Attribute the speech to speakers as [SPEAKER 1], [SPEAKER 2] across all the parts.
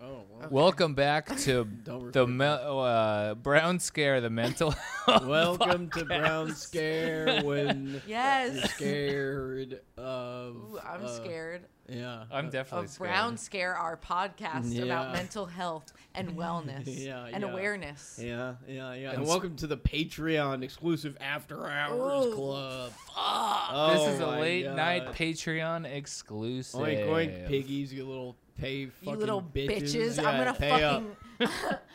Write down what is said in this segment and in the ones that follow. [SPEAKER 1] Oh, well,
[SPEAKER 2] Welcome back to
[SPEAKER 1] Don't
[SPEAKER 2] the
[SPEAKER 1] refer
[SPEAKER 2] me- uh, Brown Scare, the mental. health
[SPEAKER 1] welcome to Brown
[SPEAKER 2] podcast.
[SPEAKER 1] Scare when you're
[SPEAKER 3] Yes.
[SPEAKER 1] scared of.
[SPEAKER 3] Ooh, I'm
[SPEAKER 1] uh,
[SPEAKER 3] scared
[SPEAKER 1] Yeah.
[SPEAKER 2] I'm definitely
[SPEAKER 3] of
[SPEAKER 2] scared.
[SPEAKER 3] Brown Scare, our podcast
[SPEAKER 1] Yeah.
[SPEAKER 3] about mental health and wellness
[SPEAKER 1] Yeah,
[SPEAKER 3] and
[SPEAKER 1] yeah.
[SPEAKER 3] awareness.
[SPEAKER 1] Yeah, yeah, yeah. And,
[SPEAKER 2] And s-
[SPEAKER 1] welcome to the Patreon exclusive After Hours
[SPEAKER 3] Ooh,
[SPEAKER 1] Club.
[SPEAKER 3] Fuck.
[SPEAKER 1] Oh
[SPEAKER 2] this is a
[SPEAKER 1] my
[SPEAKER 2] late night
[SPEAKER 1] God.
[SPEAKER 2] Patreon exclusive.
[SPEAKER 1] Oink oink, piggies, you little pay fucking
[SPEAKER 3] You little
[SPEAKER 1] bitches.
[SPEAKER 3] bitches.
[SPEAKER 1] Yeah,
[SPEAKER 3] I'm gonna
[SPEAKER 1] pay
[SPEAKER 3] fucking
[SPEAKER 1] up.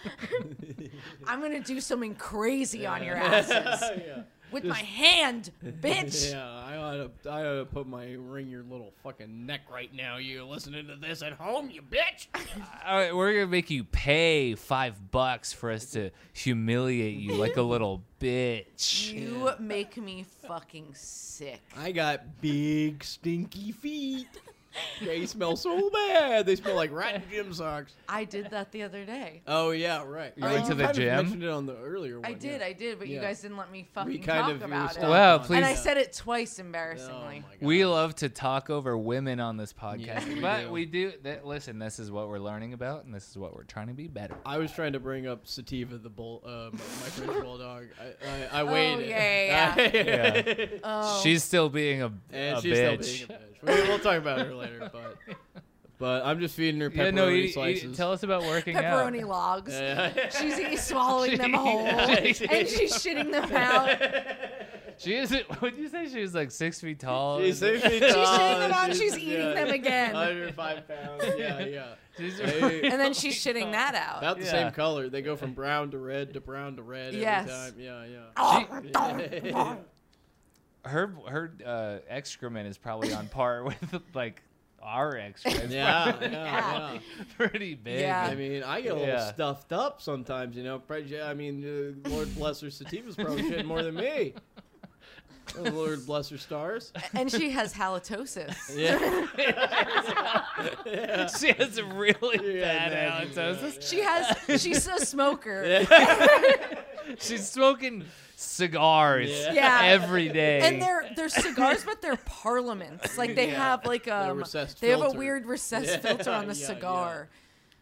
[SPEAKER 3] I'm gonna do something crazy on your asses.
[SPEAKER 1] yeah.
[SPEAKER 3] With my hand, bitch.
[SPEAKER 1] Yeah, I ought to. I ought to put my ring your little fucking neck right now. You listening to this at home, you bitch?
[SPEAKER 2] All right, we're gonna make you pay five bucks for us to humiliate you like a little bitch.
[SPEAKER 3] You make me fucking sick.
[SPEAKER 1] I got big stinky feet. They smell so bad. They smell like rotten gym socks.
[SPEAKER 3] I did that the other day.
[SPEAKER 1] Oh yeah, right. You
[SPEAKER 2] went to the
[SPEAKER 1] kind
[SPEAKER 2] gym?
[SPEAKER 1] Of mentioned it on the earlier one.
[SPEAKER 3] I did,
[SPEAKER 1] Oh, Yeah.
[SPEAKER 3] I did, but
[SPEAKER 1] Yeah.
[SPEAKER 3] you guys didn't let me fucking
[SPEAKER 1] we
[SPEAKER 3] talk
[SPEAKER 1] kind of you
[SPEAKER 3] about it.
[SPEAKER 1] stopped
[SPEAKER 2] Wow,
[SPEAKER 1] on
[SPEAKER 2] please-
[SPEAKER 3] And I
[SPEAKER 1] that.
[SPEAKER 3] said it twice
[SPEAKER 1] Oh, my
[SPEAKER 3] embarrassingly.
[SPEAKER 1] God.
[SPEAKER 2] We love to talk over women on this podcast,
[SPEAKER 1] Yeah, we
[SPEAKER 2] but
[SPEAKER 1] do.
[SPEAKER 2] we do. That, listen, this is what we're learning about, and this is what we're trying to be better.
[SPEAKER 1] I was trying to bring up Sativa the bull, uh, my French bulldog. I, I, I waited.
[SPEAKER 3] Oh, yeah, yeah,
[SPEAKER 2] yeah.
[SPEAKER 3] oh.
[SPEAKER 2] She's still being a,
[SPEAKER 1] and
[SPEAKER 2] a
[SPEAKER 1] she's
[SPEAKER 2] bitch.
[SPEAKER 1] still being a bitch. We, we'll talk about her later, but but I'm just feeding her pepperoni
[SPEAKER 2] yeah, no, you- you-
[SPEAKER 1] slices.
[SPEAKER 2] tell us about working
[SPEAKER 3] pepperoni
[SPEAKER 2] out.
[SPEAKER 3] logs.
[SPEAKER 1] Yeah.
[SPEAKER 3] She's eating, swallowing them whole, and
[SPEAKER 2] She-
[SPEAKER 3] she's shitting them out.
[SPEAKER 2] She is. Would you say she was like six feet tall?
[SPEAKER 1] She's
[SPEAKER 2] And-
[SPEAKER 1] six feet
[SPEAKER 3] She's
[SPEAKER 1] tall,
[SPEAKER 3] shitting them out.
[SPEAKER 1] she's-
[SPEAKER 3] She's, eating
[SPEAKER 1] yeah,
[SPEAKER 3] them again,
[SPEAKER 1] 105 pounds. Yeah, yeah.
[SPEAKER 2] she's
[SPEAKER 1] Hey.
[SPEAKER 3] and then she's shitting that out.
[SPEAKER 1] About the
[SPEAKER 2] Yeah.
[SPEAKER 1] same color. They go from brown to red to brown to red
[SPEAKER 3] Yes.
[SPEAKER 1] every time.
[SPEAKER 3] Oh,
[SPEAKER 1] Yeah, yeah.
[SPEAKER 3] She-
[SPEAKER 2] her her uh, excrement is probably on par with like our excrement. It's
[SPEAKER 1] yeah,
[SPEAKER 2] probably
[SPEAKER 1] yeah, yeah.
[SPEAKER 2] pretty big.
[SPEAKER 3] Yeah.
[SPEAKER 1] I mean, I get a little
[SPEAKER 2] Yeah.
[SPEAKER 1] stuffed up sometimes, you know. Probably- I mean, uh, Lord bless her, Sativa's probably shitting more than me. Oh, Lord bless her stars.
[SPEAKER 3] and she has halitosis.
[SPEAKER 1] Yeah.
[SPEAKER 2] she has a really
[SPEAKER 1] Yeah,
[SPEAKER 2] bad
[SPEAKER 1] imagine that,
[SPEAKER 2] halitosis.
[SPEAKER 3] She has. She's a smoker.
[SPEAKER 2] She's smoking cigars
[SPEAKER 1] Yeah.
[SPEAKER 3] Yeah.
[SPEAKER 2] every day.
[SPEAKER 3] And they're they're cigars, but they're parliaments. Like they
[SPEAKER 1] Yeah.
[SPEAKER 3] have like um,
[SPEAKER 1] recessed
[SPEAKER 3] they have a
[SPEAKER 1] filter.
[SPEAKER 3] weird recessed
[SPEAKER 1] Yeah,
[SPEAKER 3] filter on the
[SPEAKER 1] yeah, yeah.
[SPEAKER 3] cigar,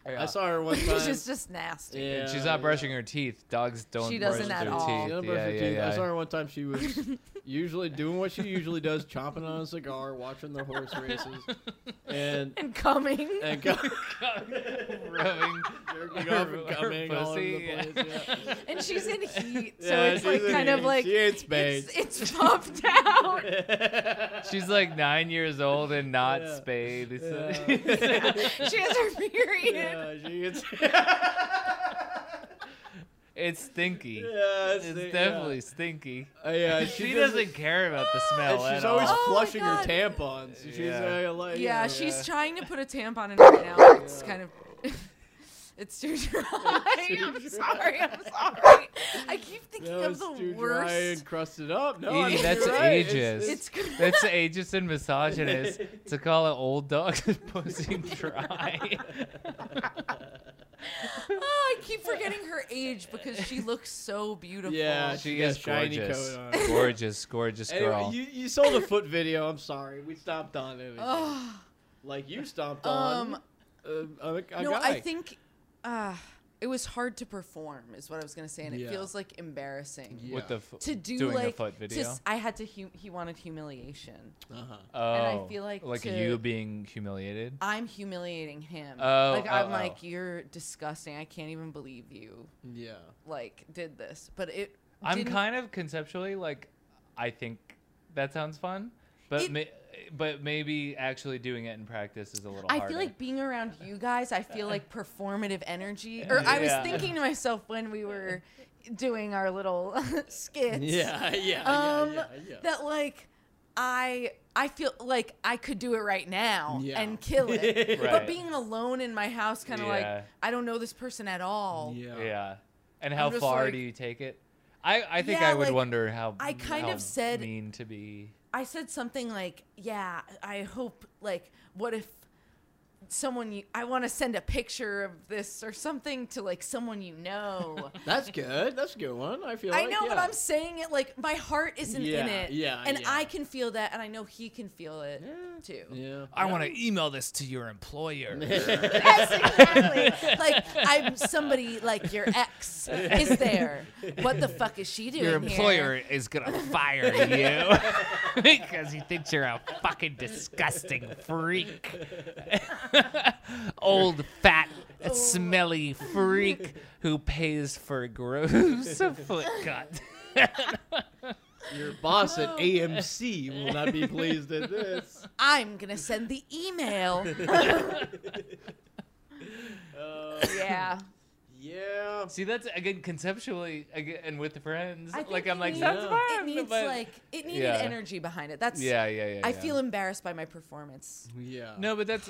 [SPEAKER 2] Yeah.
[SPEAKER 1] I saw her one time.
[SPEAKER 3] which is just nasty.
[SPEAKER 2] And
[SPEAKER 1] Yeah,
[SPEAKER 2] she's not
[SPEAKER 1] yeah.
[SPEAKER 2] brushing her teeth. Dogs don't.
[SPEAKER 3] She doesn't
[SPEAKER 2] brush
[SPEAKER 3] at
[SPEAKER 2] their
[SPEAKER 3] all.
[SPEAKER 2] Teeth.
[SPEAKER 1] She doesn't brush
[SPEAKER 2] yeah,
[SPEAKER 1] her
[SPEAKER 2] yeah,
[SPEAKER 1] teeth.
[SPEAKER 2] Yeah,
[SPEAKER 1] I saw her one time. She was usually doing what she usually does, chomping on a cigar, watching the horse races, and
[SPEAKER 3] And coming.
[SPEAKER 1] and go,
[SPEAKER 2] Rubbing.
[SPEAKER 1] jerking off and
[SPEAKER 2] Her
[SPEAKER 1] coming all over
[SPEAKER 2] pussy, yeah.
[SPEAKER 1] the place. Yeah.
[SPEAKER 3] And she's in heat, so
[SPEAKER 1] Yeah,
[SPEAKER 3] it's like
[SPEAKER 1] she's in
[SPEAKER 3] kind
[SPEAKER 1] heat.
[SPEAKER 3] of like
[SPEAKER 1] she ain't spades.
[SPEAKER 3] it's, it's pumped out.
[SPEAKER 2] She's like nine years old and not
[SPEAKER 1] Yeah.
[SPEAKER 2] spayed. It's-
[SPEAKER 1] Yeah.
[SPEAKER 3] She has her period.
[SPEAKER 1] Yeah, she gets-
[SPEAKER 2] It's stinky.
[SPEAKER 1] Yeah,
[SPEAKER 2] It's
[SPEAKER 1] the- yeah.
[SPEAKER 2] definitely stinky.
[SPEAKER 1] Uh, yeah,
[SPEAKER 2] She, doesn't, care about the
[SPEAKER 1] and
[SPEAKER 2] smell
[SPEAKER 1] she's
[SPEAKER 2] at
[SPEAKER 1] always
[SPEAKER 2] all.
[SPEAKER 3] Oh my
[SPEAKER 1] flushing her
[SPEAKER 3] God.
[SPEAKER 1] tampons. She's
[SPEAKER 2] Yeah.
[SPEAKER 1] uh, like,
[SPEAKER 3] Yeah,
[SPEAKER 1] yeah,
[SPEAKER 3] she's
[SPEAKER 2] yeah.
[SPEAKER 3] trying to put a tampon in right now. It's
[SPEAKER 1] Yeah.
[SPEAKER 3] kind of. It's too dry.
[SPEAKER 1] too
[SPEAKER 3] I'm
[SPEAKER 1] dry.
[SPEAKER 3] sorry. I'm sorry. I keep thinking
[SPEAKER 1] No,
[SPEAKER 3] of
[SPEAKER 1] it's
[SPEAKER 3] the
[SPEAKER 1] too
[SPEAKER 3] worst.
[SPEAKER 1] dry and crusted up. No,
[SPEAKER 2] Edie,
[SPEAKER 1] I mean,
[SPEAKER 2] that's
[SPEAKER 1] you're right. It's-
[SPEAKER 2] ages.
[SPEAKER 3] It's good.
[SPEAKER 2] That's ageist and misogynist to call an old dog's pussy dry.
[SPEAKER 3] oh, I keep forgetting her age because she looks so beautiful.
[SPEAKER 1] Yeah,
[SPEAKER 2] she
[SPEAKER 1] got
[SPEAKER 2] is
[SPEAKER 1] shiny
[SPEAKER 2] gorgeous.
[SPEAKER 1] coat on.
[SPEAKER 2] Gorgeous, gorgeous
[SPEAKER 1] Anyway,
[SPEAKER 2] girl.
[SPEAKER 1] you, you sold a foot video. I'm sorry. We stomped on it.
[SPEAKER 3] Ugh.
[SPEAKER 1] like you stomped on
[SPEAKER 3] Oh. um,
[SPEAKER 1] uh, a, a
[SPEAKER 3] no,
[SPEAKER 1] guy.
[SPEAKER 3] I think uh, it was hard to perform, is what I was gonna say, and it
[SPEAKER 1] Yeah.
[SPEAKER 3] feels like embarrassing
[SPEAKER 1] Yeah.
[SPEAKER 2] With the f-
[SPEAKER 3] to do
[SPEAKER 2] doing
[SPEAKER 3] like
[SPEAKER 2] a foot
[SPEAKER 3] to
[SPEAKER 2] video.
[SPEAKER 3] s- I had to. Hu- he wanted humiliation.
[SPEAKER 1] Uh-huh.
[SPEAKER 2] oh,
[SPEAKER 3] I feel like
[SPEAKER 2] like
[SPEAKER 3] to-
[SPEAKER 2] you being humiliated.
[SPEAKER 3] I'm humiliating him.
[SPEAKER 2] Oh,
[SPEAKER 3] like
[SPEAKER 2] oh,
[SPEAKER 3] I'm
[SPEAKER 2] oh.
[SPEAKER 3] like you're disgusting. I can't even believe you
[SPEAKER 1] Yeah.
[SPEAKER 3] like did this. But it
[SPEAKER 2] I'm
[SPEAKER 3] didn't-
[SPEAKER 2] kind of conceptually like, I think that sounds fun, but
[SPEAKER 3] It-
[SPEAKER 2] may, but maybe actually doing it in practice is a little.
[SPEAKER 3] I
[SPEAKER 2] harder.
[SPEAKER 3] feel like being around you guys, I feel like performative energy. Or I was
[SPEAKER 2] Yeah.
[SPEAKER 3] thinking to myself when we were doing our little skits.
[SPEAKER 1] Yeah, yeah, yeah,
[SPEAKER 3] Um,
[SPEAKER 1] yeah, yeah.
[SPEAKER 3] That like I I feel like I could do it right now
[SPEAKER 1] Yeah.
[SPEAKER 3] and kill it.
[SPEAKER 2] Right.
[SPEAKER 3] But being alone in my house kind of like
[SPEAKER 2] Yeah.
[SPEAKER 3] I don't know this person at all.
[SPEAKER 2] Yeah. And how
[SPEAKER 3] just
[SPEAKER 2] far
[SPEAKER 3] like-
[SPEAKER 2] do you take it? I, I think
[SPEAKER 3] Yeah,
[SPEAKER 2] I would
[SPEAKER 3] like,
[SPEAKER 2] wonder how
[SPEAKER 3] I kind
[SPEAKER 2] how
[SPEAKER 3] of said-
[SPEAKER 2] mean to be.
[SPEAKER 3] I said something like, "Yeah, I hope like what if someone you I want to send a picture of this or something to like someone you know.
[SPEAKER 1] That's good. That's a good one. I feel
[SPEAKER 3] I
[SPEAKER 1] like.
[SPEAKER 3] know, but
[SPEAKER 1] yeah.
[SPEAKER 3] I'm saying it like my heart isn't
[SPEAKER 1] Yeah,
[SPEAKER 3] in it.
[SPEAKER 1] yeah,
[SPEAKER 3] And
[SPEAKER 1] yeah.
[SPEAKER 3] I can feel that, and I know he can feel it too.
[SPEAKER 1] Yeah.
[SPEAKER 2] I want to email this to your employer.
[SPEAKER 3] Yes, exactly. like I'm somebody like your ex is there. What the fuck is she doing?
[SPEAKER 2] Your employer
[SPEAKER 3] Here?
[SPEAKER 2] is gonna fire you because he thinks you're a fucking disgusting freak, old fat smelly freak who pays for gross foot cut.
[SPEAKER 1] Your boss at AMC will not be pleased at this.
[SPEAKER 3] I'm gonna send the email.
[SPEAKER 1] Uh,
[SPEAKER 3] yeah.
[SPEAKER 1] yeah.
[SPEAKER 2] See, that's again conceptually again, and with friends.
[SPEAKER 3] I think
[SPEAKER 2] Like
[SPEAKER 3] it
[SPEAKER 2] I'm like,
[SPEAKER 3] needs-
[SPEAKER 2] that's
[SPEAKER 1] Yeah.
[SPEAKER 2] fine.
[SPEAKER 3] It needs
[SPEAKER 2] but-
[SPEAKER 3] like it needed
[SPEAKER 2] Yeah.
[SPEAKER 3] energy behind it. That's
[SPEAKER 2] yeah, yeah, yeah.
[SPEAKER 3] I
[SPEAKER 2] yeah.
[SPEAKER 3] feel embarrassed by my performance.
[SPEAKER 1] Yeah.
[SPEAKER 2] no, but that's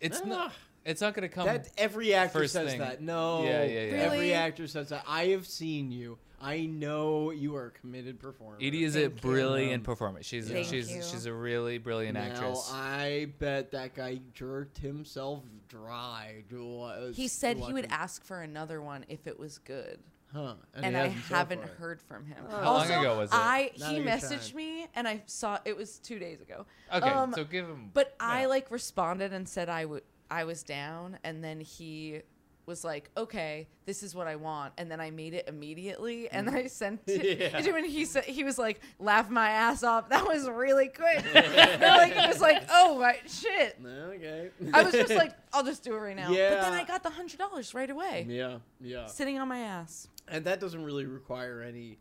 [SPEAKER 2] it's
[SPEAKER 1] Ah.
[SPEAKER 2] not. It's not gonna come.
[SPEAKER 1] That every actor
[SPEAKER 2] First
[SPEAKER 1] says
[SPEAKER 2] thing.
[SPEAKER 1] that. No.
[SPEAKER 2] Yeah, yeah, yeah.
[SPEAKER 3] Really?
[SPEAKER 1] Every actor says that. I have seen you. I know you are a committed performer.
[SPEAKER 2] Edie is a
[SPEAKER 3] Thank you.
[SPEAKER 2] brilliant performer. She's
[SPEAKER 1] Thank
[SPEAKER 2] she's
[SPEAKER 3] you.
[SPEAKER 2] she's a really brilliant
[SPEAKER 1] now,
[SPEAKER 2] actress.
[SPEAKER 1] I bet that guy jerked himself dry. to- uh,
[SPEAKER 3] He said
[SPEAKER 1] to
[SPEAKER 3] he would
[SPEAKER 1] watch-
[SPEAKER 3] ask for another one if it was good,
[SPEAKER 1] Huh.
[SPEAKER 3] and,
[SPEAKER 1] he
[SPEAKER 3] I
[SPEAKER 1] hasn't so
[SPEAKER 3] haven't
[SPEAKER 1] far.
[SPEAKER 3] heard from him.
[SPEAKER 1] How
[SPEAKER 2] long
[SPEAKER 3] also,
[SPEAKER 2] ago was it?
[SPEAKER 3] I
[SPEAKER 1] Not
[SPEAKER 3] he
[SPEAKER 1] a good
[SPEAKER 3] messaged
[SPEAKER 1] time.
[SPEAKER 3] me, and I saw it was two days ago.
[SPEAKER 2] okay,
[SPEAKER 3] um,
[SPEAKER 2] so give him.
[SPEAKER 3] But I
[SPEAKER 2] yeah.
[SPEAKER 3] like responded and said I would I was down, and then he was like, "Okay, this is what I want," and then I made it immediately, and I sent it
[SPEAKER 1] Mm. Yeah.
[SPEAKER 3] to him, and he said he was like, "Laugh my ass off." That was really quick. like it was like, "Oh my shit."
[SPEAKER 1] Okay.
[SPEAKER 3] I was just like, I'll just do it right now. But then
[SPEAKER 1] Yeah.
[SPEAKER 3] I got the hundred dollars right away,
[SPEAKER 1] Yeah, yeah.
[SPEAKER 3] sitting on my ass.
[SPEAKER 1] and that doesn't really require any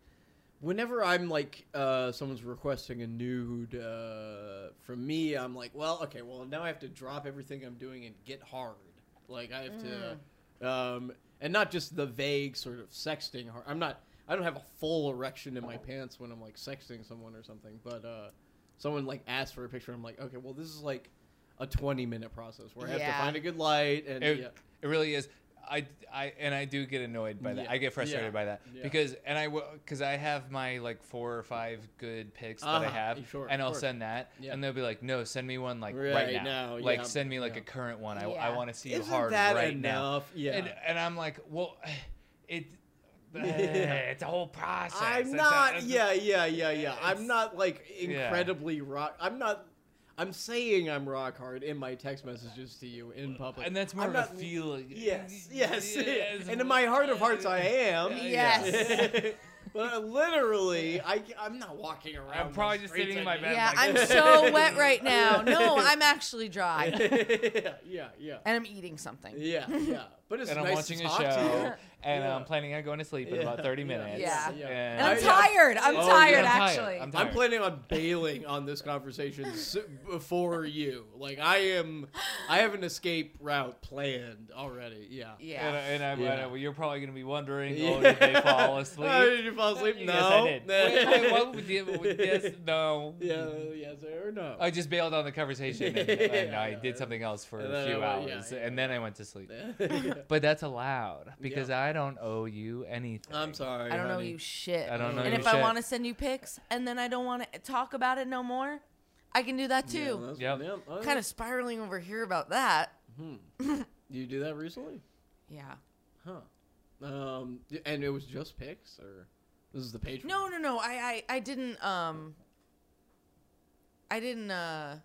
[SPEAKER 1] whenever i'm like uh, someone's requesting a nude uh, from me i'm like well okay well now i have to drop everything i'm doing and get hard like i have to um, and not just the vague sort of sexting hard i'm not i don't have a full erection in my pants when i'm like sexting someone or something but uh, someone like asks for a picture i'm like okay well this is like a 20 minute process where i have
[SPEAKER 3] Yeah.
[SPEAKER 1] to find a good light and
[SPEAKER 2] it,
[SPEAKER 1] yeah.
[SPEAKER 2] it really is. I, I and I do get annoyed by that.
[SPEAKER 1] Yeah,
[SPEAKER 2] I get frustrated
[SPEAKER 1] yeah,
[SPEAKER 2] by that
[SPEAKER 1] yeah.
[SPEAKER 2] because and I because I have my like four or five good picks that I
[SPEAKER 1] Uh-huh,
[SPEAKER 2] have,
[SPEAKER 1] sure,
[SPEAKER 2] and I'll
[SPEAKER 1] sure.
[SPEAKER 2] send that,
[SPEAKER 1] Yeah.
[SPEAKER 2] and they'll be like, "No, send me one like right,
[SPEAKER 1] Right
[SPEAKER 2] now.
[SPEAKER 1] now,
[SPEAKER 2] like
[SPEAKER 1] yeah,
[SPEAKER 2] send me like
[SPEAKER 1] yeah.
[SPEAKER 2] a current one. I, I
[SPEAKER 3] Yeah.
[SPEAKER 2] want to see you
[SPEAKER 1] Isn't
[SPEAKER 2] hard
[SPEAKER 1] that
[SPEAKER 2] right now."
[SPEAKER 1] enough? Yeah.
[SPEAKER 2] And, and I'm like, well, it, it's a whole process.
[SPEAKER 1] I'm
[SPEAKER 2] It's a-
[SPEAKER 1] not.
[SPEAKER 2] it's a-
[SPEAKER 1] yeah, yeah, yeah, yeah. I'm
[SPEAKER 2] it's-
[SPEAKER 1] not like
[SPEAKER 2] yeah.
[SPEAKER 1] incredibly rock. I'm not. I'm saying I'm rock hard in my text messages to you in public,
[SPEAKER 2] And that's more
[SPEAKER 1] I'm
[SPEAKER 2] of
[SPEAKER 1] not,
[SPEAKER 2] a feeling.
[SPEAKER 1] Yes, yes,
[SPEAKER 2] Yes.
[SPEAKER 1] and in my heart of hearts, I am.
[SPEAKER 2] Yeah,
[SPEAKER 3] Yes.
[SPEAKER 1] but literally, I I'm not walking around.
[SPEAKER 2] I'm
[SPEAKER 1] with
[SPEAKER 2] probably just
[SPEAKER 1] straight
[SPEAKER 2] sitting in my
[SPEAKER 1] tennis.
[SPEAKER 2] bed.
[SPEAKER 3] yeah,
[SPEAKER 2] like-
[SPEAKER 3] I'm so wet right now. No, I'm actually dry,
[SPEAKER 1] yeah, yeah,
[SPEAKER 3] and I'm eating something.
[SPEAKER 1] yeah, yeah. But it's
[SPEAKER 2] and
[SPEAKER 1] nice
[SPEAKER 2] I'm watching
[SPEAKER 1] to
[SPEAKER 2] a
[SPEAKER 1] talk to
[SPEAKER 2] show,
[SPEAKER 1] you.
[SPEAKER 2] and
[SPEAKER 1] Yeah.
[SPEAKER 2] I'm planning on going to sleep in
[SPEAKER 1] Yeah,
[SPEAKER 2] about 30
[SPEAKER 1] yeah,
[SPEAKER 2] minutes.
[SPEAKER 3] yeah,
[SPEAKER 1] yeah.
[SPEAKER 3] And I'm
[SPEAKER 1] I-
[SPEAKER 3] tired. I'm
[SPEAKER 1] Oh, yeah,
[SPEAKER 3] tired,
[SPEAKER 2] I'm tired.
[SPEAKER 3] actually.
[SPEAKER 2] I'm tired.
[SPEAKER 1] I'm planning on bailing on this conversation s- before you. Like I am, I have an escape route planned already. Yeah.
[SPEAKER 3] yeah.
[SPEAKER 2] And, I- and I'm,
[SPEAKER 1] Yeah.
[SPEAKER 2] and I- well, you're probably going to be wondering, oh,
[SPEAKER 1] Yeah.
[SPEAKER 2] did they fall asleep?
[SPEAKER 1] Oh, did you fall asleep? No.
[SPEAKER 2] Yes, I did. wait, wait, what would you, would- yes, no.
[SPEAKER 1] yeah. Yes or no?
[SPEAKER 2] I just bailed on the conversation and, and I
[SPEAKER 1] Yeah.
[SPEAKER 2] did something else for
[SPEAKER 1] And
[SPEAKER 2] a
[SPEAKER 1] then
[SPEAKER 2] few
[SPEAKER 1] I went- yeah,
[SPEAKER 2] hours,
[SPEAKER 1] yeah.
[SPEAKER 2] and then I went to sleep.
[SPEAKER 1] Yeah.
[SPEAKER 2] But that's allowed because I don't owe you anything.
[SPEAKER 1] I'm sorry.
[SPEAKER 3] I don't know
[SPEAKER 1] honey.
[SPEAKER 3] you shit.
[SPEAKER 2] I don't know
[SPEAKER 3] And
[SPEAKER 2] you
[SPEAKER 3] if I
[SPEAKER 2] shit.
[SPEAKER 3] want to send you pics and then I don't want to talk about it no more, I can do that
[SPEAKER 1] Yeah,
[SPEAKER 3] too.
[SPEAKER 1] that's-
[SPEAKER 2] Yep.
[SPEAKER 1] yeah, oh,
[SPEAKER 3] kind of spiraling over here about that.
[SPEAKER 1] You do that recently?
[SPEAKER 3] Yeah.
[SPEAKER 1] Huh. Um. y- And it was just pics, or this is the page?
[SPEAKER 3] No, no, no. I, I, I didn't. Um. I didn't. Uh.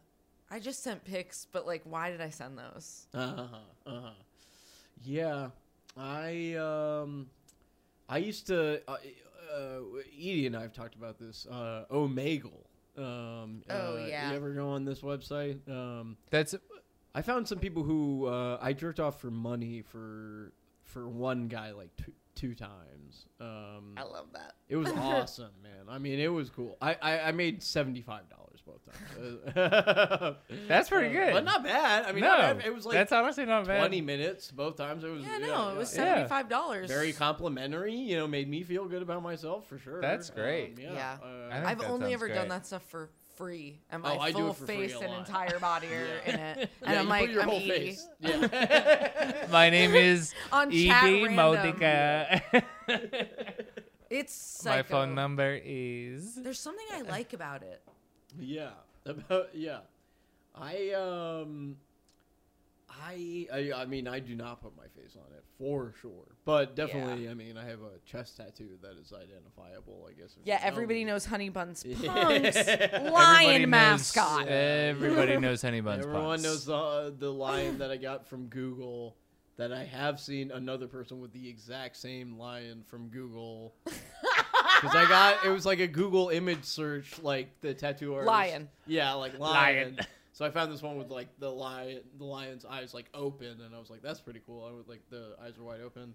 [SPEAKER 3] I just sent pics, but like, why did I send those?
[SPEAKER 1] Uh huh. Uh huh. Yeah, I um, I used to. Uh, uh, Edie and I have talked about this. Uh, Omegle. Um,
[SPEAKER 3] Oh,
[SPEAKER 1] uh,
[SPEAKER 3] yeah.
[SPEAKER 1] You ever go on this website? Um,
[SPEAKER 2] That's
[SPEAKER 1] I found some people who uh, I jerked off for money for for one guy like two, two times. Um,
[SPEAKER 3] I love that.
[SPEAKER 1] it was awesome, man. I mean, it was cool. I I, I made seventy five dollars both times.
[SPEAKER 2] that's pretty
[SPEAKER 1] Uh,
[SPEAKER 2] good.
[SPEAKER 1] but not bad. I mean, not
[SPEAKER 2] no,
[SPEAKER 1] bad. it was like
[SPEAKER 2] that's honestly not bad.
[SPEAKER 1] 20 minutes both times. It was
[SPEAKER 3] Yeah, no, it was
[SPEAKER 2] yeah. Yeah.
[SPEAKER 3] seventy five dollars.
[SPEAKER 1] very complimentary. You know, made me feel good about myself for sure.
[SPEAKER 2] That's great.
[SPEAKER 1] Um,
[SPEAKER 3] Yeah.
[SPEAKER 1] yeah.
[SPEAKER 2] I
[SPEAKER 1] Uh,
[SPEAKER 2] think
[SPEAKER 3] I've
[SPEAKER 2] that
[SPEAKER 3] only
[SPEAKER 2] sounds
[SPEAKER 3] ever
[SPEAKER 2] great.
[SPEAKER 3] done that stuff for free, and my
[SPEAKER 1] Oh, I do
[SPEAKER 3] full
[SPEAKER 1] it for free
[SPEAKER 3] face
[SPEAKER 1] a
[SPEAKER 3] and
[SPEAKER 1] lot.
[SPEAKER 3] entire body are
[SPEAKER 1] Yeah.
[SPEAKER 3] in it,
[SPEAKER 1] yeah,
[SPEAKER 3] and I'm
[SPEAKER 1] you
[SPEAKER 3] like,
[SPEAKER 1] put your
[SPEAKER 3] I'm
[SPEAKER 1] whole
[SPEAKER 3] Edie.
[SPEAKER 1] face. Yeah.
[SPEAKER 2] My name is
[SPEAKER 3] On
[SPEAKER 2] Ed
[SPEAKER 3] chat random.
[SPEAKER 2] Modica.
[SPEAKER 3] It's psycho.
[SPEAKER 2] My phone number is.
[SPEAKER 3] There's something I like about it.
[SPEAKER 1] yeah. About yeah. I um I, I I mean I do not put my face on it for sure, but definitely I mean I have a chest tattoo that is identifiable. I guess. if
[SPEAKER 3] Yeah,
[SPEAKER 1] you know
[SPEAKER 3] everybody
[SPEAKER 1] me.
[SPEAKER 3] knows Honey Bun's
[SPEAKER 1] Yeah.
[SPEAKER 3] punks
[SPEAKER 2] Everybody
[SPEAKER 3] lion
[SPEAKER 2] knows-
[SPEAKER 3] mascot.
[SPEAKER 2] Everybody knows Honey Bun's
[SPEAKER 1] Everyone
[SPEAKER 2] Puffs.
[SPEAKER 1] knows the uh, the lion that I got from Google. That I have seen another person with the exact same lion from Google. Because I got it was like a Google image search, like the tattoo artist.
[SPEAKER 3] Lion.
[SPEAKER 1] Yeah, like lion.
[SPEAKER 2] Lion.
[SPEAKER 1] So I found this one with like the lion, the lion's eyes like open, and I was like, that's pretty cool. I was like, the eyes are wide open.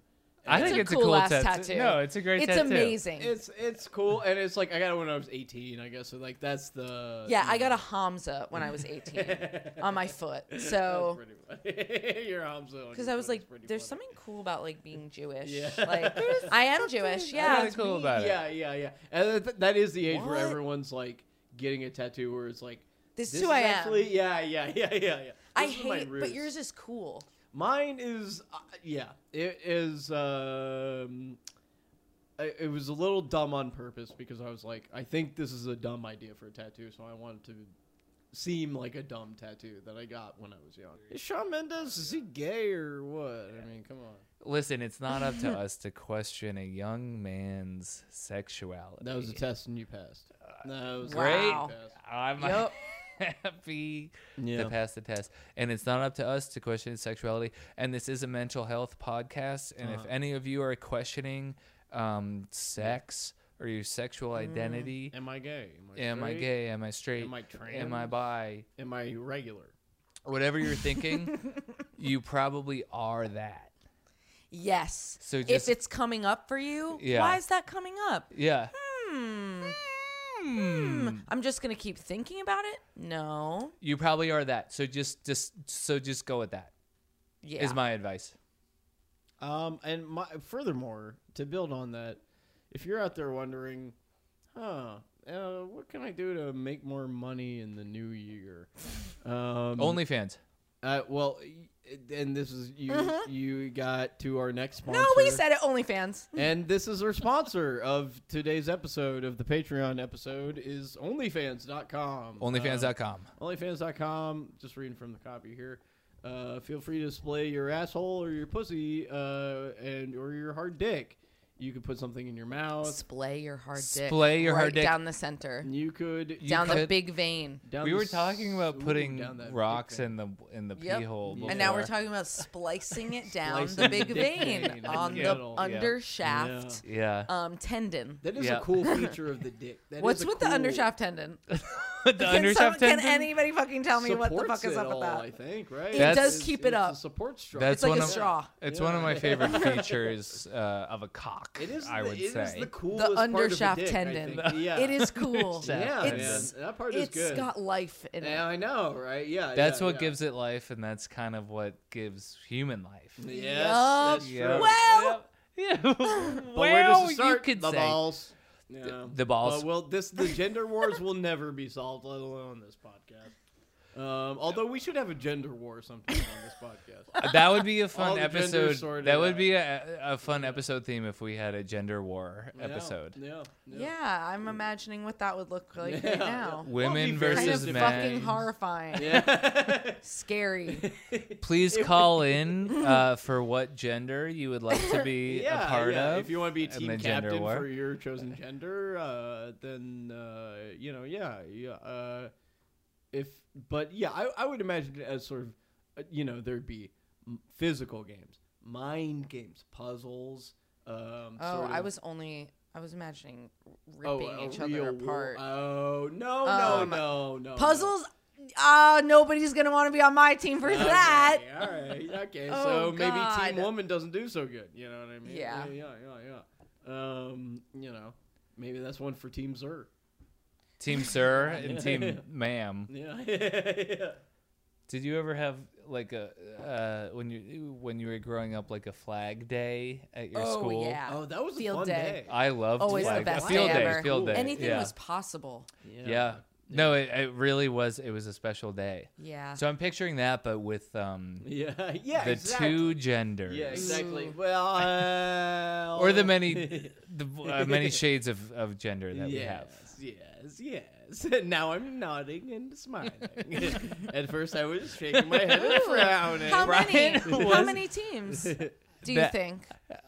[SPEAKER 2] I
[SPEAKER 1] And
[SPEAKER 2] think it's
[SPEAKER 3] It's a
[SPEAKER 2] a
[SPEAKER 3] cool
[SPEAKER 2] cool
[SPEAKER 3] ass
[SPEAKER 2] tattoo.
[SPEAKER 3] tattoo.
[SPEAKER 2] No, it's a great
[SPEAKER 3] It's
[SPEAKER 2] tattoo.
[SPEAKER 3] amazing.
[SPEAKER 1] It's it's cool, and it's like I got it when I was 18, I guess. So like that's the
[SPEAKER 3] yeah, I got a Hamza when I was 18 on my foot. So,
[SPEAKER 1] That's pretty funny. your arms are on
[SPEAKER 3] because
[SPEAKER 1] your
[SPEAKER 3] I was
[SPEAKER 1] foot is
[SPEAKER 3] like,
[SPEAKER 1] pretty
[SPEAKER 3] there's
[SPEAKER 1] funny.
[SPEAKER 3] something cool about like being Jewish.
[SPEAKER 1] Yeah.
[SPEAKER 3] Like, I am Jewish. Yeah.
[SPEAKER 2] really cool about it.
[SPEAKER 1] Yeah, yeah, yeah. And that, that is the age where
[SPEAKER 3] What?
[SPEAKER 1] everyone's like getting a tattoo, where it's like
[SPEAKER 3] This,
[SPEAKER 1] this
[SPEAKER 3] is who I
[SPEAKER 1] actually,
[SPEAKER 3] am.
[SPEAKER 1] Yeah, yeah, yeah, yeah, yeah.
[SPEAKER 3] I
[SPEAKER 1] This is my
[SPEAKER 3] hate, but
[SPEAKER 1] roots.
[SPEAKER 3] yours is cool.
[SPEAKER 1] Mine is, uh, yeah, it is. Um, I- it was a little dumb on purpose because I was like, I think this is a dumb idea for a tattoo, so I wanted to seem like a dumb tattoo that I got when I was young. Is Shawn Mendes is he gay or what? I mean, come on.
[SPEAKER 2] Listen, it's not up to us to question a young man's sexuality.
[SPEAKER 1] That was a test and you passed. That was a test
[SPEAKER 3] Great. Wow.
[SPEAKER 1] and you passed.
[SPEAKER 2] I'm
[SPEAKER 3] Yup.
[SPEAKER 2] happy
[SPEAKER 1] Yeah.
[SPEAKER 2] to pass the test. And it's not up to us to question his sexuality. And this is a mental health podcast. And if
[SPEAKER 1] Uh-huh.
[SPEAKER 2] any of you are questioning um, sex or your sexual
[SPEAKER 3] Mm.
[SPEAKER 2] identity,
[SPEAKER 1] Am I gay?
[SPEAKER 2] am I
[SPEAKER 1] straight?
[SPEAKER 2] gay? Am I straight?
[SPEAKER 1] Am I trans?
[SPEAKER 2] Am I bi?
[SPEAKER 1] Am I regular?
[SPEAKER 2] Whatever you're thinking, you probably are that.
[SPEAKER 3] Yes.
[SPEAKER 2] So
[SPEAKER 3] if
[SPEAKER 2] just-
[SPEAKER 3] it's coming up for you,
[SPEAKER 2] Yeah.
[SPEAKER 3] why is that coming up?
[SPEAKER 2] Yeah.
[SPEAKER 3] Hmm.
[SPEAKER 2] Hmm.
[SPEAKER 3] I'm just gonna keep thinking about it. No.
[SPEAKER 2] You probably are that. So just just so just go with that. Is
[SPEAKER 3] Yeah.
[SPEAKER 2] my advice.
[SPEAKER 1] Um, and my, furthermore, to build on that, if you're out there wondering, huh, uh, what can I do to make more money in the new year? Um,
[SPEAKER 2] OnlyFans.
[SPEAKER 1] uh, well, y- and this is you.
[SPEAKER 2] Mm-hmm.
[SPEAKER 1] You got to our next sponsor.
[SPEAKER 3] no, we said it. OnlyFans.
[SPEAKER 1] And this is our sponsor of today's episode of the Patreon episode is OnlyFans.com. Um,
[SPEAKER 2] OnlyFans.com.
[SPEAKER 1] OnlyFans.com. Just reading from the copy here. Uh, feel free to display your asshole or your pussy uh, and or your hard dick. You could put something in your mouth.
[SPEAKER 3] Splay your hard dick.
[SPEAKER 2] Splay your
[SPEAKER 3] right
[SPEAKER 2] hard dick.
[SPEAKER 3] down the center,
[SPEAKER 1] You could
[SPEAKER 2] You
[SPEAKER 3] down the
[SPEAKER 2] could-
[SPEAKER 3] big vein,
[SPEAKER 1] down
[SPEAKER 2] we
[SPEAKER 1] the
[SPEAKER 2] were talking about
[SPEAKER 1] s- ooh,
[SPEAKER 2] putting
[SPEAKER 1] down that
[SPEAKER 2] rocks
[SPEAKER 1] dick
[SPEAKER 2] in the in the
[SPEAKER 3] Yep.
[SPEAKER 2] pee hole.
[SPEAKER 1] Yeah.
[SPEAKER 3] and now we're
[SPEAKER 2] before.
[SPEAKER 3] talking about splicing it down the
[SPEAKER 1] Splicing
[SPEAKER 3] big
[SPEAKER 1] the dick
[SPEAKER 3] vein
[SPEAKER 1] vein
[SPEAKER 3] on
[SPEAKER 1] in the
[SPEAKER 3] the
[SPEAKER 1] middle. Yeah.
[SPEAKER 3] undershaft
[SPEAKER 2] Yeah.
[SPEAKER 3] um, tendon.
[SPEAKER 1] That is a
[SPEAKER 2] Yeah.
[SPEAKER 1] cool feature of the dick. That is
[SPEAKER 3] What's
[SPEAKER 1] a
[SPEAKER 3] with
[SPEAKER 1] cool-
[SPEAKER 3] the undershaft tendon?
[SPEAKER 2] the
[SPEAKER 3] can, some-
[SPEAKER 2] undershaft tendon.
[SPEAKER 3] can anybody fucking tell me what the
[SPEAKER 1] supports
[SPEAKER 3] fuck
[SPEAKER 1] it
[SPEAKER 3] is up
[SPEAKER 1] all,
[SPEAKER 3] with
[SPEAKER 1] I
[SPEAKER 3] that?
[SPEAKER 1] think right.
[SPEAKER 3] It
[SPEAKER 2] does
[SPEAKER 1] It's-
[SPEAKER 3] keep it
[SPEAKER 1] it's a
[SPEAKER 3] up.
[SPEAKER 1] support straw.
[SPEAKER 2] That's
[SPEAKER 3] It's like
[SPEAKER 2] one
[SPEAKER 3] a
[SPEAKER 2] of-
[SPEAKER 3] straw.
[SPEAKER 2] It's
[SPEAKER 1] Yeah.
[SPEAKER 2] one of my favorite features uh, of a cock.
[SPEAKER 1] It is.
[SPEAKER 2] I
[SPEAKER 1] the,
[SPEAKER 2] would
[SPEAKER 1] it is
[SPEAKER 2] say.
[SPEAKER 1] the coolest
[SPEAKER 3] The
[SPEAKER 1] part of
[SPEAKER 3] undershaft
[SPEAKER 1] dick, I
[SPEAKER 3] tendon.
[SPEAKER 1] think. Yeah.
[SPEAKER 3] It is cool.
[SPEAKER 2] Yeah.
[SPEAKER 1] Yeah,
[SPEAKER 3] It's-
[SPEAKER 1] man. that part is
[SPEAKER 3] It's
[SPEAKER 1] good.
[SPEAKER 3] got life in it.
[SPEAKER 1] yeah, I know, right? Yeah.
[SPEAKER 2] that's
[SPEAKER 1] yeah,
[SPEAKER 2] what
[SPEAKER 1] yeah.
[SPEAKER 2] gives it life, and that's kind of what gives human life.
[SPEAKER 1] Yes,
[SPEAKER 3] Yup.
[SPEAKER 1] that's true.
[SPEAKER 2] Yeah.
[SPEAKER 3] Well-
[SPEAKER 2] yeah. yeah.
[SPEAKER 1] But where does
[SPEAKER 2] well,
[SPEAKER 1] it start?
[SPEAKER 2] you could
[SPEAKER 1] the
[SPEAKER 2] say
[SPEAKER 1] balls. Yeah.
[SPEAKER 2] the balls.
[SPEAKER 1] But, well, this the gender wars will never be solved, let alone on this podcast. Um, although we should have a gender war sometime on this podcast.
[SPEAKER 2] that would be a
[SPEAKER 1] All
[SPEAKER 2] fun
[SPEAKER 1] the genders
[SPEAKER 2] episode.
[SPEAKER 1] sorted
[SPEAKER 2] That
[SPEAKER 1] out.
[SPEAKER 2] would be a, a fun episode theme if we had a gender war episode.
[SPEAKER 1] Yeah. Yeah.
[SPEAKER 3] Yeah, I'm imagining what that would look like
[SPEAKER 1] Yeah.
[SPEAKER 3] right now.
[SPEAKER 2] Women
[SPEAKER 1] Well, it'd be very
[SPEAKER 3] Kind
[SPEAKER 2] versus
[SPEAKER 3] of
[SPEAKER 1] different.
[SPEAKER 3] fucking
[SPEAKER 2] men.
[SPEAKER 3] horrifying,
[SPEAKER 1] Yeah.
[SPEAKER 3] scary.
[SPEAKER 2] Please call in uh, for what gender you would like to be
[SPEAKER 1] yeah,
[SPEAKER 2] a part
[SPEAKER 1] yeah.
[SPEAKER 2] of.
[SPEAKER 1] If you want to be a
[SPEAKER 2] and
[SPEAKER 1] team
[SPEAKER 2] the gender
[SPEAKER 1] captain
[SPEAKER 2] war.
[SPEAKER 1] for your chosen gender, uh, then uh, you know, yeah, yeah. Uh, if but yeah, I, I would imagine it as sort of, uh, you know, there'd be m- physical games, mind games, puzzles. Um,
[SPEAKER 3] Oh,
[SPEAKER 1] sort
[SPEAKER 3] I
[SPEAKER 1] of-
[SPEAKER 3] was only I was imagining
[SPEAKER 1] oh,
[SPEAKER 3] ripping
[SPEAKER 1] a
[SPEAKER 3] each
[SPEAKER 1] real
[SPEAKER 3] other
[SPEAKER 1] war-
[SPEAKER 3] apart.
[SPEAKER 1] Oh no, no,
[SPEAKER 3] Um,
[SPEAKER 1] no, no.
[SPEAKER 3] Puzzles? Uh, nobody's gonna want to be on my team for
[SPEAKER 1] No. Okay,
[SPEAKER 3] that.
[SPEAKER 1] all right, okay.
[SPEAKER 3] Oh,
[SPEAKER 1] so maybe
[SPEAKER 3] God.
[SPEAKER 1] Team Woman doesn't do so good. You know what I mean?
[SPEAKER 3] Yeah.
[SPEAKER 1] yeah, yeah, yeah. yeah. Um, you know, maybe that's one for Team Zer.
[SPEAKER 2] Team Sir and Team Ma'am.
[SPEAKER 1] Yeah. yeah.
[SPEAKER 2] Did you ever have like a uh, when you when you were growing up like a flag day at your
[SPEAKER 3] Oh,
[SPEAKER 2] school?
[SPEAKER 3] yeah.
[SPEAKER 1] Oh, that was a
[SPEAKER 3] Field
[SPEAKER 1] fun
[SPEAKER 3] day.
[SPEAKER 1] day.
[SPEAKER 2] I loved
[SPEAKER 3] Always the
[SPEAKER 2] flag
[SPEAKER 3] best
[SPEAKER 2] field
[SPEAKER 3] day
[SPEAKER 2] day.
[SPEAKER 3] ever.
[SPEAKER 2] Field day.
[SPEAKER 3] Anything
[SPEAKER 2] yeah.
[SPEAKER 3] was possible.
[SPEAKER 2] Yeah. No, it, it really was. It was a special day.
[SPEAKER 3] Yeah.
[SPEAKER 2] So I'm picturing that, but with um,
[SPEAKER 1] Yeah. Yeah.
[SPEAKER 2] the
[SPEAKER 1] exactly.
[SPEAKER 2] two genders.
[SPEAKER 1] Yeah. Exactly.
[SPEAKER 3] Ooh.
[SPEAKER 1] Well.
[SPEAKER 2] uh, Or the many, the uh, many shades of, of gender that we have.
[SPEAKER 1] yes. yes, yes. And now I'm nodding and smiling. At first, I was shaking my head and
[SPEAKER 3] Ooh,
[SPEAKER 1] frowning.
[SPEAKER 3] How many?
[SPEAKER 2] Brian
[SPEAKER 3] How
[SPEAKER 2] was-
[SPEAKER 3] many teams do you
[SPEAKER 2] That-
[SPEAKER 3] think?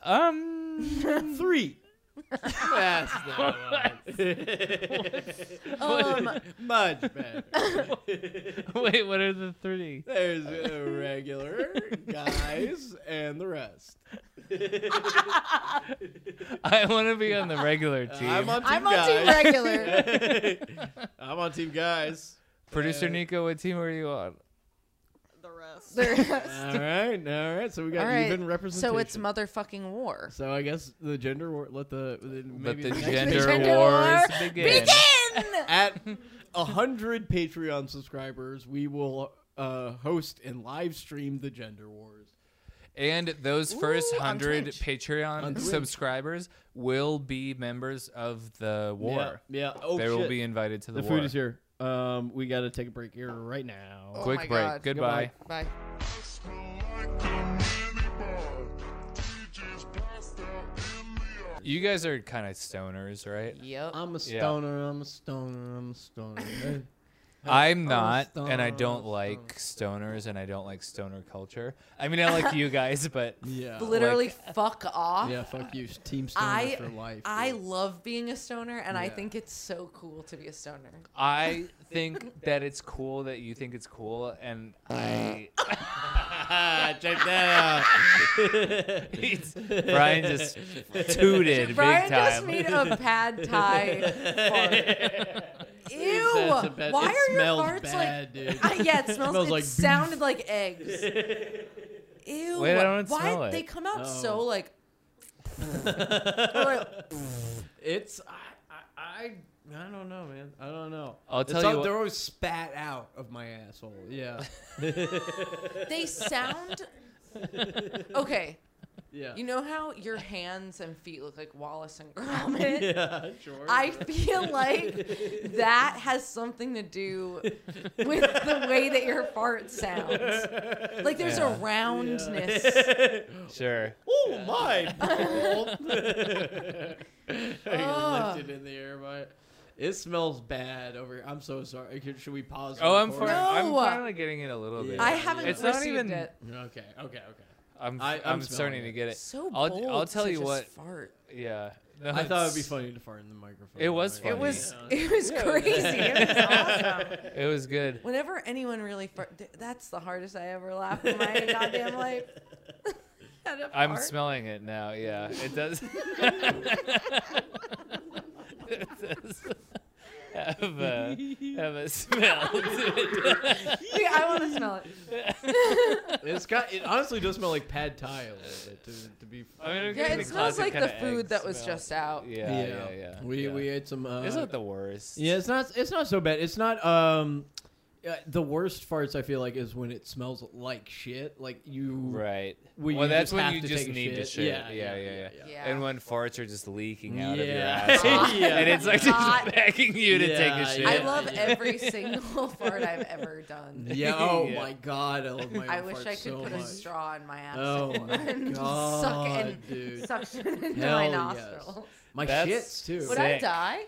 [SPEAKER 2] Um,
[SPEAKER 1] Three. That's not right.
[SPEAKER 3] Um,
[SPEAKER 1] Much better.
[SPEAKER 2] wait, what are the three?
[SPEAKER 1] There's a regular guys and the rest.
[SPEAKER 2] I want to be on the regular
[SPEAKER 1] Uh,
[SPEAKER 2] team.
[SPEAKER 1] I'm on team
[SPEAKER 3] I'm on
[SPEAKER 1] guys.
[SPEAKER 3] team
[SPEAKER 1] regular. I'm on team guys.
[SPEAKER 2] Producer Nico, what team are you on?
[SPEAKER 4] The rest.
[SPEAKER 3] The rest.
[SPEAKER 1] All right, all right. So we got
[SPEAKER 3] All right,
[SPEAKER 1] even representation.
[SPEAKER 3] So it's motherfucking war.
[SPEAKER 1] So I guess the gender war. Let the then
[SPEAKER 2] Let
[SPEAKER 1] maybe
[SPEAKER 2] the
[SPEAKER 1] next
[SPEAKER 2] gender,
[SPEAKER 1] week-
[SPEAKER 3] Gender
[SPEAKER 2] wars
[SPEAKER 3] war
[SPEAKER 2] begin.
[SPEAKER 1] at a hundred Patreon subscribers, we will uh, host and live stream the gender wars.
[SPEAKER 2] And those first
[SPEAKER 3] Ooh, on
[SPEAKER 2] hundred
[SPEAKER 3] Twitch.
[SPEAKER 1] On
[SPEAKER 2] Patreon
[SPEAKER 1] Twitch.
[SPEAKER 2] subscribers will be members of the war.
[SPEAKER 1] Yeah. yeah. Oh
[SPEAKER 2] they will
[SPEAKER 1] shit.
[SPEAKER 2] be invited to the,
[SPEAKER 1] the
[SPEAKER 2] war.
[SPEAKER 1] food is here. Um, we got to take a break here right now.
[SPEAKER 3] Oh
[SPEAKER 2] Quick
[SPEAKER 3] my
[SPEAKER 2] break.
[SPEAKER 3] God.
[SPEAKER 2] Goodbye.
[SPEAKER 3] Bye.
[SPEAKER 2] You guys are kind of stoners, right?
[SPEAKER 3] Yep.
[SPEAKER 1] I'm a stoner. I'm a stoner. I'm a stoner.
[SPEAKER 2] I'm
[SPEAKER 1] Oh,
[SPEAKER 2] not, and I
[SPEAKER 1] stoner,
[SPEAKER 2] don't like stoners, and I don't like stoner culture. I mean, I like you guys, but
[SPEAKER 1] yeah.
[SPEAKER 3] Literally, fuck off.
[SPEAKER 1] Yeah. Fuck you, team stoner
[SPEAKER 3] I
[SPEAKER 1] for life.
[SPEAKER 3] I
[SPEAKER 1] dude.
[SPEAKER 3] love being a stoner, and I
[SPEAKER 1] Yeah.
[SPEAKER 3] think it's so cool to be a stoner.
[SPEAKER 2] I think that it's cool that you think it's cool, and I.
[SPEAKER 1] Ah, check that out.
[SPEAKER 2] It's- Brian just tooted big time.
[SPEAKER 3] Brian just made a pad thai fart.
[SPEAKER 1] That's a
[SPEAKER 3] Ew!
[SPEAKER 1] bad-
[SPEAKER 3] Why
[SPEAKER 1] it
[SPEAKER 3] are your
[SPEAKER 1] smells
[SPEAKER 3] farts
[SPEAKER 1] bad,
[SPEAKER 3] like?
[SPEAKER 1] dude.
[SPEAKER 3] I- yeah, it smells.
[SPEAKER 1] smells
[SPEAKER 3] it
[SPEAKER 1] like beef.
[SPEAKER 3] sounded like eggs. Ew!
[SPEAKER 2] Wait, I don't
[SPEAKER 3] Why
[SPEAKER 2] smell it.
[SPEAKER 3] they come out
[SPEAKER 1] Oh.
[SPEAKER 3] so like? or like,
[SPEAKER 1] it's I, I I I don't know, man. I don't know.
[SPEAKER 2] I'll
[SPEAKER 1] It's
[SPEAKER 2] tell
[SPEAKER 1] all-
[SPEAKER 2] you what-
[SPEAKER 1] They're always spat out of my asshole. Yeah.
[SPEAKER 3] they sound. Okay,
[SPEAKER 1] Yeah.
[SPEAKER 3] you know how your hands and feet look like Wallace and Gromit.
[SPEAKER 1] yeah. Sure.
[SPEAKER 3] I feel like that has something to do with the way that your fart sounds. Like there's
[SPEAKER 2] Yeah.
[SPEAKER 3] a roundness.
[SPEAKER 2] sure.
[SPEAKER 1] oh my! I
[SPEAKER 3] Ugh.
[SPEAKER 1] lifted in the air, but it smells bad over here. I'm so sorry. Okay, Should we pause? the
[SPEAKER 2] Oh, I'm far,
[SPEAKER 1] recording?
[SPEAKER 2] I'm
[SPEAKER 3] No.
[SPEAKER 2] finally getting it a little bit.
[SPEAKER 3] I haven't
[SPEAKER 2] It's not
[SPEAKER 3] received
[SPEAKER 2] even-
[SPEAKER 3] it.
[SPEAKER 1] Okay. Okay. Okay.
[SPEAKER 2] I'm
[SPEAKER 1] I-
[SPEAKER 2] I, am i
[SPEAKER 1] I'm
[SPEAKER 2] am
[SPEAKER 1] smelling
[SPEAKER 2] starting to
[SPEAKER 1] it.
[SPEAKER 2] get it.
[SPEAKER 3] So
[SPEAKER 2] I'll-
[SPEAKER 3] bold
[SPEAKER 2] I'll tell
[SPEAKER 3] to
[SPEAKER 2] you
[SPEAKER 3] just
[SPEAKER 2] what-
[SPEAKER 3] Fart.
[SPEAKER 2] Yeah. No,
[SPEAKER 1] I thought it'd be
[SPEAKER 2] it's-
[SPEAKER 1] funny to fart in the microphone.
[SPEAKER 2] It was
[SPEAKER 1] Like, yeah.
[SPEAKER 2] funny.
[SPEAKER 3] It was it was crazy. It was awesome.
[SPEAKER 2] It was good.
[SPEAKER 3] Whenever anyone really fart, th- that's the hardest I ever laughed in my goddamn life. At a
[SPEAKER 2] I'm
[SPEAKER 3] fart.
[SPEAKER 2] smelling it now. Yeah, it does. it does have a, have a smell. to it.
[SPEAKER 3] Wait, I want to smell it.
[SPEAKER 1] It's got. It honestly does smell like pad thai a little bit. To, to be.
[SPEAKER 2] I mean, I'm
[SPEAKER 3] Yeah,
[SPEAKER 2] getting
[SPEAKER 3] it smells
[SPEAKER 2] classic
[SPEAKER 3] like the
[SPEAKER 2] kinda egg
[SPEAKER 3] food that was
[SPEAKER 2] smell.
[SPEAKER 3] just out.
[SPEAKER 2] Yeah, yeah, yeah.
[SPEAKER 1] We
[SPEAKER 2] yeah.
[SPEAKER 1] we ate some. Uh,
[SPEAKER 2] It's not the worst.
[SPEAKER 1] yeah, it's not. It's not so bad. It's not. Um, uh, the worst farts I feel like is when it smells like shit. Like you.
[SPEAKER 2] Right.
[SPEAKER 1] When
[SPEAKER 2] well,
[SPEAKER 1] you
[SPEAKER 2] that's
[SPEAKER 1] just
[SPEAKER 2] when
[SPEAKER 1] have
[SPEAKER 2] you
[SPEAKER 1] to
[SPEAKER 2] just
[SPEAKER 1] take a
[SPEAKER 2] need to
[SPEAKER 1] shit.
[SPEAKER 2] shit.
[SPEAKER 1] Yeah,
[SPEAKER 2] Yeah, yeah,
[SPEAKER 1] yeah,
[SPEAKER 2] yeah.
[SPEAKER 1] yeah,
[SPEAKER 3] yeah.
[SPEAKER 2] And when farts are just leaking out of your
[SPEAKER 1] Yeah.
[SPEAKER 2] asshole,
[SPEAKER 1] Yeah.
[SPEAKER 2] and it's like
[SPEAKER 3] Hot.
[SPEAKER 2] just begging you to
[SPEAKER 1] Yeah,
[SPEAKER 2] take a shit.
[SPEAKER 3] I
[SPEAKER 1] yeah.
[SPEAKER 3] love every single fart I've ever done.
[SPEAKER 1] Yeah. Oh
[SPEAKER 2] Yeah.
[SPEAKER 1] my god, I love my.
[SPEAKER 3] I
[SPEAKER 1] own
[SPEAKER 3] wish
[SPEAKER 1] farts
[SPEAKER 3] I could
[SPEAKER 1] so
[SPEAKER 3] put
[SPEAKER 1] much.
[SPEAKER 3] a straw in my
[SPEAKER 1] Oh
[SPEAKER 3] asshole
[SPEAKER 1] my
[SPEAKER 3] and
[SPEAKER 1] God,
[SPEAKER 3] suck and
[SPEAKER 1] dude.
[SPEAKER 3] suction into
[SPEAKER 1] Hell
[SPEAKER 3] my
[SPEAKER 1] yes.
[SPEAKER 3] nostrils.
[SPEAKER 1] My
[SPEAKER 2] That's-
[SPEAKER 1] shits too.
[SPEAKER 3] Would I
[SPEAKER 2] Sick.
[SPEAKER 3] die?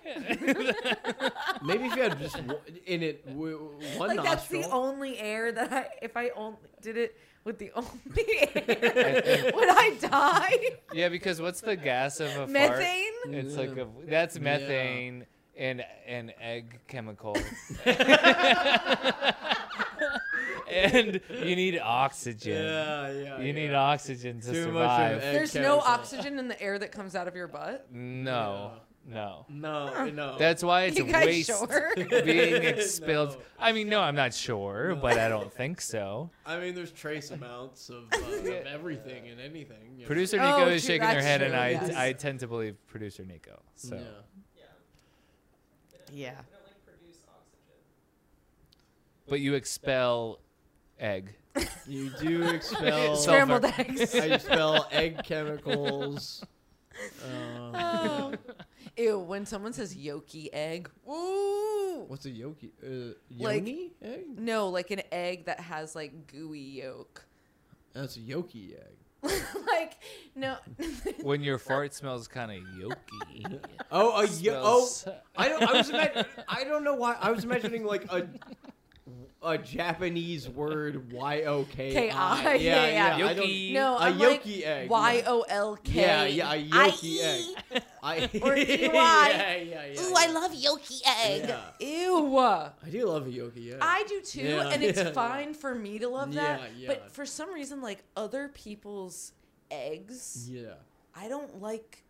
[SPEAKER 1] Maybe if you had just w- in it w- one
[SPEAKER 3] like that's
[SPEAKER 1] nostril.
[SPEAKER 3] the only air that I if I only did it with the only air would I die?
[SPEAKER 2] yeah, because what's the gas of a fart?
[SPEAKER 3] Methane?
[SPEAKER 2] It's
[SPEAKER 1] Yeah.
[SPEAKER 2] like a that's
[SPEAKER 1] Yeah.
[SPEAKER 2] methane and an egg chemical. and you need oxygen.
[SPEAKER 1] yeah, yeah.
[SPEAKER 2] You need
[SPEAKER 1] yeah.
[SPEAKER 2] oxygen to
[SPEAKER 1] Too much of
[SPEAKER 2] survive.
[SPEAKER 1] egg
[SPEAKER 3] There's no
[SPEAKER 1] chemical.
[SPEAKER 3] oxygen in the air that comes out of your butt.
[SPEAKER 2] No, no.
[SPEAKER 1] No, no.
[SPEAKER 2] That's why it's
[SPEAKER 3] you
[SPEAKER 2] a
[SPEAKER 3] guys
[SPEAKER 2] waste
[SPEAKER 3] sure?
[SPEAKER 2] being expelled.
[SPEAKER 1] No.
[SPEAKER 2] I mean, no, I'm not sure, but I don't think so.
[SPEAKER 1] I mean, there's trace amounts of, uh, of everything and anything. you know.
[SPEAKER 2] Producer
[SPEAKER 3] Oh,
[SPEAKER 2] Nico is
[SPEAKER 3] true,
[SPEAKER 2] shaking her
[SPEAKER 3] that's
[SPEAKER 2] head,
[SPEAKER 3] true,
[SPEAKER 2] and I,
[SPEAKER 3] yes.
[SPEAKER 2] I tend to believe producer Nico. So
[SPEAKER 1] Yeah.
[SPEAKER 3] Yeah.
[SPEAKER 2] But you expel egg.
[SPEAKER 1] You do expel.
[SPEAKER 2] Sulfur.
[SPEAKER 3] Scrambled eggs.
[SPEAKER 1] I expel egg chemicals. Um,
[SPEAKER 3] Oh. Ew, when someone says yoki egg, ooh.
[SPEAKER 1] what's a yoki? Uh,
[SPEAKER 3] Like-
[SPEAKER 1] yoni egg?
[SPEAKER 3] No, like an egg that has like gooey yolk.
[SPEAKER 1] That's a yoki egg.
[SPEAKER 3] like no,
[SPEAKER 2] When your fart smells kind of yolky.
[SPEAKER 1] Oh, a yo- oh,
[SPEAKER 2] Smells-
[SPEAKER 1] I don't. I was. Imagin- I don't know why. I was imagining like a a Japanese word y o k
[SPEAKER 3] K-I, yeah, yeah.
[SPEAKER 1] I don't-
[SPEAKER 2] Yoki.
[SPEAKER 3] No,
[SPEAKER 1] A
[SPEAKER 3] I'm like
[SPEAKER 1] yolky egg, yeah.
[SPEAKER 3] Y O L K.
[SPEAKER 1] Yeah, yeah, a yolky egg. I,
[SPEAKER 3] Or EY.
[SPEAKER 1] Yeah, yeah, yeah.
[SPEAKER 4] Ooh, I love Yoki egg.
[SPEAKER 1] Yeah.
[SPEAKER 3] Ew. I
[SPEAKER 1] I do love a yoki egg.
[SPEAKER 3] do too,
[SPEAKER 1] Yeah,
[SPEAKER 3] and it's
[SPEAKER 1] yeah.
[SPEAKER 3] fine for me to love that.
[SPEAKER 1] Yeah, yeah.
[SPEAKER 3] But for some reason, like other people's eggs,
[SPEAKER 1] yeah.
[SPEAKER 3] I don't like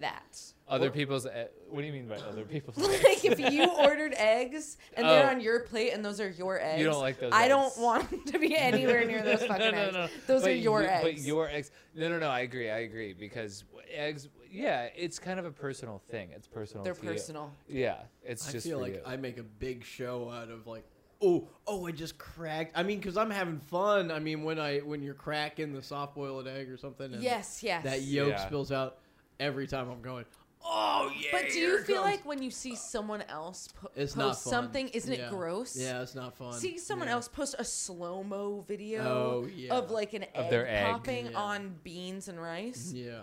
[SPEAKER 3] that.
[SPEAKER 2] Other people's. e- What do you mean by other people's?
[SPEAKER 3] Like if you ordered eggs and they're
[SPEAKER 2] Oh.
[SPEAKER 3] on your plate and those are your eggs,
[SPEAKER 2] don't like those
[SPEAKER 3] I
[SPEAKER 2] eggs.
[SPEAKER 3] don't want 'em to be anywhere near those
[SPEAKER 2] No,
[SPEAKER 3] fucking
[SPEAKER 2] no,
[SPEAKER 3] eggs.
[SPEAKER 2] no.
[SPEAKER 3] Those are
[SPEAKER 2] But
[SPEAKER 3] your
[SPEAKER 2] you-
[SPEAKER 3] eggs.
[SPEAKER 2] But your eggs. No, no, no. I agree. I agree because eggs. Yeah, it's kind of a personal thing. It's personal.
[SPEAKER 3] they're
[SPEAKER 2] to you.
[SPEAKER 3] personal.
[SPEAKER 2] Yeah, it's
[SPEAKER 1] I
[SPEAKER 2] just
[SPEAKER 1] feel
[SPEAKER 2] for
[SPEAKER 1] like
[SPEAKER 2] you.
[SPEAKER 1] I make a big show out of like, oh, oh, I just cracked. I mean, because I'm having fun. I mean, when I when you're cracking the soft boiled egg or something, and
[SPEAKER 3] Yes, yes.
[SPEAKER 1] that yolk
[SPEAKER 2] Yeah.
[SPEAKER 1] spills out every time. I'm going, oh yeah.
[SPEAKER 3] But do
[SPEAKER 1] here
[SPEAKER 3] you
[SPEAKER 1] it
[SPEAKER 3] feel
[SPEAKER 1] comes."
[SPEAKER 3] like when you see someone else po-
[SPEAKER 1] it's
[SPEAKER 3] post
[SPEAKER 1] not fun.
[SPEAKER 3] something, isn't
[SPEAKER 1] Yeah.
[SPEAKER 3] it gross?
[SPEAKER 1] Yeah, it's not fun.
[SPEAKER 3] See someone
[SPEAKER 1] Yeah.
[SPEAKER 3] else post a slow mo video
[SPEAKER 1] Oh, yeah.
[SPEAKER 3] of like an
[SPEAKER 2] Of
[SPEAKER 3] egg,
[SPEAKER 2] their egg.
[SPEAKER 3] popping
[SPEAKER 1] Yeah.
[SPEAKER 3] on beans and rice.
[SPEAKER 1] Yeah.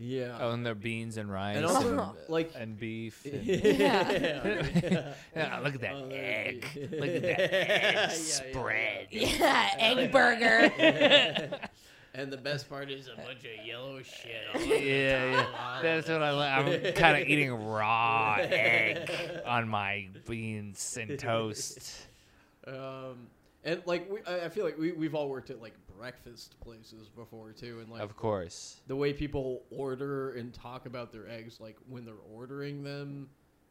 [SPEAKER 1] Yeah.
[SPEAKER 2] Oh, and their beans and rice
[SPEAKER 1] and
[SPEAKER 2] and,
[SPEAKER 1] also, like,
[SPEAKER 2] and beef. and-
[SPEAKER 1] yeah.
[SPEAKER 2] Yeah, look at that
[SPEAKER 1] Oh, that'd
[SPEAKER 2] egg.
[SPEAKER 1] be-
[SPEAKER 2] Look at that egg
[SPEAKER 1] Yeah, yeah, yeah.
[SPEAKER 2] spread.
[SPEAKER 3] Yeah, egg burger.
[SPEAKER 1] And the best part is a bunch of yellow shit. all
[SPEAKER 2] Yeah,
[SPEAKER 1] over
[SPEAKER 2] yeah. That's what I like. I'm kind of eating raw egg on my beans and toast.
[SPEAKER 1] Um, and like we, I I feel like we we've all worked at like breakfast places before too, and like
[SPEAKER 2] Of course.
[SPEAKER 1] the way people order and talk about their eggs, like when they're ordering them,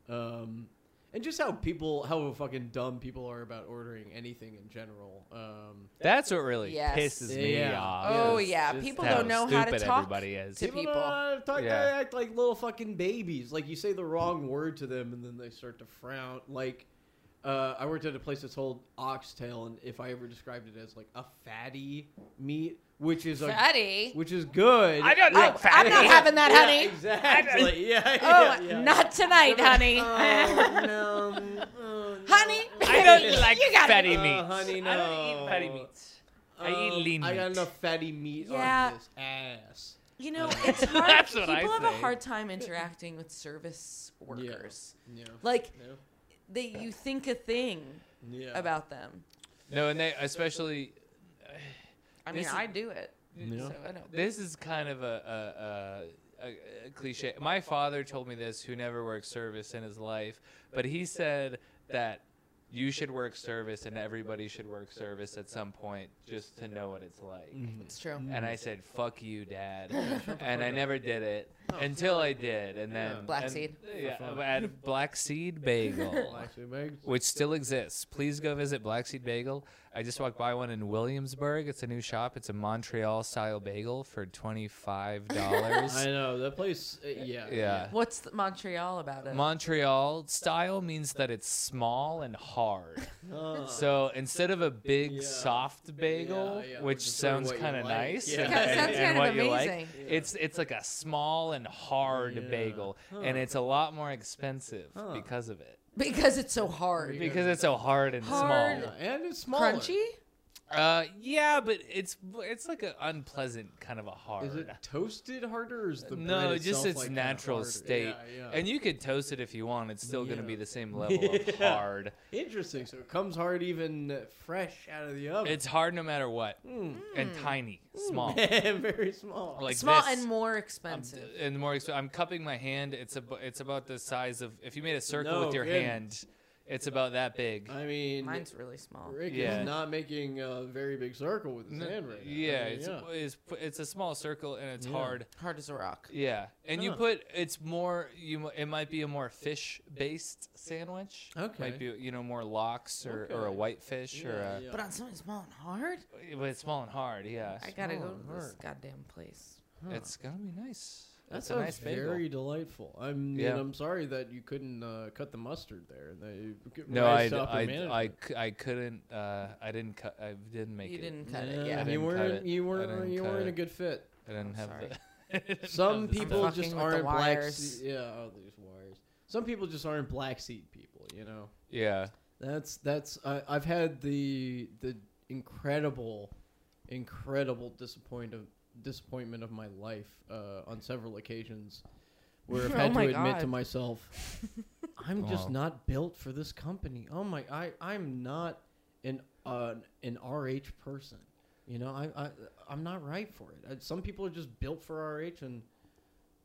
[SPEAKER 1] um, and just how people how fucking dumb people are about ordering anything in general. Um,
[SPEAKER 2] That's what really
[SPEAKER 3] Yes.
[SPEAKER 2] pisses me
[SPEAKER 1] Yeah.
[SPEAKER 2] off.
[SPEAKER 3] oh
[SPEAKER 1] Yes,
[SPEAKER 3] yeah,
[SPEAKER 1] just
[SPEAKER 3] people
[SPEAKER 2] how
[SPEAKER 3] don't know how to
[SPEAKER 2] stupid
[SPEAKER 3] talk.
[SPEAKER 2] everybody is.
[SPEAKER 3] to
[SPEAKER 1] people,
[SPEAKER 3] people.
[SPEAKER 1] don't know how to talk,
[SPEAKER 2] Yeah.
[SPEAKER 1] they act like little fucking babies. Like you say the wrong word to them, and then they start to frown. Like. Uh, I worked at a place that's sold oxtail, and if I ever described it as like a fatty meat, which is a
[SPEAKER 3] Fatty.
[SPEAKER 1] which is good.
[SPEAKER 2] I don't
[SPEAKER 1] Yeah,
[SPEAKER 2] like fatty.
[SPEAKER 3] I'm not having that,
[SPEAKER 1] yeah,
[SPEAKER 3] honey.
[SPEAKER 1] Exactly. Yeah.
[SPEAKER 3] Oh,
[SPEAKER 1] yeah, yeah.
[SPEAKER 3] not tonight, honey.
[SPEAKER 1] Oh, no. mm, oh, no.
[SPEAKER 3] honey.
[SPEAKER 2] I don't like
[SPEAKER 3] you got
[SPEAKER 2] fatty
[SPEAKER 1] Uh,
[SPEAKER 2] meats.
[SPEAKER 1] honey,
[SPEAKER 2] I don't
[SPEAKER 1] no.
[SPEAKER 2] eat fatty meats. I eat
[SPEAKER 1] Um,
[SPEAKER 2] lean
[SPEAKER 1] I got
[SPEAKER 2] meat.
[SPEAKER 1] enough fatty meat
[SPEAKER 3] Yeah.
[SPEAKER 1] on this ass.
[SPEAKER 3] You know,
[SPEAKER 1] Uh,
[SPEAKER 3] it's hard.
[SPEAKER 2] That's what
[SPEAKER 3] people
[SPEAKER 2] I
[SPEAKER 3] have a
[SPEAKER 2] say.
[SPEAKER 3] hard time interacting with service workers.
[SPEAKER 1] Yeah.
[SPEAKER 3] Like
[SPEAKER 1] No.
[SPEAKER 3] they, you think a thing
[SPEAKER 1] Yeah.
[SPEAKER 3] about them.
[SPEAKER 2] No, and they especially
[SPEAKER 3] I mean,
[SPEAKER 2] This is-
[SPEAKER 3] I do it.
[SPEAKER 1] Yeah.
[SPEAKER 3] So I don't.
[SPEAKER 2] This is kind of a, a, a, a, a cliche. My father told me this, who never worked service in his life, but he said that you should work service and everybody should work service at some point just to know what it's like.
[SPEAKER 3] It's true.
[SPEAKER 2] And I said, "Fuck you, Dad," and I never did it until I did, and then
[SPEAKER 3] Oh. Black
[SPEAKER 2] and-
[SPEAKER 3] Seed.
[SPEAKER 2] yeah, at Black Seed Bagel
[SPEAKER 1] Actually, Meg,
[SPEAKER 2] which still exists. Please go visit Black Seed Bagel. I just walked by one in Williamsburg. It's a new shop. It's a Montreal style bagel for twenty five
[SPEAKER 1] I
[SPEAKER 2] dollars.
[SPEAKER 1] know that place. uh, yeah.
[SPEAKER 2] yeah.
[SPEAKER 3] What's the Montreal about it?
[SPEAKER 2] Montreal style means that it's small and hard.
[SPEAKER 1] Uh,
[SPEAKER 2] So instead of a big
[SPEAKER 1] Yeah.
[SPEAKER 2] soft bagel,
[SPEAKER 1] yeah,
[SPEAKER 2] which
[SPEAKER 1] which is sort of
[SPEAKER 2] sounds
[SPEAKER 1] what you
[SPEAKER 2] kind of
[SPEAKER 1] like.
[SPEAKER 2] nice,
[SPEAKER 1] Yeah.
[SPEAKER 2] and-
[SPEAKER 1] Yeah,
[SPEAKER 2] and-
[SPEAKER 1] sounds
[SPEAKER 2] and
[SPEAKER 3] kind of
[SPEAKER 2] what you like,
[SPEAKER 3] amazing.
[SPEAKER 1] Yeah.
[SPEAKER 2] it's it's like a small and hard
[SPEAKER 1] Yeah.
[SPEAKER 2] bagel, and it's a lot more expensive
[SPEAKER 1] Huh.
[SPEAKER 2] because of it.
[SPEAKER 3] because it's so hard.
[SPEAKER 1] Because
[SPEAKER 2] Because it's so hard and
[SPEAKER 3] Hard.
[SPEAKER 2] small.
[SPEAKER 1] yeah, and it's smaller.
[SPEAKER 3] Crunchy?
[SPEAKER 2] Uh, yeah, but it's it's like an unpleasant kind of a hard.
[SPEAKER 1] Is it toasted harder? Or is the
[SPEAKER 2] no,
[SPEAKER 1] bread
[SPEAKER 2] just
[SPEAKER 1] itself,
[SPEAKER 2] its
[SPEAKER 1] like, kinda
[SPEAKER 2] natural
[SPEAKER 1] harder?
[SPEAKER 2] state,
[SPEAKER 1] Yeah, yeah.
[SPEAKER 2] and you could toast it if you want. It's still gonna be
[SPEAKER 1] Yeah.
[SPEAKER 2] the same level of
[SPEAKER 1] Yeah.
[SPEAKER 2] hard.
[SPEAKER 1] Interesting. So it comes hard even fresh out of the oven.
[SPEAKER 2] It's hard no matter what,
[SPEAKER 3] Hmm.
[SPEAKER 2] and tiny,
[SPEAKER 1] Hmm.
[SPEAKER 2] small,
[SPEAKER 1] very small.
[SPEAKER 2] like
[SPEAKER 3] Small
[SPEAKER 2] this.
[SPEAKER 3] and more
[SPEAKER 2] I'm-
[SPEAKER 3] expensive.
[SPEAKER 2] and more. exp- I'm cupping my hand. It's a it's about the size of if you made a circle
[SPEAKER 1] No
[SPEAKER 2] with your
[SPEAKER 1] kidding.
[SPEAKER 2] hand, it's about that big.
[SPEAKER 1] I mean,
[SPEAKER 3] Mine's really small.
[SPEAKER 1] Rick
[SPEAKER 2] Yeah.
[SPEAKER 1] is not making a very big circle with his
[SPEAKER 2] N-
[SPEAKER 1] hand right now. I
[SPEAKER 2] yeah,
[SPEAKER 1] mean,
[SPEAKER 2] it's, it's it's a small circle and it's
[SPEAKER 1] Yeah.
[SPEAKER 2] hard.
[SPEAKER 3] Hard as a rock.
[SPEAKER 2] Yeah, and you
[SPEAKER 1] Huh.
[SPEAKER 2] put it's more you. mi- It might be a more fish based sandwich.
[SPEAKER 1] Okay.
[SPEAKER 2] might be you know more lox or, or a
[SPEAKER 1] Okay.
[SPEAKER 2] white fish or
[SPEAKER 1] Yeah,
[SPEAKER 2] a,
[SPEAKER 1] yeah.
[SPEAKER 3] But on something small and hard,
[SPEAKER 2] but it's small and hard. Yeah,
[SPEAKER 3] I gotta go
[SPEAKER 1] Small
[SPEAKER 3] to
[SPEAKER 1] and
[SPEAKER 3] this
[SPEAKER 1] hard.
[SPEAKER 3] goddamn place.
[SPEAKER 2] it's gonna be nice.
[SPEAKER 1] that
[SPEAKER 2] It's
[SPEAKER 1] sounds
[SPEAKER 2] a nice bagel.
[SPEAKER 1] very delightful. I mean,
[SPEAKER 2] Yeah.
[SPEAKER 1] I'm sorry that you couldn't uh, cut the mustard there. They,
[SPEAKER 2] No, I,
[SPEAKER 1] nice upper
[SPEAKER 2] I, I,
[SPEAKER 1] management.
[SPEAKER 2] c- I couldn't. Uh, I didn't cut. I didn't make
[SPEAKER 3] You
[SPEAKER 2] it.
[SPEAKER 3] didn't cut
[SPEAKER 1] Yeah,
[SPEAKER 3] it, yeah.
[SPEAKER 2] I didn't
[SPEAKER 1] you
[SPEAKER 2] cut
[SPEAKER 1] weren't
[SPEAKER 2] it.
[SPEAKER 1] you
[SPEAKER 2] I
[SPEAKER 1] weren't
[SPEAKER 2] didn't
[SPEAKER 1] you
[SPEAKER 2] cut
[SPEAKER 1] weren't a
[SPEAKER 2] it.
[SPEAKER 1] good fit.
[SPEAKER 2] I didn't have
[SPEAKER 3] Sorry.
[SPEAKER 2] the. I didn't have
[SPEAKER 1] Some
[SPEAKER 2] the stuff.
[SPEAKER 1] people
[SPEAKER 3] Fucking
[SPEAKER 1] just
[SPEAKER 3] with the
[SPEAKER 1] aren't black.
[SPEAKER 3] wires.
[SPEAKER 1] Se- yeah, all these wires. Some people just aren't black seed people. You know.
[SPEAKER 2] Yeah.
[SPEAKER 1] That's that's I I've had the the incredible, incredible disappointment disappointment of my life uh, on several occasions where I've
[SPEAKER 3] Oh
[SPEAKER 1] had
[SPEAKER 3] my
[SPEAKER 1] to admit to
[SPEAKER 3] God.
[SPEAKER 1] myself, I'm just
[SPEAKER 2] Wow.
[SPEAKER 1] not built for this company. Oh my, I I'm not an uh, an RH person. You know, I I I'm not right for it. Uh some people are just built for RH, and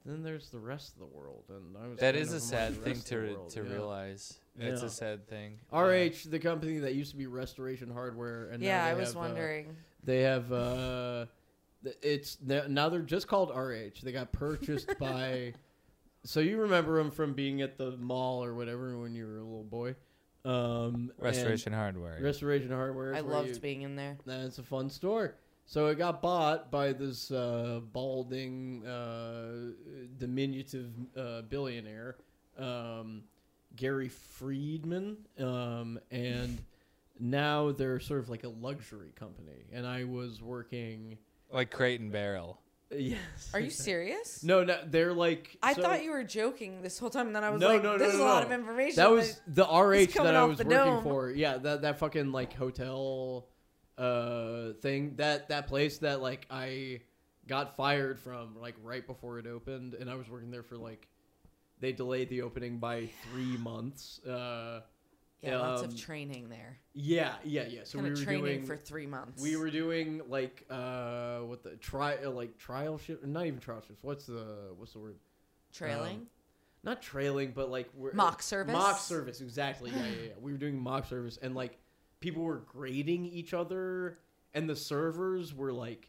[SPEAKER 1] then there's the rest of the world. And I was
[SPEAKER 2] That
[SPEAKER 1] kind of
[SPEAKER 2] is a
[SPEAKER 1] among
[SPEAKER 2] sad
[SPEAKER 1] the
[SPEAKER 2] thing
[SPEAKER 1] rest of the
[SPEAKER 2] to
[SPEAKER 1] world,
[SPEAKER 2] to
[SPEAKER 1] yeah.
[SPEAKER 2] realize. It's
[SPEAKER 1] Yeah.
[SPEAKER 2] a sad thing. Yeah.
[SPEAKER 1] RH, the company that used to be Restoration Hardware, and now
[SPEAKER 3] yeah,
[SPEAKER 1] they
[SPEAKER 3] I was
[SPEAKER 1] have, uh,
[SPEAKER 3] wondering.
[SPEAKER 1] they have uh, th- it's they're- now they're just called RH. They got purchased by. So you remember them from being at the mall or whatever when you were a little boy. Um, and
[SPEAKER 2] Restoration Hardware.
[SPEAKER 1] Restoration Hardware. is
[SPEAKER 3] I
[SPEAKER 1] where
[SPEAKER 3] loved
[SPEAKER 1] you-
[SPEAKER 3] being in there.
[SPEAKER 1] That's a fun store. So it got bought by this uh, balding, uh, diminutive uh, billionaire, um, Gary Friedman, um, and now they're sort of like a luxury company. And I was working.
[SPEAKER 2] like Crate and Barrel.
[SPEAKER 1] Yes.
[SPEAKER 3] Are you serious?
[SPEAKER 1] No, no. They're like.
[SPEAKER 3] I
[SPEAKER 1] so
[SPEAKER 3] thought you were joking this whole time, and then I was
[SPEAKER 1] No,
[SPEAKER 3] like,
[SPEAKER 1] no, no,
[SPEAKER 3] "This is
[SPEAKER 1] no,
[SPEAKER 3] a lot
[SPEAKER 1] no.
[SPEAKER 3] of information."
[SPEAKER 1] That was the RH
[SPEAKER 3] coming
[SPEAKER 1] that I
[SPEAKER 3] off
[SPEAKER 1] was
[SPEAKER 3] the
[SPEAKER 1] working
[SPEAKER 3] dome.
[SPEAKER 1] for. Yeah, that that fucking like hotel uh thing that that place that like I got fired from like right before it opened and I was working there for like they delayed the opening by 3 months. Uh
[SPEAKER 3] yeah, lots
[SPEAKER 1] um,
[SPEAKER 3] of training there.
[SPEAKER 1] yeah, yeah, yeah. So
[SPEAKER 3] kind
[SPEAKER 1] we
[SPEAKER 3] of
[SPEAKER 1] were
[SPEAKER 3] training
[SPEAKER 1] doing
[SPEAKER 3] for three months.
[SPEAKER 1] we were doing like uh what the try uh, like trial ship not even trial ships. What's the what's the word?
[SPEAKER 3] trailing.
[SPEAKER 1] um, not trailing, but like we're uh,
[SPEAKER 3] Mock service?
[SPEAKER 1] Mock service, exactly. Yeah, yeah, yeah. We were doing mock service, and like people were grading each other, and the servers were like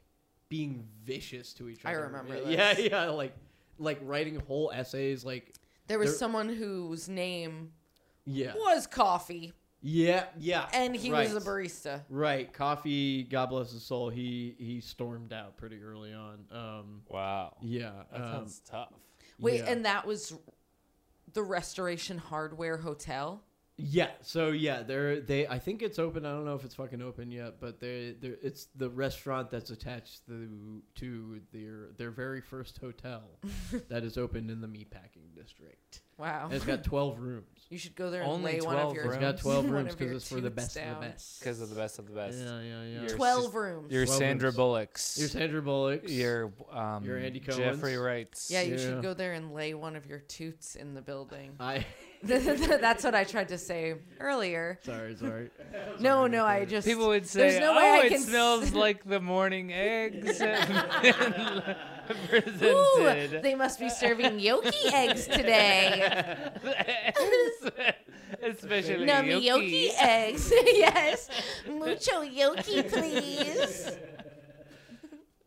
[SPEAKER 1] being vicious to each
[SPEAKER 3] I
[SPEAKER 1] other.
[SPEAKER 3] remember
[SPEAKER 1] Yeah,
[SPEAKER 3] this.
[SPEAKER 1] yeah, like like writing whole essays, like
[SPEAKER 3] there was
[SPEAKER 1] there-
[SPEAKER 3] someone whose name
[SPEAKER 1] yeah,
[SPEAKER 3] was Coffee,
[SPEAKER 1] yeah, yeah.
[SPEAKER 3] and he
[SPEAKER 1] right.
[SPEAKER 3] was a barista.
[SPEAKER 1] Right, coffee. God bless his soul. He he stormed out pretty early on. Um,
[SPEAKER 2] Wow.
[SPEAKER 1] yeah,
[SPEAKER 2] That
[SPEAKER 1] um,
[SPEAKER 2] sounds tough.
[SPEAKER 3] Wait,
[SPEAKER 1] yeah.
[SPEAKER 3] and that was the Restoration Hardware Hotel.
[SPEAKER 1] Yeah, so yeah, they're they I think it's open. I don't know if it's fucking open yet, but they they it's the restaurant that's attached to to their their very first hotel that is opened in the meatpacking district.
[SPEAKER 3] Wow,
[SPEAKER 1] And it's got 12 rooms.
[SPEAKER 3] you should go there and
[SPEAKER 2] Only
[SPEAKER 3] lay one of
[SPEAKER 2] 12
[SPEAKER 3] your
[SPEAKER 1] It's
[SPEAKER 2] Rooms.
[SPEAKER 1] got 12
[SPEAKER 3] one
[SPEAKER 1] rooms
[SPEAKER 3] of your
[SPEAKER 1] cuz it's for the
[SPEAKER 3] tubes
[SPEAKER 1] best of
[SPEAKER 3] down.
[SPEAKER 1] the best.
[SPEAKER 2] Because of the best of the best.
[SPEAKER 1] Yeah, yeah, yeah.
[SPEAKER 2] You're-
[SPEAKER 1] Your,
[SPEAKER 3] Twelve
[SPEAKER 2] sis-
[SPEAKER 3] rooms.
[SPEAKER 2] Your
[SPEAKER 1] Twelve
[SPEAKER 2] Sandra
[SPEAKER 1] rooms.
[SPEAKER 2] Bullocks.
[SPEAKER 1] Sandra Bullock.
[SPEAKER 2] your um
[SPEAKER 1] Your Andy Cohen's.
[SPEAKER 2] Jeffrey Wrights.
[SPEAKER 3] yeah, you
[SPEAKER 1] yeah.
[SPEAKER 3] should go there and lay one of your toots in the building.
[SPEAKER 1] I
[SPEAKER 3] That's what I tried to say earlier.
[SPEAKER 1] Sorry, sorry.
[SPEAKER 3] No, no, I just
[SPEAKER 2] People would
[SPEAKER 3] There's
[SPEAKER 2] say,
[SPEAKER 3] no
[SPEAKER 2] "Oh,
[SPEAKER 3] way I
[SPEAKER 2] it
[SPEAKER 3] can s-
[SPEAKER 2] smells like the morning eggs." and
[SPEAKER 3] Ooh,
[SPEAKER 2] presented.
[SPEAKER 3] they must be serving yoki eggs today.
[SPEAKER 2] Especially
[SPEAKER 3] Nummy
[SPEAKER 2] Yoki.
[SPEAKER 3] yoki eggs. yes. Mucho yoki, please.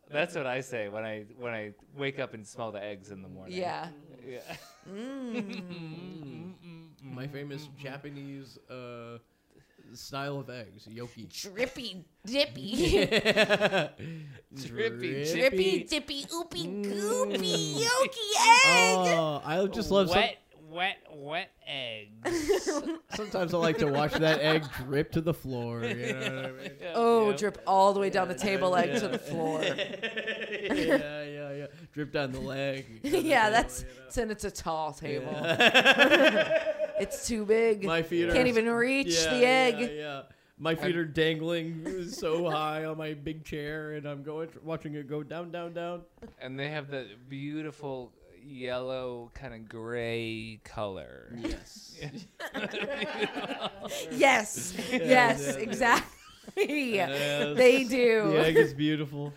[SPEAKER 2] That's what I say when I when I wake up and smell the eggs in the morning.
[SPEAKER 3] Yeah.
[SPEAKER 2] Yeah.
[SPEAKER 3] Mm.
[SPEAKER 1] My famous Japanese uh style of eggs, yoki.
[SPEAKER 3] Drippy
[SPEAKER 1] drippy,
[SPEAKER 3] dippy.
[SPEAKER 2] Drippy,
[SPEAKER 3] Drippy Mmm. dippy oopy goopy
[SPEAKER 1] Mm.
[SPEAKER 3] yoki egg.
[SPEAKER 1] Oh, I just love. Some,
[SPEAKER 2] wet, wet, wet eggs.
[SPEAKER 1] sometimes I like to watch that egg drip to the floor. You know what I mean?
[SPEAKER 3] Oh,
[SPEAKER 2] Yeah.
[SPEAKER 3] drip all the way down the table
[SPEAKER 1] Yeah,
[SPEAKER 3] egg to
[SPEAKER 1] yeah.
[SPEAKER 3] the floor.
[SPEAKER 1] yeah, yeah, yeah. Drip down the leg.
[SPEAKER 3] yeah, that's and it's a tall table. It's too big.
[SPEAKER 1] My feet are
[SPEAKER 3] Can't even reach
[SPEAKER 1] yeah,
[SPEAKER 3] the egg.
[SPEAKER 1] Yeah, yeah. My feet are dangling so high on my big chair, and I'm going watching it go down, down, down.
[SPEAKER 2] And they have that beautiful yellow kind of gray color.
[SPEAKER 1] Yes.
[SPEAKER 3] Yes,
[SPEAKER 1] yes,
[SPEAKER 3] yes,
[SPEAKER 1] yes. Yes.
[SPEAKER 3] exactly. They
[SPEAKER 1] The egg
[SPEAKER 3] do.
[SPEAKER 1] is beautiful.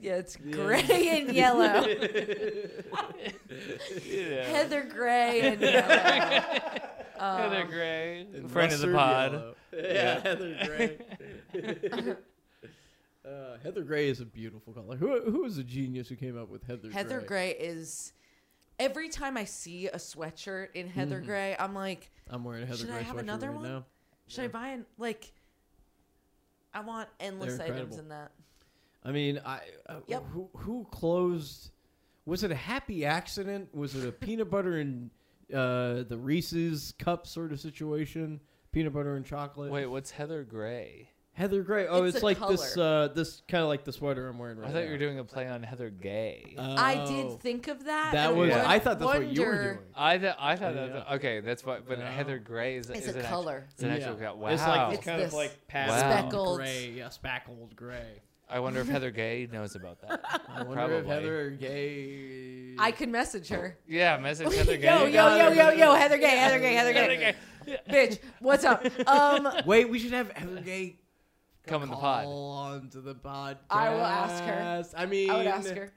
[SPEAKER 3] Yeah, it's
[SPEAKER 1] Yeah.
[SPEAKER 3] gray and yellow.
[SPEAKER 2] Yeah.
[SPEAKER 3] Heather gray and yellow. Um,
[SPEAKER 2] Heather Gray,
[SPEAKER 1] And
[SPEAKER 2] friend of the
[SPEAKER 1] mustard
[SPEAKER 2] pod.
[SPEAKER 1] yellow. Yeah,
[SPEAKER 2] Yeah.
[SPEAKER 1] Heather Gray. uh, Heather Gray is a beautiful color. Who who was the genius who came up with Heather?
[SPEAKER 3] Heather
[SPEAKER 1] Gray?
[SPEAKER 3] gray is. Every time I see a sweatshirt in Heather
[SPEAKER 1] Mhm.
[SPEAKER 3] Gray, I'm like,
[SPEAKER 1] I'm wearing a Heather
[SPEAKER 3] Should I
[SPEAKER 1] Gray
[SPEAKER 3] have
[SPEAKER 1] sweatshirt
[SPEAKER 3] another
[SPEAKER 1] right
[SPEAKER 3] one?
[SPEAKER 1] now.
[SPEAKER 3] should I
[SPEAKER 1] Yeah.
[SPEAKER 3] buy an like? I want endless items
[SPEAKER 1] incredible.
[SPEAKER 3] in that.
[SPEAKER 1] I mean, I uh,
[SPEAKER 3] Yep.
[SPEAKER 1] who who closed? Was it a happy accident? Was it a peanut butter and uh, the Reese's cup sort of situation? Peanut butter and chocolate.
[SPEAKER 2] Wait, what's Heather Gray?
[SPEAKER 1] Heather Gray. Oh,
[SPEAKER 3] It's
[SPEAKER 1] it's,
[SPEAKER 3] a
[SPEAKER 1] like this.
[SPEAKER 3] color.
[SPEAKER 1] Uh, this kind of like the sweater I'm wearing right
[SPEAKER 2] I
[SPEAKER 1] now.
[SPEAKER 2] thought you were doing a play on Heather Gay.
[SPEAKER 3] I did
[SPEAKER 1] Oh.
[SPEAKER 3] think of that.
[SPEAKER 1] that
[SPEAKER 3] and
[SPEAKER 1] was.
[SPEAKER 2] Yeah.
[SPEAKER 1] I thought that's what you were
[SPEAKER 3] wonder-
[SPEAKER 1] doing.
[SPEAKER 2] I th- I thought
[SPEAKER 1] Oh,
[SPEAKER 2] that
[SPEAKER 1] yeah.
[SPEAKER 2] okay. That's what, but
[SPEAKER 1] No.
[SPEAKER 2] Heather Gray is,
[SPEAKER 3] It's
[SPEAKER 2] is
[SPEAKER 3] a
[SPEAKER 2] an act-
[SPEAKER 3] color.
[SPEAKER 2] it's an
[SPEAKER 1] Yeah.
[SPEAKER 2] actual color. Wow.
[SPEAKER 1] It's like this
[SPEAKER 3] It's
[SPEAKER 1] kind
[SPEAKER 3] this
[SPEAKER 1] of like
[SPEAKER 2] Wow.
[SPEAKER 1] pastel
[SPEAKER 3] speckled-
[SPEAKER 1] gray, yeah, speckled gray.
[SPEAKER 2] I wonder if Heather Gay knows about that.
[SPEAKER 1] I wonder
[SPEAKER 2] Probably.
[SPEAKER 1] if Heather Gay
[SPEAKER 3] I could message her.
[SPEAKER 2] Yeah, message
[SPEAKER 3] yo,
[SPEAKER 2] Heather Gay.
[SPEAKER 3] yo, yo, yo, yo, Heather Gay, Heather Gay, Heather
[SPEAKER 2] Heather
[SPEAKER 3] Gay.
[SPEAKER 2] Gay.
[SPEAKER 3] Bitch, what's up? Um,
[SPEAKER 1] Wait, we should have Heather Gay
[SPEAKER 2] Come in the pod.
[SPEAKER 1] call onto the podcast.
[SPEAKER 3] I will ask her.
[SPEAKER 1] I mean,
[SPEAKER 3] I would ask her.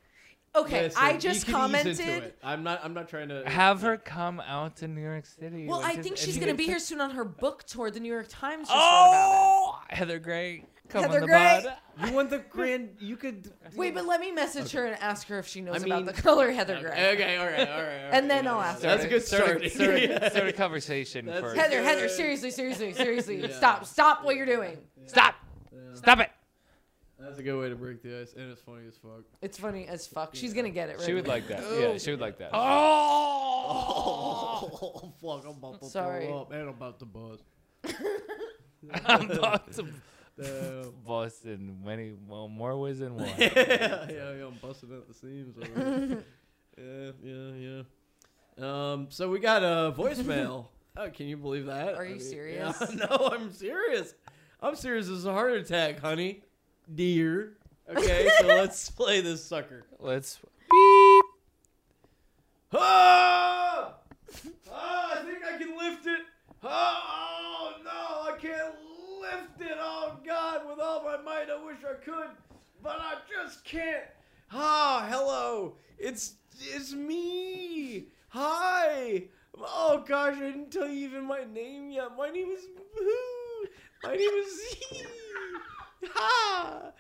[SPEAKER 3] Okay,
[SPEAKER 1] listen,
[SPEAKER 3] I
[SPEAKER 1] you
[SPEAKER 3] just
[SPEAKER 1] can ease into
[SPEAKER 3] commented.
[SPEAKER 1] it. I'm not. I'm not trying to
[SPEAKER 2] Have her come out to New York City.
[SPEAKER 3] Well,
[SPEAKER 2] like,
[SPEAKER 3] I
[SPEAKER 2] just-
[SPEAKER 3] think
[SPEAKER 2] if
[SPEAKER 3] she's
[SPEAKER 2] you
[SPEAKER 3] gonna
[SPEAKER 2] could
[SPEAKER 3] be
[SPEAKER 2] put-
[SPEAKER 3] here soon on her book tour. The New York Times just wrote
[SPEAKER 2] Oh, Heather Gray, come
[SPEAKER 3] Heather
[SPEAKER 2] on the
[SPEAKER 3] Gray.
[SPEAKER 2] pod.
[SPEAKER 1] You want the grand? You could.
[SPEAKER 3] about it. Wait, but let me message her and ask her if she knows
[SPEAKER 1] I
[SPEAKER 3] about
[SPEAKER 1] mean-
[SPEAKER 3] the color Heather Gray.
[SPEAKER 1] Okay, all right, all right. all right,
[SPEAKER 3] And then
[SPEAKER 1] yeah,
[SPEAKER 3] I'll
[SPEAKER 1] yeah,
[SPEAKER 3] ask
[SPEAKER 1] yeah. That's a good
[SPEAKER 2] Start,
[SPEAKER 1] start.
[SPEAKER 2] a- start, a-
[SPEAKER 1] Yeah.
[SPEAKER 2] start a conversation
[SPEAKER 1] That's-
[SPEAKER 2] first.
[SPEAKER 3] Heather, Heather,
[SPEAKER 1] Good.
[SPEAKER 3] seriously, seriously, seriously,
[SPEAKER 1] Yeah.
[SPEAKER 3] stop, stop what you're doing.
[SPEAKER 2] Stop!
[SPEAKER 1] Yeah.
[SPEAKER 2] Stop it!
[SPEAKER 1] That's a good way to break the ice, and it's funny as fuck.
[SPEAKER 3] It's funny as fuck. She's gonna get it. Right
[SPEAKER 2] She would
[SPEAKER 3] away.
[SPEAKER 2] like that. Yeah, she would like that.
[SPEAKER 1] Oh,
[SPEAKER 2] Oh!
[SPEAKER 1] fuck! I'm about to
[SPEAKER 3] Sorry.
[SPEAKER 1] throw up, and I'm about to buzz.
[SPEAKER 2] I'm about to
[SPEAKER 1] Damn.
[SPEAKER 2] bust in many well, more ways than one.
[SPEAKER 1] yeah, yeah, yeah, I'm busting at the seams. already. yeah, yeah, yeah. Um, so we got a voicemail. oh, can you believe that?
[SPEAKER 3] Are you
[SPEAKER 1] yeah,
[SPEAKER 3] serious?
[SPEAKER 1] no, I'm serious. I'm serious. It's a heart attack, honey. Dear. Okay, so let's play this sucker.
[SPEAKER 2] Let's.
[SPEAKER 1] Ah! Ah, I think I can lift it. Ah, oh, no, I can't lift it. Oh, God, with all my might, I wish I could, but I just can't. Ah, hello. It's, it's me. Hi. Oh, gosh, I didn't tell you even my name yet. My name is My name is Z. Ha!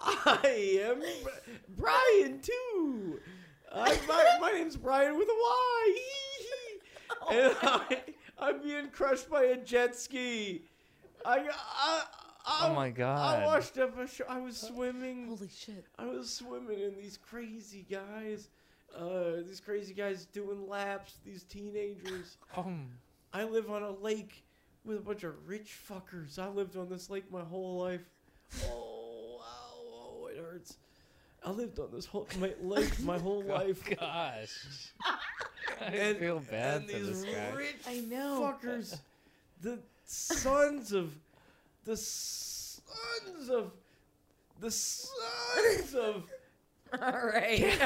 [SPEAKER 1] I am Bri- Brian too. I, my, my name's Brian with a Y. and I, I'm being crushed by a jet ski. I, I, I
[SPEAKER 2] Oh my God.
[SPEAKER 1] I washed up. A sh- I was swimming.
[SPEAKER 3] Holy shit.
[SPEAKER 1] I was swimming, and these crazy guys, uh, these crazy guys doing laps. These teenagers.
[SPEAKER 2] Um,
[SPEAKER 1] I live on a lake with a bunch of rich fuckers. I lived on this lake my whole life. Oh, wow, oh, it hurts. I lived on this whole my lake my whole life.
[SPEAKER 2] gosh. I
[SPEAKER 1] And-
[SPEAKER 2] feel bad
[SPEAKER 1] and
[SPEAKER 2] for
[SPEAKER 1] these
[SPEAKER 2] this guy.
[SPEAKER 1] rich
[SPEAKER 3] I know.
[SPEAKER 1] fuckers, the sons of the sons of the sons of
[SPEAKER 3] All right.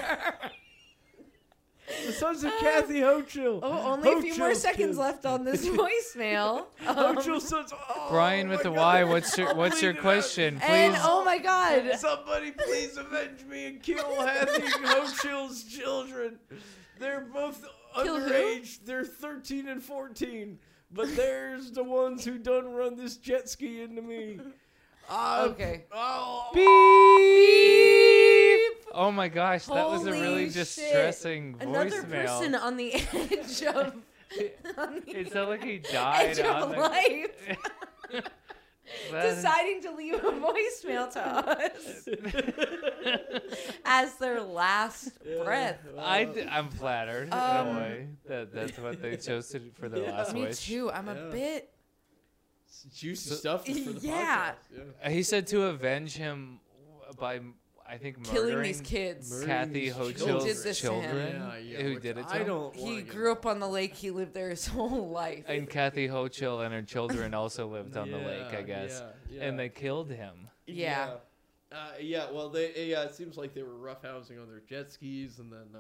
[SPEAKER 1] the sons of Kathy Hochul.
[SPEAKER 3] Uh, Oh, only a few more
[SPEAKER 1] Hochul's
[SPEAKER 3] seconds
[SPEAKER 1] kids.
[SPEAKER 3] left on this voicemail. Um,
[SPEAKER 1] Hochul's sons. Oh,
[SPEAKER 2] Brian with
[SPEAKER 1] my
[SPEAKER 2] the
[SPEAKER 1] God.
[SPEAKER 2] Y, what's your what's your
[SPEAKER 1] Bleed it out.
[SPEAKER 2] question?
[SPEAKER 3] and
[SPEAKER 2] Please.
[SPEAKER 3] oh my god,
[SPEAKER 1] Somebody please avenge me and kill Hattie Hochul's children. They're both
[SPEAKER 3] Kill who?
[SPEAKER 1] underage. They're 13 and 14. But there's the ones who done run this jet ski into me. I-
[SPEAKER 3] Okay.
[SPEAKER 1] Oh,
[SPEAKER 2] Beep. Oh my gosh, that was a
[SPEAKER 3] Holy
[SPEAKER 2] really
[SPEAKER 3] shit.
[SPEAKER 2] distressing
[SPEAKER 3] another
[SPEAKER 2] voicemail.
[SPEAKER 3] person on the edge of on the
[SPEAKER 2] It sounded like he
[SPEAKER 3] edge
[SPEAKER 2] died
[SPEAKER 3] of
[SPEAKER 2] on the.
[SPEAKER 3] life,
[SPEAKER 2] That is-
[SPEAKER 3] deciding to leave a voicemail to us as their last breath.
[SPEAKER 2] I d- I'm flattered in
[SPEAKER 3] Um,
[SPEAKER 2] a way that that's what they chose to do for their
[SPEAKER 1] Yeah.
[SPEAKER 2] last
[SPEAKER 3] Me
[SPEAKER 2] wish.
[SPEAKER 3] too. I'm
[SPEAKER 1] Yeah.
[SPEAKER 3] a bit.
[SPEAKER 1] juicy stuff for the
[SPEAKER 3] Yeah.
[SPEAKER 1] podcast. Yeah.
[SPEAKER 2] Uh, He said to avenge him w- by I think murdering
[SPEAKER 3] Killing these kids.
[SPEAKER 1] murder-
[SPEAKER 2] Kathy
[SPEAKER 1] Who did
[SPEAKER 2] Hochul's
[SPEAKER 3] this to him?
[SPEAKER 2] children
[SPEAKER 1] Yeah, yeah,
[SPEAKER 2] who
[SPEAKER 1] which
[SPEAKER 2] did it to
[SPEAKER 1] I
[SPEAKER 2] him.
[SPEAKER 1] don't
[SPEAKER 3] He grew up on the lake. He lived there his whole life.
[SPEAKER 2] And Kathy Hochul and her children also lived on the lake, I guess. And they killed him.
[SPEAKER 3] Yeah.
[SPEAKER 1] Yeah. Uh, yeah. Well, they yeah. It seems like they were roughhousing on their jet skis, and then uh,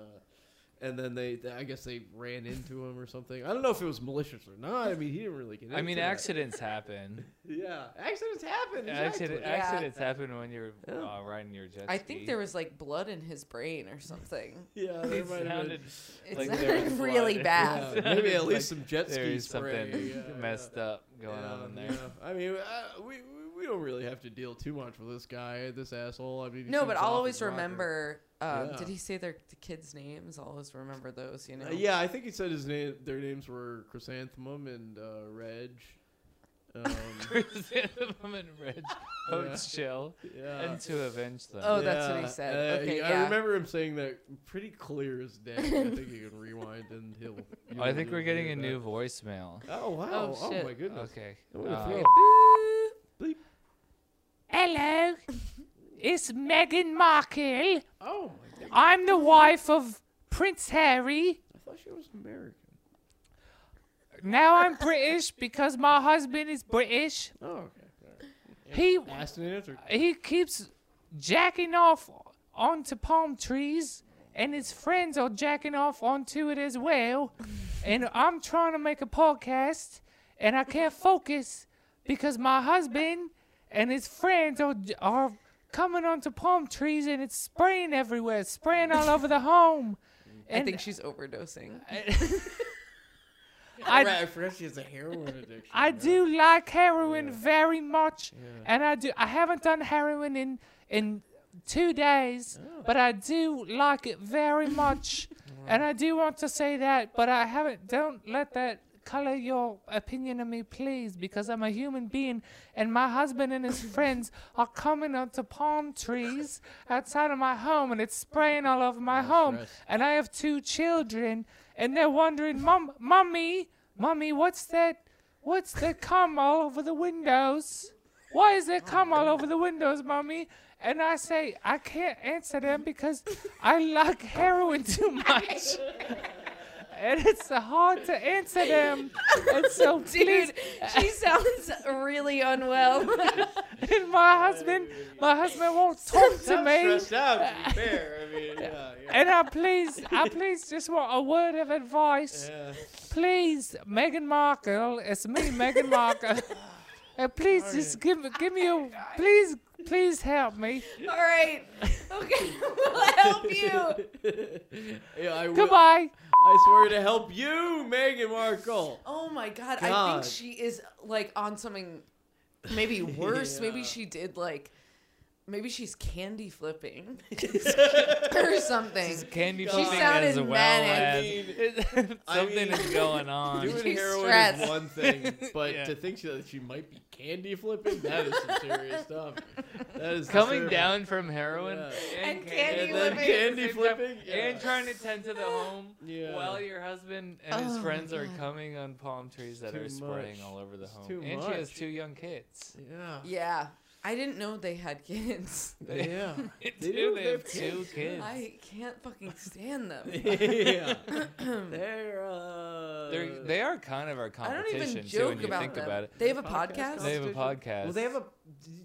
[SPEAKER 1] and then they, they- I guess they ran into him or something. I don't know if it was malicious or not. I mean, he didn't really get.
[SPEAKER 2] I mean,
[SPEAKER 1] into that.
[SPEAKER 2] accidents happen.
[SPEAKER 1] Yeah, accidents happen. Exactly.
[SPEAKER 2] Accident,
[SPEAKER 3] Yeah.
[SPEAKER 2] Accidents happen when you're
[SPEAKER 1] Yeah.
[SPEAKER 2] uh, riding your jet ski.
[SPEAKER 3] I think there was like blood in his brain or something.
[SPEAKER 1] Yeah,
[SPEAKER 2] It
[SPEAKER 1] there might have been.
[SPEAKER 2] sounded
[SPEAKER 3] It
[SPEAKER 2] like there was
[SPEAKER 3] sounded really
[SPEAKER 2] blood.
[SPEAKER 3] bad.
[SPEAKER 1] Yeah, maybe at
[SPEAKER 2] Like,
[SPEAKER 1] least some jet ski
[SPEAKER 2] there's
[SPEAKER 1] spray.
[SPEAKER 2] something
[SPEAKER 1] Yeah,
[SPEAKER 2] messed
[SPEAKER 1] yeah.
[SPEAKER 2] up going
[SPEAKER 1] Yeah,
[SPEAKER 2] on in there.
[SPEAKER 1] yeah. I mean, uh, we, we we don't really have to deal too much with this guy, this asshole. I mean, he
[SPEAKER 3] No,
[SPEAKER 1] seems
[SPEAKER 3] but
[SPEAKER 1] off
[SPEAKER 3] I'll
[SPEAKER 1] his
[SPEAKER 3] always
[SPEAKER 1] rocker.
[SPEAKER 3] remember. Um,
[SPEAKER 1] Yeah.
[SPEAKER 3] Did he say their the kids' names? I'll always remember those. You know.
[SPEAKER 1] Uh, yeah, I think he said his name. Their names were Chrysanthemum and uh, Reg. Um,
[SPEAKER 2] Chrysanthemum and Reg Hochul
[SPEAKER 1] yeah.
[SPEAKER 2] and to avenge them.
[SPEAKER 3] Oh, that's what he said.
[SPEAKER 1] uh,
[SPEAKER 3] Okay,
[SPEAKER 1] yeah, I
[SPEAKER 3] yeah.
[SPEAKER 1] remember him saying that pretty clear as day. I think you can rewind and he'll. you'll-
[SPEAKER 2] I think
[SPEAKER 1] you'll
[SPEAKER 2] we're getting
[SPEAKER 1] hear
[SPEAKER 2] a
[SPEAKER 1] that.
[SPEAKER 2] new voicemail.
[SPEAKER 1] Oh wow!
[SPEAKER 3] Oh,
[SPEAKER 1] Oh,
[SPEAKER 3] shit.
[SPEAKER 1] my goodness!
[SPEAKER 2] Okay.
[SPEAKER 1] I'm gonna
[SPEAKER 2] uh,
[SPEAKER 1] throw up. Bleep.
[SPEAKER 5] Hello, it's Meghan Markle.
[SPEAKER 1] Oh my god!
[SPEAKER 5] I'm the wife of Prince Harry.
[SPEAKER 1] I thought she was American.
[SPEAKER 5] Now I'm British because my husband is British.
[SPEAKER 1] Oh okay. All right.
[SPEAKER 5] He
[SPEAKER 1] Asked and answered.
[SPEAKER 5] he keeps jacking off onto palm trees and his friends are jacking off onto it as well. and I'm trying to make a podcast, and I can't focus because my husband and his friends are are coming onto palm trees, and it's spraying everywhere, it's spraying all over the home.
[SPEAKER 3] I
[SPEAKER 5] And
[SPEAKER 3] think she's overdosing.
[SPEAKER 1] I,
[SPEAKER 5] I-
[SPEAKER 1] right, I forgot she has a heroin addiction.
[SPEAKER 5] I
[SPEAKER 1] yeah.
[SPEAKER 5] do like heroin
[SPEAKER 1] Yeah.
[SPEAKER 5] very much,
[SPEAKER 1] Yeah.
[SPEAKER 5] and I do. I haven't done heroin in in two days, but I do like it very much, and I do want to say that. But I haven't. Don't let that color your opinion of me, please, because I'm a human being, and my husband and his friends are coming up to palm trees outside of my home, and it's spraying all over my home,
[SPEAKER 1] stress.
[SPEAKER 5] and I have two children, and they're wondering, Mom, Mommy, Mommy, what's that? What's that cum all over the windows? Why is there cum all over the windows, Mommy? And I say, I can't answer them because I like heroin too much. and it's hard to answer them. And so, please,
[SPEAKER 3] Dude, she sounds really unwell.
[SPEAKER 5] and my husband, my husband won't talk to
[SPEAKER 1] I'm
[SPEAKER 5] me.
[SPEAKER 1] stressed out. To be fair, I mean, yeah, yeah.
[SPEAKER 5] And I please, I please just want a word of advice.
[SPEAKER 1] yeah.
[SPEAKER 5] please, Meghan Markle, it's me, Meghan Markle. Uh, please just give me, give me a, please, please help me.
[SPEAKER 3] All right. Okay, we'll help you.
[SPEAKER 1] Yeah, I will.
[SPEAKER 5] Goodbye.
[SPEAKER 1] I swear to help you, Meghan Markle.
[SPEAKER 3] Oh my god, I
[SPEAKER 1] God.
[SPEAKER 3] think she is like on something maybe worse. Maybe
[SPEAKER 1] Yeah.
[SPEAKER 3] she did like maybe she's candy flipping or something.
[SPEAKER 2] Candy
[SPEAKER 1] She
[SPEAKER 2] flipping as
[SPEAKER 3] sounded
[SPEAKER 2] well
[SPEAKER 1] manic.
[SPEAKER 2] as something
[SPEAKER 1] I mean-
[SPEAKER 2] is going on.
[SPEAKER 1] Doing
[SPEAKER 3] She's
[SPEAKER 1] heroin
[SPEAKER 3] stressed.
[SPEAKER 1] is one thing, but
[SPEAKER 2] Yeah.
[SPEAKER 1] to think that she might be candy flipping, that is some serious stuff. That is
[SPEAKER 2] Coming
[SPEAKER 1] disturbing.
[SPEAKER 2] down from heroin
[SPEAKER 1] Yeah.
[SPEAKER 3] And candy
[SPEAKER 1] And then
[SPEAKER 3] flipping at the
[SPEAKER 1] candy
[SPEAKER 2] same time.
[SPEAKER 1] flipping. Yeah.
[SPEAKER 2] and trying to tend to the home
[SPEAKER 1] Yeah.
[SPEAKER 2] while your husband and his
[SPEAKER 3] Oh
[SPEAKER 2] friends
[SPEAKER 3] my
[SPEAKER 2] are
[SPEAKER 3] God.
[SPEAKER 2] coming on palm trees that
[SPEAKER 1] too
[SPEAKER 2] are spraying
[SPEAKER 1] much.
[SPEAKER 2] all over the
[SPEAKER 1] It's
[SPEAKER 2] home.
[SPEAKER 1] too
[SPEAKER 2] and she has
[SPEAKER 1] much.
[SPEAKER 2] two young kids.
[SPEAKER 1] Yeah.
[SPEAKER 3] Yeah. I didn't know they had kids.
[SPEAKER 1] Yeah.
[SPEAKER 2] They,
[SPEAKER 1] They
[SPEAKER 2] do.
[SPEAKER 1] do,
[SPEAKER 2] They
[SPEAKER 1] they
[SPEAKER 2] have
[SPEAKER 1] have kids.
[SPEAKER 2] two kids.
[SPEAKER 3] I can't fucking stand them.
[SPEAKER 1] yeah. They're, uh,
[SPEAKER 2] They're, they are kind of our
[SPEAKER 3] I don't
[SPEAKER 2] competition
[SPEAKER 3] even
[SPEAKER 2] too. When
[SPEAKER 3] joke
[SPEAKER 2] you
[SPEAKER 3] about
[SPEAKER 2] think
[SPEAKER 3] them.
[SPEAKER 2] about it,
[SPEAKER 3] They have a podcast?
[SPEAKER 2] They have a
[SPEAKER 1] competition? Well, they have
[SPEAKER 2] podcast.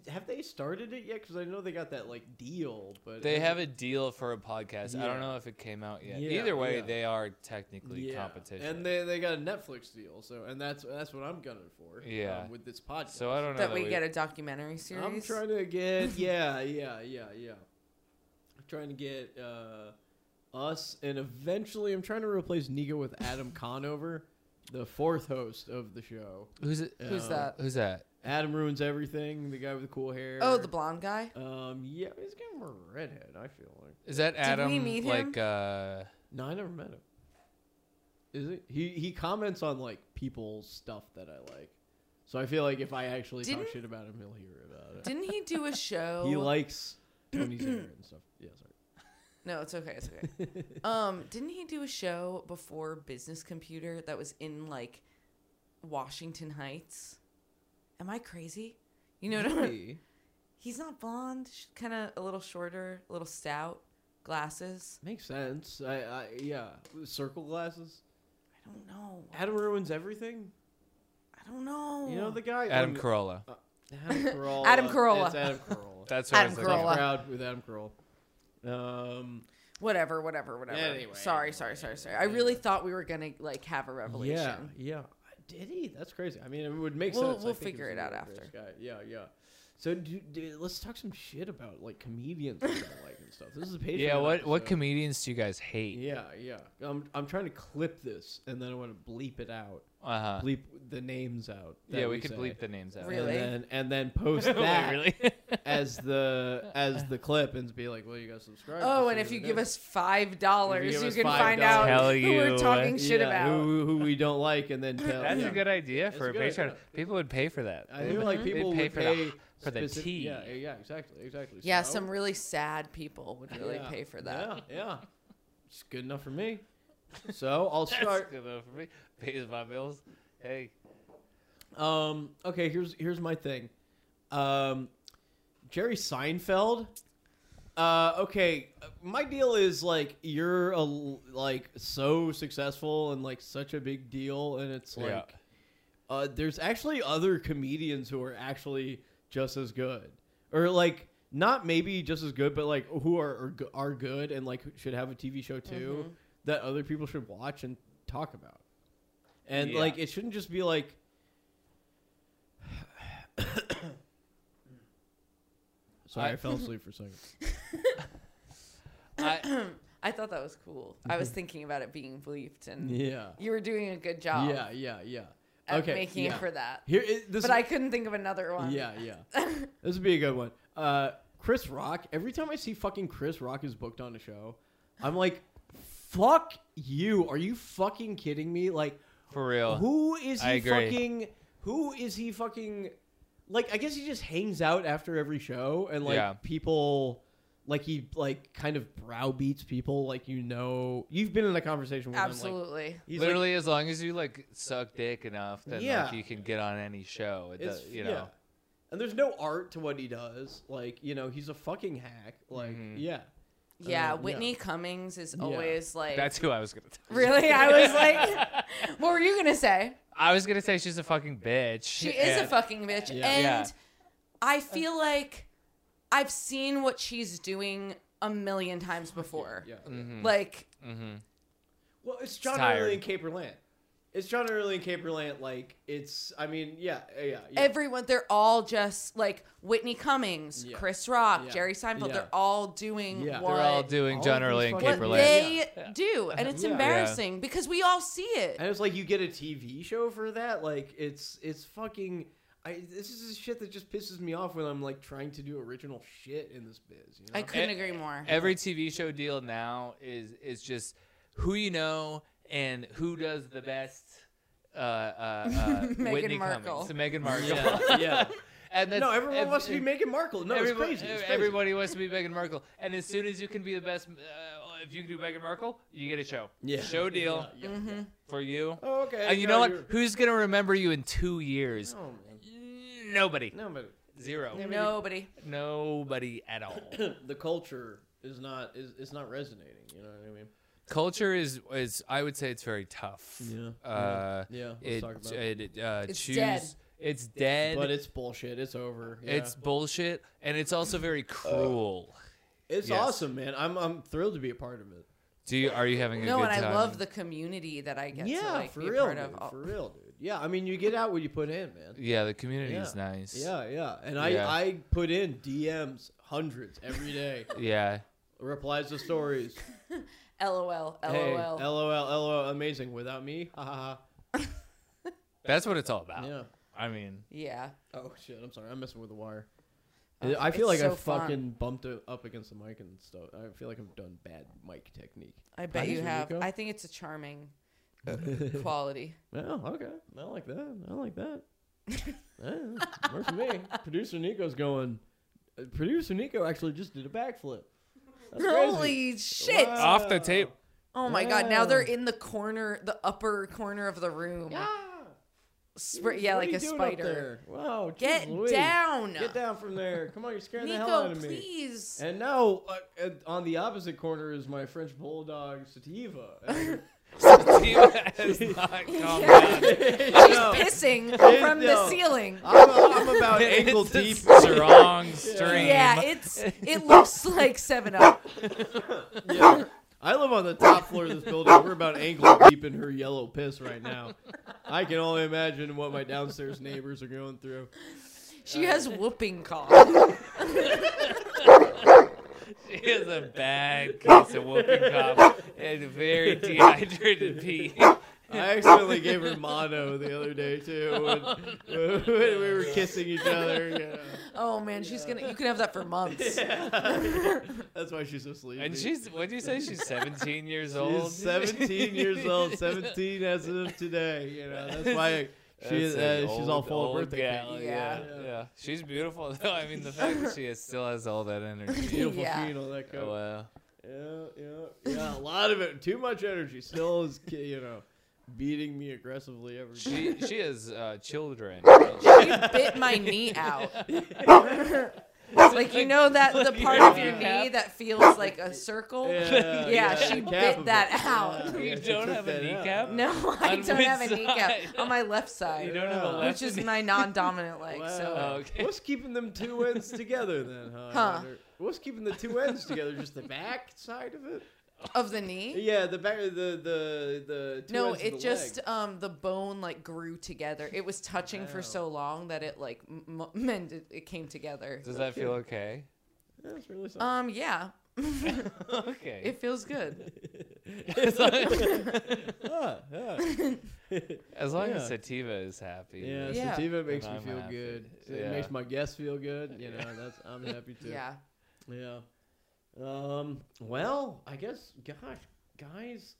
[SPEAKER 1] a. Have they started it yet? Because I know they got that like deal, but
[SPEAKER 2] they have a deal for a podcast. I don't
[SPEAKER 1] Yeah.
[SPEAKER 2] know if it came out yet.
[SPEAKER 1] Yeah,
[SPEAKER 2] Either way,
[SPEAKER 1] yeah.
[SPEAKER 2] they are technically competition.
[SPEAKER 1] And they they got a Netflix deal, so and that's that's what I'm gunning for.
[SPEAKER 2] Yeah.
[SPEAKER 1] um, with this podcast.
[SPEAKER 2] so I don't know
[SPEAKER 3] That we get a documentary series.
[SPEAKER 1] I'm trying to get yeah yeah yeah yeah. I'm trying to get uh, us and eventually I'm trying to replace Nico with Adam Conover, the fourth host of the show.
[SPEAKER 2] who's it,
[SPEAKER 1] Who's
[SPEAKER 2] uh,
[SPEAKER 3] that?
[SPEAKER 2] Who's that?
[SPEAKER 1] Adam ruins everything. The guy with the cool hair.
[SPEAKER 3] oh, the blonde guy?
[SPEAKER 1] Um, yeah, he's kind of a redhead. I feel like.
[SPEAKER 2] Is that Adam?
[SPEAKER 3] meet him?
[SPEAKER 2] like uh,
[SPEAKER 1] No, I never met him. Is it? He he comments on like people's stuff that I like, so I feel like if I actually
[SPEAKER 3] Didn't-
[SPEAKER 1] talk shit about him, he'll hear about it.
[SPEAKER 3] Didn't he do a show?
[SPEAKER 1] he likes Tony's hair and stuff. Yeah, sorry.
[SPEAKER 3] No, it's okay. It's okay. um, didn't he do a show before Business Computer that was in like Washington Heights? Am I crazy? You know what I mean?
[SPEAKER 1] Hey,
[SPEAKER 3] He's not blonde, kind of a little shorter, a little stout, glasses.
[SPEAKER 1] makes sense. I, I yeah, circle glasses.
[SPEAKER 3] I don't know.
[SPEAKER 1] Adam ruins everything.
[SPEAKER 3] I don't know.
[SPEAKER 1] You know the guy
[SPEAKER 2] Adam
[SPEAKER 1] When-
[SPEAKER 2] Carolla.
[SPEAKER 1] Adam Carolla.
[SPEAKER 3] Adam Carolla.
[SPEAKER 1] It's Adam Carolla.
[SPEAKER 2] That's what I
[SPEAKER 3] Adam
[SPEAKER 2] was looking for.
[SPEAKER 3] Carolla.
[SPEAKER 1] Crowd with Adam Carolla. Um,
[SPEAKER 3] whatever, whatever, whatever.
[SPEAKER 1] Anyway.
[SPEAKER 3] sorry, sorry, sorry, sorry. I really thought we were gonna like have a revelation.
[SPEAKER 1] Yeah, yeah. Did he? That's crazy. I mean, it would make
[SPEAKER 3] We'll-
[SPEAKER 1] sense. I
[SPEAKER 3] we'll
[SPEAKER 1] think he
[SPEAKER 3] figure
[SPEAKER 1] was
[SPEAKER 3] it
[SPEAKER 1] a
[SPEAKER 3] out
[SPEAKER 1] really
[SPEAKER 3] after.
[SPEAKER 1] nice guy. Yeah, yeah. So do, do, let's talk some shit about like comedians that I don't like and stuff. This is a Patreon.
[SPEAKER 2] Yeah, what what
[SPEAKER 1] episode.
[SPEAKER 2] comedians do you guys hate?
[SPEAKER 1] Yeah, yeah. I'm I'm trying to clip this and then I want to bleep it out.
[SPEAKER 2] Uh huh.
[SPEAKER 1] Bleep the names out. that
[SPEAKER 2] Yeah, we,
[SPEAKER 1] we
[SPEAKER 2] could
[SPEAKER 1] say.
[SPEAKER 2] bleep the names out.
[SPEAKER 3] Really?
[SPEAKER 1] And then, and then post
[SPEAKER 2] Wait,
[SPEAKER 1] that
[SPEAKER 2] really?
[SPEAKER 1] as the as the clip and be like, well, you gotta subscribe. to
[SPEAKER 3] Oh,
[SPEAKER 1] see
[SPEAKER 3] and if
[SPEAKER 1] what
[SPEAKER 3] you
[SPEAKER 1] it
[SPEAKER 3] give
[SPEAKER 1] is."
[SPEAKER 3] us five dollars,
[SPEAKER 1] give
[SPEAKER 3] you
[SPEAKER 1] us
[SPEAKER 3] can
[SPEAKER 1] $5,
[SPEAKER 3] find out
[SPEAKER 2] Tell
[SPEAKER 3] who
[SPEAKER 2] you
[SPEAKER 3] we're talking
[SPEAKER 2] what-
[SPEAKER 3] shit
[SPEAKER 1] Yeah,
[SPEAKER 3] about.
[SPEAKER 1] who, who we don't like, and then tell.
[SPEAKER 2] That's
[SPEAKER 1] yeah.
[SPEAKER 2] a good idea
[SPEAKER 1] That's
[SPEAKER 2] for
[SPEAKER 1] a
[SPEAKER 2] a
[SPEAKER 1] good
[SPEAKER 2] Patreon.
[SPEAKER 1] idea.
[SPEAKER 2] People would pay for that.
[SPEAKER 1] I feel like
[SPEAKER 2] They'd
[SPEAKER 1] people
[SPEAKER 2] pay
[SPEAKER 1] would
[SPEAKER 2] for
[SPEAKER 1] pay
[SPEAKER 2] the, for the
[SPEAKER 1] specific-
[SPEAKER 2] tea.
[SPEAKER 1] Yeah, yeah, exactly, exactly.
[SPEAKER 3] Yeah,
[SPEAKER 1] So-
[SPEAKER 3] some really sad people would really
[SPEAKER 1] Yeah,
[SPEAKER 3] pay for that.
[SPEAKER 1] Yeah, yeah. It's good enough for me. So I'll
[SPEAKER 2] That's
[SPEAKER 1] start.
[SPEAKER 2] good enough for me. Pays my bills. Hey,
[SPEAKER 1] Um, okay, here's here's my thing. Um, Jerry Seinfeld. Uh, okay, my deal is like you're a, like so successful and like such a big deal, and it's like
[SPEAKER 2] Yeah.
[SPEAKER 1] uh, there's actually other comedians who are actually just as good, or like not maybe just as good, but like who are are, go- are good and like should have a TV show too that other people should watch and talk about. And
[SPEAKER 2] Yeah.
[SPEAKER 1] like it shouldn't just be like Sorry, I,
[SPEAKER 2] I-
[SPEAKER 1] fell asleep for a second.
[SPEAKER 2] I,
[SPEAKER 3] I thought that was cool. I was thinking about it being bleeped, and
[SPEAKER 1] Yeah.
[SPEAKER 3] you were doing a good job
[SPEAKER 1] Yeah, yeah, yeah.
[SPEAKER 3] at
[SPEAKER 1] okay.
[SPEAKER 3] making
[SPEAKER 1] yeah.
[SPEAKER 3] it for that.
[SPEAKER 1] Here i- this
[SPEAKER 3] But I couldn't think of another one.
[SPEAKER 1] Yeah, yeah. this would be a good one. Uh, Chris Rock. Every time I see fucking Chris Rock is booked on a show, I'm like, fuck you. Are you fucking kidding me? Like,
[SPEAKER 2] for real.
[SPEAKER 1] who is
[SPEAKER 2] Oh, I
[SPEAKER 1] he
[SPEAKER 2] agree.
[SPEAKER 1] fucking? Who is he fucking? Like, I guess he just hangs out after every show and like
[SPEAKER 2] Yeah.
[SPEAKER 1] people. Like he like kind of browbeats people, like you know you've been in a conversation with him. Like,
[SPEAKER 3] Absolutely.
[SPEAKER 1] he's like,
[SPEAKER 2] Literally, as long as you like suck dick enough, then
[SPEAKER 1] Yeah.
[SPEAKER 2] like you can get on any show. It
[SPEAKER 1] It's
[SPEAKER 2] does, you
[SPEAKER 1] yeah.
[SPEAKER 2] know.
[SPEAKER 1] And there's no art to what he does. Like, you know, he's a fucking hack. Like,
[SPEAKER 2] Mhm.
[SPEAKER 1] yeah.
[SPEAKER 3] Yeah,
[SPEAKER 1] Uh,
[SPEAKER 3] Whitney Cummings is
[SPEAKER 1] Yeah.
[SPEAKER 3] always like.
[SPEAKER 2] That's who I was gonna. Tell.
[SPEAKER 3] really. I was like, what were you gonna say?
[SPEAKER 2] I was gonna say she's a fucking bitch.
[SPEAKER 3] She is a
[SPEAKER 2] and-
[SPEAKER 3] fucking bitch,
[SPEAKER 1] Yeah.
[SPEAKER 3] and
[SPEAKER 2] Yeah.
[SPEAKER 3] I feel like I've seen what she's doing a million times before.
[SPEAKER 1] Yeah.
[SPEAKER 2] Mhm,
[SPEAKER 3] Like,
[SPEAKER 2] mhm.
[SPEAKER 1] Well, it's John
[SPEAKER 2] tired.
[SPEAKER 1] Early and Caperland. It's John Early and Caperland. Like, it's. I mean, yeah, yeah. yeah.
[SPEAKER 3] everyone they're all just like Whitney Cummings,
[SPEAKER 1] Yeah.
[SPEAKER 3] Chris Rock,
[SPEAKER 1] Yeah.
[SPEAKER 3] Jerry Seinfeld,
[SPEAKER 1] Yeah.
[SPEAKER 3] they're all doing
[SPEAKER 1] Yeah. They're
[SPEAKER 3] what,
[SPEAKER 2] They're all doing
[SPEAKER 1] all
[SPEAKER 2] John
[SPEAKER 1] of
[SPEAKER 2] Early
[SPEAKER 1] these
[SPEAKER 2] and
[SPEAKER 1] fucking-
[SPEAKER 2] Caper
[SPEAKER 3] what
[SPEAKER 1] Caperland.
[SPEAKER 2] Land.
[SPEAKER 3] they
[SPEAKER 1] Yeah.
[SPEAKER 3] do. And it's
[SPEAKER 1] Yeah.
[SPEAKER 3] embarrassing because we all see it.
[SPEAKER 1] and it's like you get a TV show for that. Like, it's it's fucking. I this is the shit that just pisses me off when I'm like trying to do original shit in this biz. You know?
[SPEAKER 3] I couldn't
[SPEAKER 2] E-
[SPEAKER 3] agree more.
[SPEAKER 2] Every TV show deal now is is just who you know and who does the best. Uh, uh, uh,
[SPEAKER 3] Meghan
[SPEAKER 2] Whitney
[SPEAKER 3] Markle.
[SPEAKER 2] Cummings, Meghan Markle.
[SPEAKER 1] Yeah, yeah.
[SPEAKER 2] and that's,
[SPEAKER 1] no, everyone
[SPEAKER 2] ev-
[SPEAKER 1] wants to be Meghan Markle. No,
[SPEAKER 2] everybo-
[SPEAKER 1] it's crazy. It's crazy.
[SPEAKER 2] Everybody wants to be Meghan Markle, and as soon as you can be the best, uh, if you can do Meghan Markle, you get a show.
[SPEAKER 1] Yeah.
[SPEAKER 2] show deal
[SPEAKER 1] Yeah, yeah, yeah.
[SPEAKER 2] for you.
[SPEAKER 1] Oh, okay.
[SPEAKER 2] and you
[SPEAKER 1] no,
[SPEAKER 2] know what?
[SPEAKER 1] you're-
[SPEAKER 2] Who's gonna remember you in two years?
[SPEAKER 1] No, man.
[SPEAKER 2] Nobody.
[SPEAKER 1] No, but
[SPEAKER 2] Zero.
[SPEAKER 3] Nobody.
[SPEAKER 2] Nobody at all.
[SPEAKER 1] the culture is not is it's not resonating. You know what I mean?
[SPEAKER 2] Culture is is I would say it's very tough.
[SPEAKER 1] Yeah.
[SPEAKER 2] Uh,
[SPEAKER 1] Yeah. Let's
[SPEAKER 2] it,
[SPEAKER 1] talk about it.
[SPEAKER 2] it, uh,
[SPEAKER 3] It's
[SPEAKER 2] choose,
[SPEAKER 3] dead.
[SPEAKER 2] It's dead.
[SPEAKER 1] But it's bullshit. It's over. Yeah. Uh.
[SPEAKER 2] It's bullshit, and it's also very cruel.
[SPEAKER 1] it's
[SPEAKER 2] yes.
[SPEAKER 1] awesome, man. I'm I'm thrilled to be a part of it.
[SPEAKER 2] Do you are you having a
[SPEAKER 3] No,
[SPEAKER 2] good
[SPEAKER 3] and
[SPEAKER 2] time?
[SPEAKER 3] I love the community that I get to like
[SPEAKER 1] for
[SPEAKER 3] be a
[SPEAKER 1] real,
[SPEAKER 3] part
[SPEAKER 1] dude,
[SPEAKER 3] of. all-
[SPEAKER 1] for real, dude. Yeah, I mean, you get out what you put in, man.
[SPEAKER 2] Yeah, the community is
[SPEAKER 1] Yeah.
[SPEAKER 2] nice.
[SPEAKER 1] Yeah, yeah. And I
[SPEAKER 2] Yeah.
[SPEAKER 1] I put in DMs hundreds every day.
[SPEAKER 2] Yeah.
[SPEAKER 1] replies to stories.
[SPEAKER 3] LOL, LOL.
[SPEAKER 1] Hey, LOL, LOL, amazing. Without me, ha ha
[SPEAKER 2] That's what it's all
[SPEAKER 1] ha.
[SPEAKER 3] Oh.
[SPEAKER 2] about.
[SPEAKER 1] Yeah.
[SPEAKER 2] I mean,
[SPEAKER 3] yeah.
[SPEAKER 1] Oh shit, I'm sorry. I'm messing with the wire.
[SPEAKER 3] Oh,
[SPEAKER 1] I feel like
[SPEAKER 3] it's
[SPEAKER 1] I
[SPEAKER 3] so fun.
[SPEAKER 1] fucking bumped it up against the mic and stuff. I feel like I've done bad mic technique.
[SPEAKER 3] I bet
[SPEAKER 1] does
[SPEAKER 3] you
[SPEAKER 1] your
[SPEAKER 3] have.
[SPEAKER 1] Rico?
[SPEAKER 3] I think it's a charming quality.
[SPEAKER 1] Oh, okay. I like that. I like that. yeah, works for me. Producer Nico's going. uh, Producer Nico actually just did a backflip. That's crazy.
[SPEAKER 3] Holy shit.
[SPEAKER 1] Wow.
[SPEAKER 2] off the tape.
[SPEAKER 3] Oh my god, now they're
[SPEAKER 1] Wow.
[SPEAKER 3] in the corner, the upper corner of the room.
[SPEAKER 1] Yeah.
[SPEAKER 3] Sp- yeah,
[SPEAKER 1] What are
[SPEAKER 3] like
[SPEAKER 1] you
[SPEAKER 3] a
[SPEAKER 1] doing up
[SPEAKER 3] spider.
[SPEAKER 1] there? Wow.
[SPEAKER 3] Get
[SPEAKER 1] geez Louise.
[SPEAKER 3] down.
[SPEAKER 1] Get down from there. Come on, you're scaring the hell out
[SPEAKER 3] Nico,
[SPEAKER 1] of me.
[SPEAKER 3] please.
[SPEAKER 1] And now, uh, uh, on the opposite corner is my French bulldog Sativa. And-
[SPEAKER 2] has not calmed down.
[SPEAKER 3] She's
[SPEAKER 1] No,
[SPEAKER 3] pissing
[SPEAKER 1] Please
[SPEAKER 3] from the
[SPEAKER 1] don't.
[SPEAKER 3] ceiling.
[SPEAKER 1] I'm, I'm about ankle
[SPEAKER 2] It's
[SPEAKER 1] deep.
[SPEAKER 2] a strong stream.
[SPEAKER 3] Yeah, it's it looks like seven up.
[SPEAKER 1] Yeah. I live on the top floor of this building. We're about ankle deep in her yellow piss right now. I can only imagine what my downstairs neighbors are going through.
[SPEAKER 3] She has whooping cough.
[SPEAKER 2] She has a bad case of whooping cough and very dehydrated pee.
[SPEAKER 1] I accidentally gave her mono the other day too when, when we were kissing each other. you
[SPEAKER 3] Oh man, she's gonna you can have that for months.
[SPEAKER 1] know. That's why she's so sleepy.
[SPEAKER 2] And she's, what did you say? She's 17 years old?
[SPEAKER 1] She's 17 years old. 17 as of today. You know that's why
[SPEAKER 2] That's
[SPEAKER 1] she, uh,
[SPEAKER 2] an
[SPEAKER 1] she's
[SPEAKER 2] old-
[SPEAKER 1] all full
[SPEAKER 2] old
[SPEAKER 1] of birthday.
[SPEAKER 2] gal,
[SPEAKER 1] cake.
[SPEAKER 2] Yeah.
[SPEAKER 1] Yeah.
[SPEAKER 2] yeah, She's beautiful, though. I mean, the fact that she is, still has all that energy. Oh,
[SPEAKER 1] Beautiful
[SPEAKER 3] Yeah.
[SPEAKER 1] phenol that comes.
[SPEAKER 2] Wow.
[SPEAKER 1] Yeah, yeah, yeah. A lot of it. Too much energy. Still is, ki- you know, beating me aggressively every day.
[SPEAKER 2] She, she has uh, children.
[SPEAKER 3] She bit my knee out. like you know that the part of your
[SPEAKER 2] Yeah.
[SPEAKER 3] knee that feels like a circle.
[SPEAKER 1] Yeah,
[SPEAKER 3] Yeah, she
[SPEAKER 1] the
[SPEAKER 3] bit
[SPEAKER 1] cap
[SPEAKER 3] that
[SPEAKER 1] of it.
[SPEAKER 3] out.
[SPEAKER 1] Yeah,
[SPEAKER 2] You
[SPEAKER 1] she
[SPEAKER 2] don't
[SPEAKER 1] took
[SPEAKER 2] have a
[SPEAKER 1] that out.
[SPEAKER 2] kneecap?
[SPEAKER 3] No, I
[SPEAKER 2] On
[SPEAKER 3] don't
[SPEAKER 2] which
[SPEAKER 3] have a kneecap
[SPEAKER 2] side?
[SPEAKER 3] on my left side,
[SPEAKER 2] You don't have a
[SPEAKER 1] Wow.
[SPEAKER 2] left
[SPEAKER 3] which is
[SPEAKER 2] knee?
[SPEAKER 3] my non-dominant leg. So
[SPEAKER 2] Wow. Oh, Okay.
[SPEAKER 1] What's keeping them two ends together then, huh? I
[SPEAKER 3] Huh.
[SPEAKER 1] wonder? What's keeping the two ends together? Just the back side of it?
[SPEAKER 3] of the knee.
[SPEAKER 1] Yeah, the back, the the the. Two
[SPEAKER 3] No,
[SPEAKER 1] ends of
[SPEAKER 3] it
[SPEAKER 1] the
[SPEAKER 3] just
[SPEAKER 1] leg.
[SPEAKER 3] um the bone like grew together. It was touching
[SPEAKER 1] Wow.
[SPEAKER 3] for so long that it like m- m- mended. It came together.
[SPEAKER 2] Does that feel okay?
[SPEAKER 1] That's really something.
[SPEAKER 3] Um, yeah,
[SPEAKER 2] okay.
[SPEAKER 3] it feels good.
[SPEAKER 2] as long,
[SPEAKER 1] Ah, yeah.
[SPEAKER 2] as, long
[SPEAKER 1] Yeah.
[SPEAKER 2] as Sativa is happy.
[SPEAKER 1] Yeah,
[SPEAKER 3] Yeah.
[SPEAKER 1] sativa makes
[SPEAKER 2] And
[SPEAKER 1] me
[SPEAKER 2] I'm
[SPEAKER 1] feel
[SPEAKER 2] happy.
[SPEAKER 1] good. It
[SPEAKER 2] Yeah.
[SPEAKER 1] makes my guests feel good. You know, that's I'm happy too.
[SPEAKER 3] Yeah.
[SPEAKER 1] Yeah. Um. Well, I guess, gosh, guys.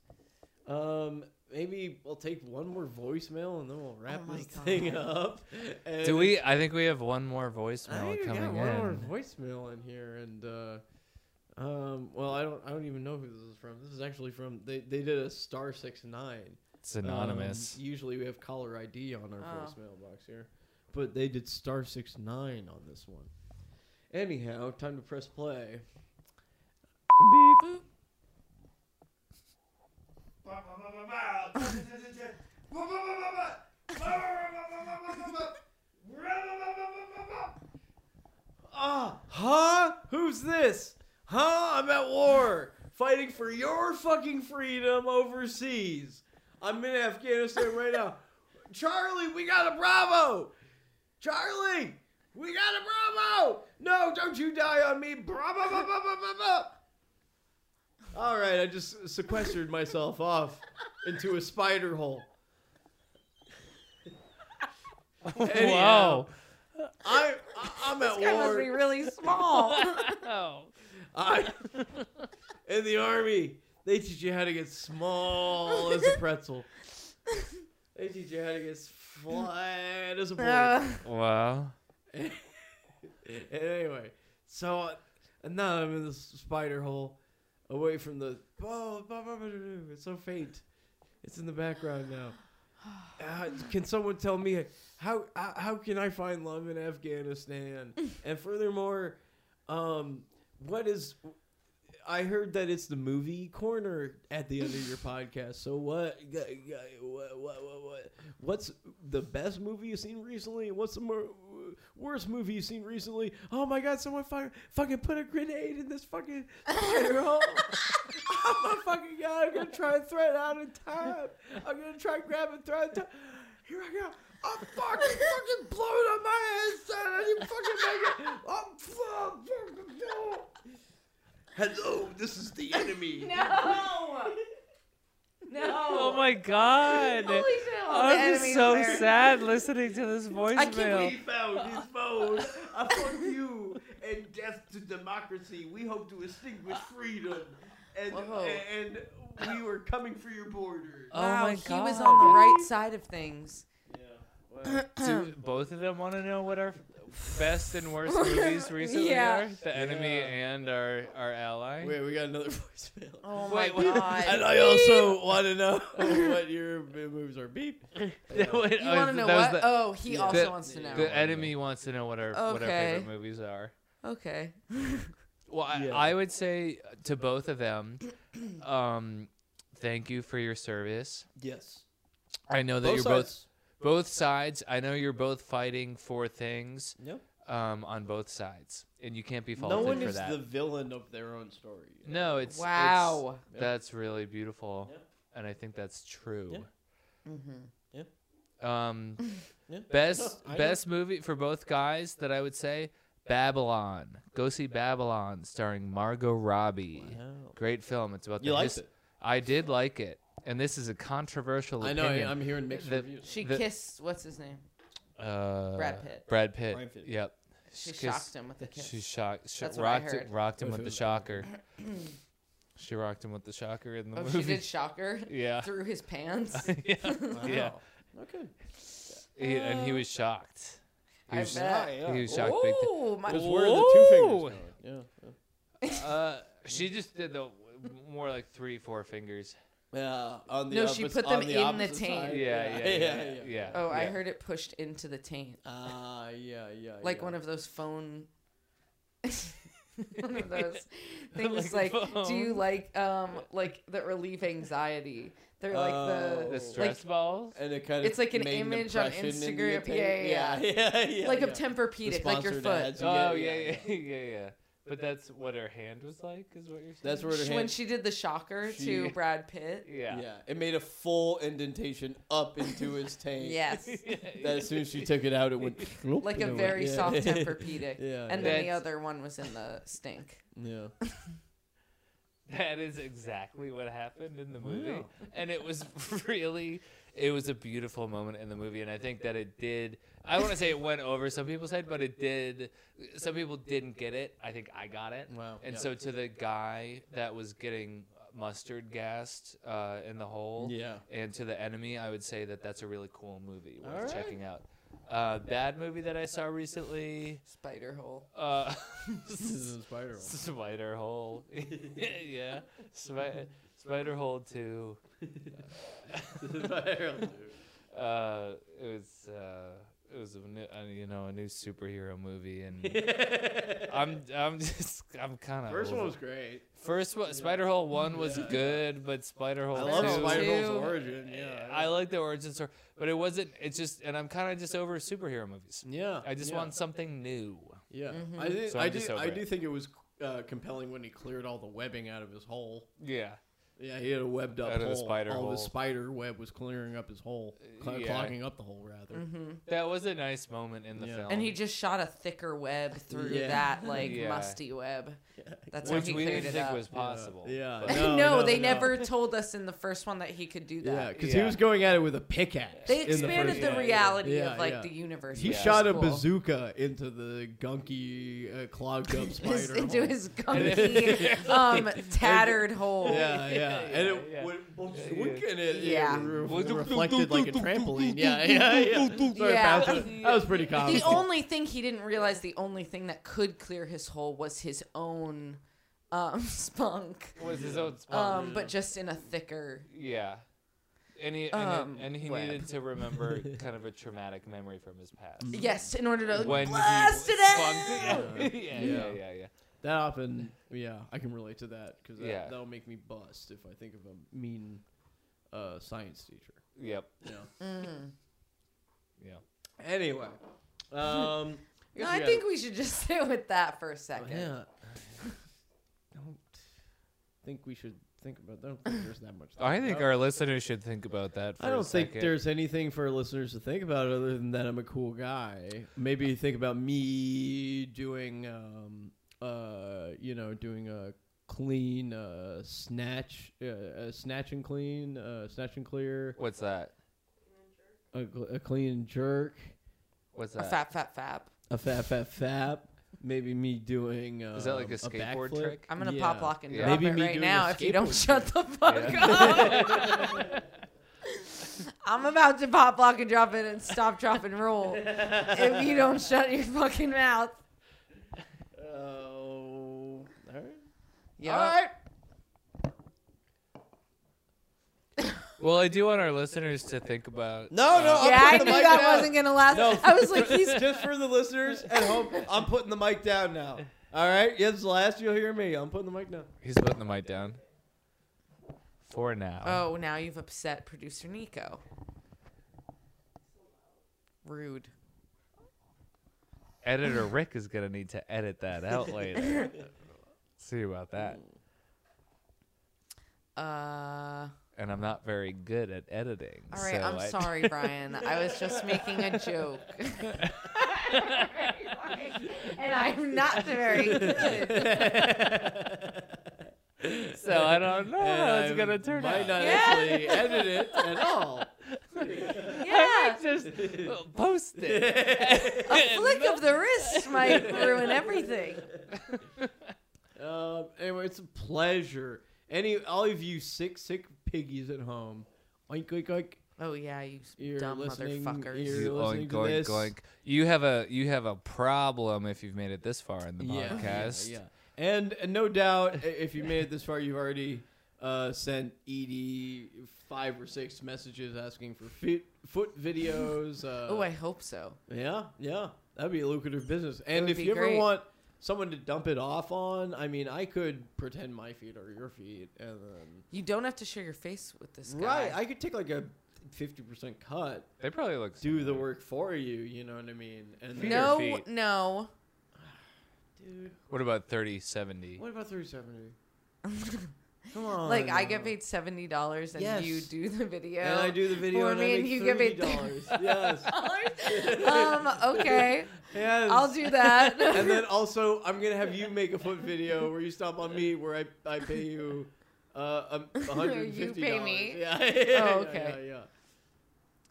[SPEAKER 1] Um. Maybe we'll take one more voicemail and then we'll wrap
[SPEAKER 3] Oh my
[SPEAKER 1] this thing
[SPEAKER 3] God.
[SPEAKER 1] up. And
[SPEAKER 2] Do we? I think we have one more
[SPEAKER 1] I
[SPEAKER 2] voicemail
[SPEAKER 1] think we
[SPEAKER 2] coming
[SPEAKER 1] got one
[SPEAKER 2] in.
[SPEAKER 1] more voicemail in here, and uh, um. Well, I don't. I don't even know who this is from. This is actually from. They they did a star six nine.
[SPEAKER 2] It's anonymous.
[SPEAKER 1] Um, usually we have caller ID on our
[SPEAKER 3] Oh.
[SPEAKER 1] voicemail box here, but they did star six nine on this one. Anyhow, time to press play. Beep. Ah, huh? Who's this? Huh? I'm at war, fighting for your fucking freedom overseas. I'm in Afghanistan right now. Charlie, we got a Bravo! Charlie, we got a Bravo! No, don't you die on me! Bravo! bravo, bravo, bravo. All right, I just sequestered myself off into a spider hole. Anyhow,
[SPEAKER 2] Wow.
[SPEAKER 1] I, I, I'm at
[SPEAKER 3] This guy must
[SPEAKER 1] war.
[SPEAKER 3] be really small.
[SPEAKER 2] Oh.
[SPEAKER 1] I, in the army, they teach you how to get small as a pretzel. They teach you how to get flat as a board.
[SPEAKER 3] Uh,
[SPEAKER 2] Wow.
[SPEAKER 1] anyway, so uh, now I'm in this spider hole, away from the. Oh, blah, blah, blah, blah, blah. it's so faint. It's in the background now. Uh, can someone tell me how uh, how can I find love in Afghanistan? and furthermore, um, what is? I heard that it's the movie corner at the end of your podcast. So what? g- g- What? What? What? what what's the best movie you've seen recently? What's the more, worst movie you've seen recently? Oh my god, someone fire, fucking put a grenade in this fucking spider hole. oh my fucking god, I'm gonna try and thread out in time. I'm gonna try and grab and thread in time. Here I go. I'm fucking fucking blowing on my head, son. I didn't fucking make it. I'm fucking Hello, this is the enemy.
[SPEAKER 3] no. No.
[SPEAKER 2] Oh my god.
[SPEAKER 3] Holy shit, all the
[SPEAKER 2] I'm
[SPEAKER 3] enemies
[SPEAKER 2] so
[SPEAKER 3] there.
[SPEAKER 2] sad listening to this voicemail.
[SPEAKER 3] can't believe-
[SPEAKER 1] He found his foes. I fuck you and death to democracy. We hope to extinguish freedom. And,
[SPEAKER 3] Whoa.
[SPEAKER 1] and we were coming for your border.
[SPEAKER 2] oh
[SPEAKER 3] wow,
[SPEAKER 2] my
[SPEAKER 3] he
[SPEAKER 2] god.
[SPEAKER 3] was on the right side of things.
[SPEAKER 1] Yeah.
[SPEAKER 2] Do both of them want to know what our best and worst movies recently
[SPEAKER 3] Yeah.
[SPEAKER 2] are? The enemy
[SPEAKER 1] Yeah.
[SPEAKER 2] and our our ally.
[SPEAKER 1] Wait, we got another voicemail.
[SPEAKER 3] Oh
[SPEAKER 2] Wait,
[SPEAKER 3] my
[SPEAKER 2] what-
[SPEAKER 3] god.
[SPEAKER 1] And I also want to know Oh, what your moves are. Beep.
[SPEAKER 2] Wait,
[SPEAKER 3] you
[SPEAKER 2] oh,
[SPEAKER 3] want to know
[SPEAKER 2] that was
[SPEAKER 3] what?
[SPEAKER 2] the-
[SPEAKER 3] oh, he
[SPEAKER 1] Yeah.
[SPEAKER 3] also
[SPEAKER 2] The-
[SPEAKER 3] wants to know.
[SPEAKER 2] The enemy wants to know what our what our
[SPEAKER 3] Okay.
[SPEAKER 2] favorite movies are.
[SPEAKER 3] okay.
[SPEAKER 2] Well, I,
[SPEAKER 1] Yeah.
[SPEAKER 2] I would say to both of them, um, thank you for your service.
[SPEAKER 1] Yes.
[SPEAKER 2] I know that you're both both sides. I know you're both fighting for things
[SPEAKER 1] Yep.
[SPEAKER 2] um, on both sides, and you can't be faulted
[SPEAKER 1] No one
[SPEAKER 2] for
[SPEAKER 1] is
[SPEAKER 2] that.
[SPEAKER 1] the villain of their own story.
[SPEAKER 2] no, it's it's-
[SPEAKER 3] Wow.
[SPEAKER 1] Yep.
[SPEAKER 2] that's really beautiful,
[SPEAKER 1] Yep.
[SPEAKER 2] and I think that's true.
[SPEAKER 1] Yeah.
[SPEAKER 2] Um,
[SPEAKER 1] Yeah.
[SPEAKER 2] best
[SPEAKER 1] No, I know.
[SPEAKER 2] best movie for both guys that I would say Babylon. Go see Babylon, starring Margot Robbie. Great film. It's about
[SPEAKER 1] You
[SPEAKER 2] the
[SPEAKER 1] liked
[SPEAKER 2] his-
[SPEAKER 1] it?
[SPEAKER 2] I did like it, and this is a controversial.
[SPEAKER 1] I know. I,
[SPEAKER 2] opinion.
[SPEAKER 1] I'm hearing mixed
[SPEAKER 2] The-
[SPEAKER 1] reviews.
[SPEAKER 3] She
[SPEAKER 2] The-
[SPEAKER 3] kissed. What's his name?
[SPEAKER 2] Uh,
[SPEAKER 3] Brad Pitt.
[SPEAKER 2] Brad Pitt.
[SPEAKER 1] Brad Pitt.
[SPEAKER 2] Yep.
[SPEAKER 3] She
[SPEAKER 2] Kiss-
[SPEAKER 3] shocked him with a kiss.
[SPEAKER 2] She shocked. She
[SPEAKER 3] That's what I
[SPEAKER 2] rocked, it,
[SPEAKER 3] heard.
[SPEAKER 2] rocked him
[SPEAKER 1] If
[SPEAKER 2] with
[SPEAKER 1] it
[SPEAKER 2] the
[SPEAKER 1] was-
[SPEAKER 2] shocker. she rocked him with the shocker in the
[SPEAKER 3] oh,
[SPEAKER 2] movie.
[SPEAKER 3] she did shock her
[SPEAKER 2] Yeah.
[SPEAKER 3] through his pants.
[SPEAKER 2] yeah. Yeah.
[SPEAKER 1] Wow. Oh, Okay.
[SPEAKER 2] He- and he was shocked. He
[SPEAKER 3] I
[SPEAKER 2] was,
[SPEAKER 3] bet.
[SPEAKER 1] Yeah.
[SPEAKER 2] he was shocked. big time.
[SPEAKER 3] Oh my!
[SPEAKER 1] It was where the two fingers
[SPEAKER 2] Ooh.
[SPEAKER 1] going. Yeah.
[SPEAKER 2] Uh, she just did the more like three, four fingers.
[SPEAKER 1] Yeah, on the
[SPEAKER 3] No, she
[SPEAKER 1] opposite-
[SPEAKER 3] put them
[SPEAKER 1] on
[SPEAKER 3] in the
[SPEAKER 1] opposite
[SPEAKER 3] taint.
[SPEAKER 1] side.
[SPEAKER 2] Yeah, yeah, yeah, yeah. yeah,
[SPEAKER 3] Oh, I
[SPEAKER 2] yeah.
[SPEAKER 3] heard it pushed into the taint,
[SPEAKER 1] Ah, yeah, yeah.
[SPEAKER 3] like
[SPEAKER 1] yeah.
[SPEAKER 3] one of those phone One of those things
[SPEAKER 2] Like
[SPEAKER 3] like,
[SPEAKER 2] a
[SPEAKER 3] do you
[SPEAKER 2] phone.
[SPEAKER 3] like um like that relieve anxiety? They're like
[SPEAKER 1] Oh.
[SPEAKER 2] The
[SPEAKER 3] the
[SPEAKER 2] stress balls.
[SPEAKER 1] And it kind of
[SPEAKER 3] It's like an
[SPEAKER 1] made
[SPEAKER 3] image on
[SPEAKER 1] impression in the
[SPEAKER 3] Instagram.
[SPEAKER 1] thing.
[SPEAKER 3] Yeah, yeah,
[SPEAKER 1] yeah, yeah, yeah,
[SPEAKER 3] like
[SPEAKER 1] yeah.
[SPEAKER 3] of Tempur-Pedic, like your
[SPEAKER 1] sponsored
[SPEAKER 3] foot.
[SPEAKER 1] ads.
[SPEAKER 2] Oh yeah,
[SPEAKER 1] yeah,
[SPEAKER 2] yeah, yeah, yeah. But that's what her hand was like, is what you're saying.
[SPEAKER 1] That's where it
[SPEAKER 3] Sh- When she did the shocker
[SPEAKER 1] She-
[SPEAKER 3] to Brad Pitt.
[SPEAKER 1] yeah.
[SPEAKER 2] Yeah.
[SPEAKER 1] it made a full indentation up into his tank.
[SPEAKER 3] Yes.
[SPEAKER 1] That as soon as she took it out, it went
[SPEAKER 3] Like a very soft Tempur-Pedic.
[SPEAKER 1] Yeah, yeah.
[SPEAKER 3] And then the
[SPEAKER 2] That's-
[SPEAKER 3] other one was in the stink.
[SPEAKER 1] yeah.
[SPEAKER 2] That is exactly what happened in the movie. And it was really it was a beautiful moment in the movie and I think that it did I want to say it went over some people's head, but it did some people didn't get it. I think I got it.
[SPEAKER 1] Wow.
[SPEAKER 2] And
[SPEAKER 1] yeah.
[SPEAKER 2] so to the guy that was getting mustard gassed uh, in the hole
[SPEAKER 1] Yeah.
[SPEAKER 2] and to the enemy, I would say that that's a really cool movie worth
[SPEAKER 1] All right.
[SPEAKER 2] checking out. Uh, bad movie that I saw recently.
[SPEAKER 3] Spider hole.
[SPEAKER 2] Uh,
[SPEAKER 1] This is a spider one.
[SPEAKER 2] Spider Hole. yeah. Spi- Spider Hole 2. Uh, it was uh, it was a new, uh, you know a new superhero movie and I'm I'm just I'm kind of
[SPEAKER 1] First one was great.
[SPEAKER 2] first one Spider Hole 1 was good but Spider Hole
[SPEAKER 1] I
[SPEAKER 2] 2
[SPEAKER 1] love
[SPEAKER 3] Two.
[SPEAKER 1] Spider Man's
[SPEAKER 3] Two.
[SPEAKER 1] origin. Yeah.
[SPEAKER 2] I like the origin story but it wasn't it's just and I'm kind of just over superhero movies.
[SPEAKER 1] yeah.
[SPEAKER 2] I just
[SPEAKER 1] yeah.
[SPEAKER 2] want something new.
[SPEAKER 1] Yeah.
[SPEAKER 3] Mm-hmm.
[SPEAKER 1] I think
[SPEAKER 2] So
[SPEAKER 1] I
[SPEAKER 2] I'm
[SPEAKER 1] do
[SPEAKER 2] just over
[SPEAKER 1] I do
[SPEAKER 2] it.
[SPEAKER 1] think it was uh, compelling when he cleared all the webbing out of his hole.
[SPEAKER 2] Yeah.
[SPEAKER 1] Yeah, he had a webbed up
[SPEAKER 2] Out of
[SPEAKER 1] hole.
[SPEAKER 2] the spider
[SPEAKER 1] all the
[SPEAKER 2] hole.
[SPEAKER 1] spider web was clearing up his hole, cl-
[SPEAKER 2] yeah.
[SPEAKER 1] clogging up the hole rather.
[SPEAKER 3] Mm-hmm.
[SPEAKER 2] That was a nice moment in the
[SPEAKER 1] Yeah.
[SPEAKER 2] film.
[SPEAKER 3] And he just shot a thicker web through
[SPEAKER 1] Um, Yeah.
[SPEAKER 3] that like
[SPEAKER 2] Yeah.
[SPEAKER 3] musty web. That's
[SPEAKER 2] which
[SPEAKER 3] how he
[SPEAKER 2] we
[SPEAKER 3] cleared
[SPEAKER 2] didn't
[SPEAKER 3] it
[SPEAKER 2] think
[SPEAKER 3] up.
[SPEAKER 2] was possible.
[SPEAKER 1] Yeah.
[SPEAKER 2] but-
[SPEAKER 1] No,
[SPEAKER 3] no,
[SPEAKER 1] no,
[SPEAKER 3] they
[SPEAKER 1] no.
[SPEAKER 3] never told us in the first one that he could do that.
[SPEAKER 1] Yeah, because he
[SPEAKER 2] Yeah.
[SPEAKER 1] was going at it with a pickaxe.
[SPEAKER 3] They
[SPEAKER 1] in the
[SPEAKER 3] expanded
[SPEAKER 1] first
[SPEAKER 3] the,
[SPEAKER 1] one.
[SPEAKER 3] reality
[SPEAKER 1] Yeah,
[SPEAKER 3] of like
[SPEAKER 1] yeah.
[SPEAKER 3] the universe.
[SPEAKER 1] He
[SPEAKER 3] which is
[SPEAKER 1] shot a
[SPEAKER 3] cool.
[SPEAKER 1] bazooka into the gunky, uh, clogged up spider.
[SPEAKER 3] His- into
[SPEAKER 1] hole.
[SPEAKER 3] his gunky, um, tattered hole.
[SPEAKER 1] Yeah, yeah, and it
[SPEAKER 2] yeah.
[SPEAKER 1] would look at it,
[SPEAKER 3] Yeah.
[SPEAKER 1] it re-
[SPEAKER 2] Well, do- do-
[SPEAKER 1] reflected
[SPEAKER 2] do-
[SPEAKER 1] like a
[SPEAKER 2] do-
[SPEAKER 1] trampoline. Yeah, yeah, yeah. Sorry,
[SPEAKER 3] Yeah.
[SPEAKER 1] bouncing. that was pretty common.
[SPEAKER 3] The only thing he didn't realize, the only thing that could clear his hole was his own um, spunk,
[SPEAKER 2] was his own
[SPEAKER 1] Oh,
[SPEAKER 2] spot.
[SPEAKER 3] um, but just in a thicker.
[SPEAKER 2] yeah. And he and,
[SPEAKER 3] um,
[SPEAKER 2] he, and he
[SPEAKER 3] web.
[SPEAKER 2] needed to remember kind of a traumatic memory from his past.
[SPEAKER 3] Yes, in order to
[SPEAKER 2] When he
[SPEAKER 3] blast it out.
[SPEAKER 2] spunked- Yeah. yeah, yeah,
[SPEAKER 1] Yeah.
[SPEAKER 2] yeah, yeah.
[SPEAKER 1] That often, yeah, I can relate to that because that,
[SPEAKER 2] Yeah.
[SPEAKER 1] that'll make me bust if I think of a mean uh, science teacher.
[SPEAKER 2] Yep.
[SPEAKER 1] You know?
[SPEAKER 3] Mm-hmm.
[SPEAKER 2] Yeah.
[SPEAKER 1] Anyway, um,
[SPEAKER 3] No, I think we should just sit with that for a second.
[SPEAKER 1] yeah. don't think we should think about. I don't think there's that much. to
[SPEAKER 2] I think
[SPEAKER 1] about.
[SPEAKER 2] our listeners should think about that. For
[SPEAKER 1] I
[SPEAKER 2] a
[SPEAKER 1] don't think
[SPEAKER 2] second.
[SPEAKER 1] there's anything for listeners to think about other than that I'm a cool guy. Maybe think about me doing, um, uh, you know, doing a clean uh, snatch, uh, uh, snatch and clean, uh, snatch and clear,
[SPEAKER 2] What's that?
[SPEAKER 1] a, gl- a clean jerk,
[SPEAKER 2] What's
[SPEAKER 3] A
[SPEAKER 2] that? Is
[SPEAKER 3] fap, fap, fap.
[SPEAKER 1] a fap fap fap. Maybe me doing. Um,
[SPEAKER 2] that like a skateboard
[SPEAKER 1] backflip.
[SPEAKER 2] trick?
[SPEAKER 3] I'm gonna
[SPEAKER 1] Yeah.
[SPEAKER 3] pop lock and
[SPEAKER 2] Yeah.
[SPEAKER 3] drop
[SPEAKER 1] Maybe
[SPEAKER 3] it
[SPEAKER 1] me
[SPEAKER 3] right
[SPEAKER 1] doing
[SPEAKER 3] now
[SPEAKER 1] a
[SPEAKER 3] if you don't
[SPEAKER 1] skateboard
[SPEAKER 3] shut the fuck
[SPEAKER 2] Yeah.
[SPEAKER 3] up. I'm about to pop lock and drop it and stop, drop, and roll if you don't shut your fucking mouth.
[SPEAKER 1] Oh, all right.
[SPEAKER 3] Yep.
[SPEAKER 2] Well, I do want our listeners to think about. uh,
[SPEAKER 1] No, no.
[SPEAKER 3] Yeah, I
[SPEAKER 1] I'm
[SPEAKER 3] knew
[SPEAKER 1] putting Oh, the mic
[SPEAKER 3] that
[SPEAKER 1] down.
[SPEAKER 3] wasn't gonna last.
[SPEAKER 1] No.
[SPEAKER 3] I was like, he's
[SPEAKER 1] just for the listeners at home. I'm putting the mic down now. All right, it's the last you'll hear me. I'm putting the mic down.
[SPEAKER 2] He's putting the mic down. For now.
[SPEAKER 3] Oh, now you've upset producer Nico. Rude.
[SPEAKER 2] Editor Rick is gonna need to edit that out later. See about that.
[SPEAKER 3] Uh,
[SPEAKER 2] And I'm not very good at editing.
[SPEAKER 3] all right,
[SPEAKER 2] so
[SPEAKER 3] I'm
[SPEAKER 2] I-
[SPEAKER 3] sorry, Brian. I was just making a joke. and I'm not very good.
[SPEAKER 2] So I don't know how Oh, it's
[SPEAKER 1] I
[SPEAKER 2] gonna turn
[SPEAKER 1] might
[SPEAKER 2] out.
[SPEAKER 1] not
[SPEAKER 3] Yeah.
[SPEAKER 1] actually edit it at all.
[SPEAKER 3] Yeah,
[SPEAKER 2] just post it.
[SPEAKER 3] a flick of the wrist might ruin everything.
[SPEAKER 1] Um, anyway, it's a pleasure. Any all of you sick, sick piggies at home, oink, oink, oink.
[SPEAKER 3] Oh yeah, you
[SPEAKER 1] You're
[SPEAKER 3] dumb
[SPEAKER 1] listening-
[SPEAKER 3] motherfuckers.
[SPEAKER 1] you're- listening to this.
[SPEAKER 2] You have a you have a problem if you've made it this far in the
[SPEAKER 1] Yeah,
[SPEAKER 2] podcast.
[SPEAKER 1] Yeah, yeah. And, and no doubt, i- if you made it this far, you've already uh, sent Edie five or six messages asking for feet, foot videos. Uh,
[SPEAKER 3] Oh, I hope so.
[SPEAKER 1] Yeah, yeah. That'd be a lucrative business. And
[SPEAKER 3] would
[SPEAKER 1] if
[SPEAKER 3] be
[SPEAKER 1] you ever
[SPEAKER 3] great.
[SPEAKER 1] want someone to dump it off on. I mean, I could pretend my feet are your feet, and then
[SPEAKER 3] You don't have to share your face with this guy.
[SPEAKER 1] right, I could take like a fifty percent cut,
[SPEAKER 2] They probably look.
[SPEAKER 1] do the
[SPEAKER 2] similar.
[SPEAKER 1] work for you. You know what I mean? And
[SPEAKER 2] Feet
[SPEAKER 1] then-
[SPEAKER 2] or
[SPEAKER 3] no,
[SPEAKER 2] feet?
[SPEAKER 3] no.
[SPEAKER 1] dude,
[SPEAKER 2] What about thirty seventy?
[SPEAKER 1] what about three seventy? Come on,
[SPEAKER 3] Like I get
[SPEAKER 1] now.
[SPEAKER 3] paid seventy dollars and
[SPEAKER 1] Oh, Yes.
[SPEAKER 3] you do the video.
[SPEAKER 1] and I do the video
[SPEAKER 3] for
[SPEAKER 1] and
[SPEAKER 3] me
[SPEAKER 1] I
[SPEAKER 3] and
[SPEAKER 1] make
[SPEAKER 3] you get paid
[SPEAKER 1] $30. yes,
[SPEAKER 3] um, okay.
[SPEAKER 1] yes.
[SPEAKER 3] I'll do that.
[SPEAKER 1] and then also I'm gonna have you make a foot video where you stop on me where I, I pay you uh a hundred and
[SPEAKER 3] You
[SPEAKER 1] fifty
[SPEAKER 3] pay me? Oh,
[SPEAKER 1] Yeah. yeah,
[SPEAKER 3] okay.
[SPEAKER 1] Yeah. yeah.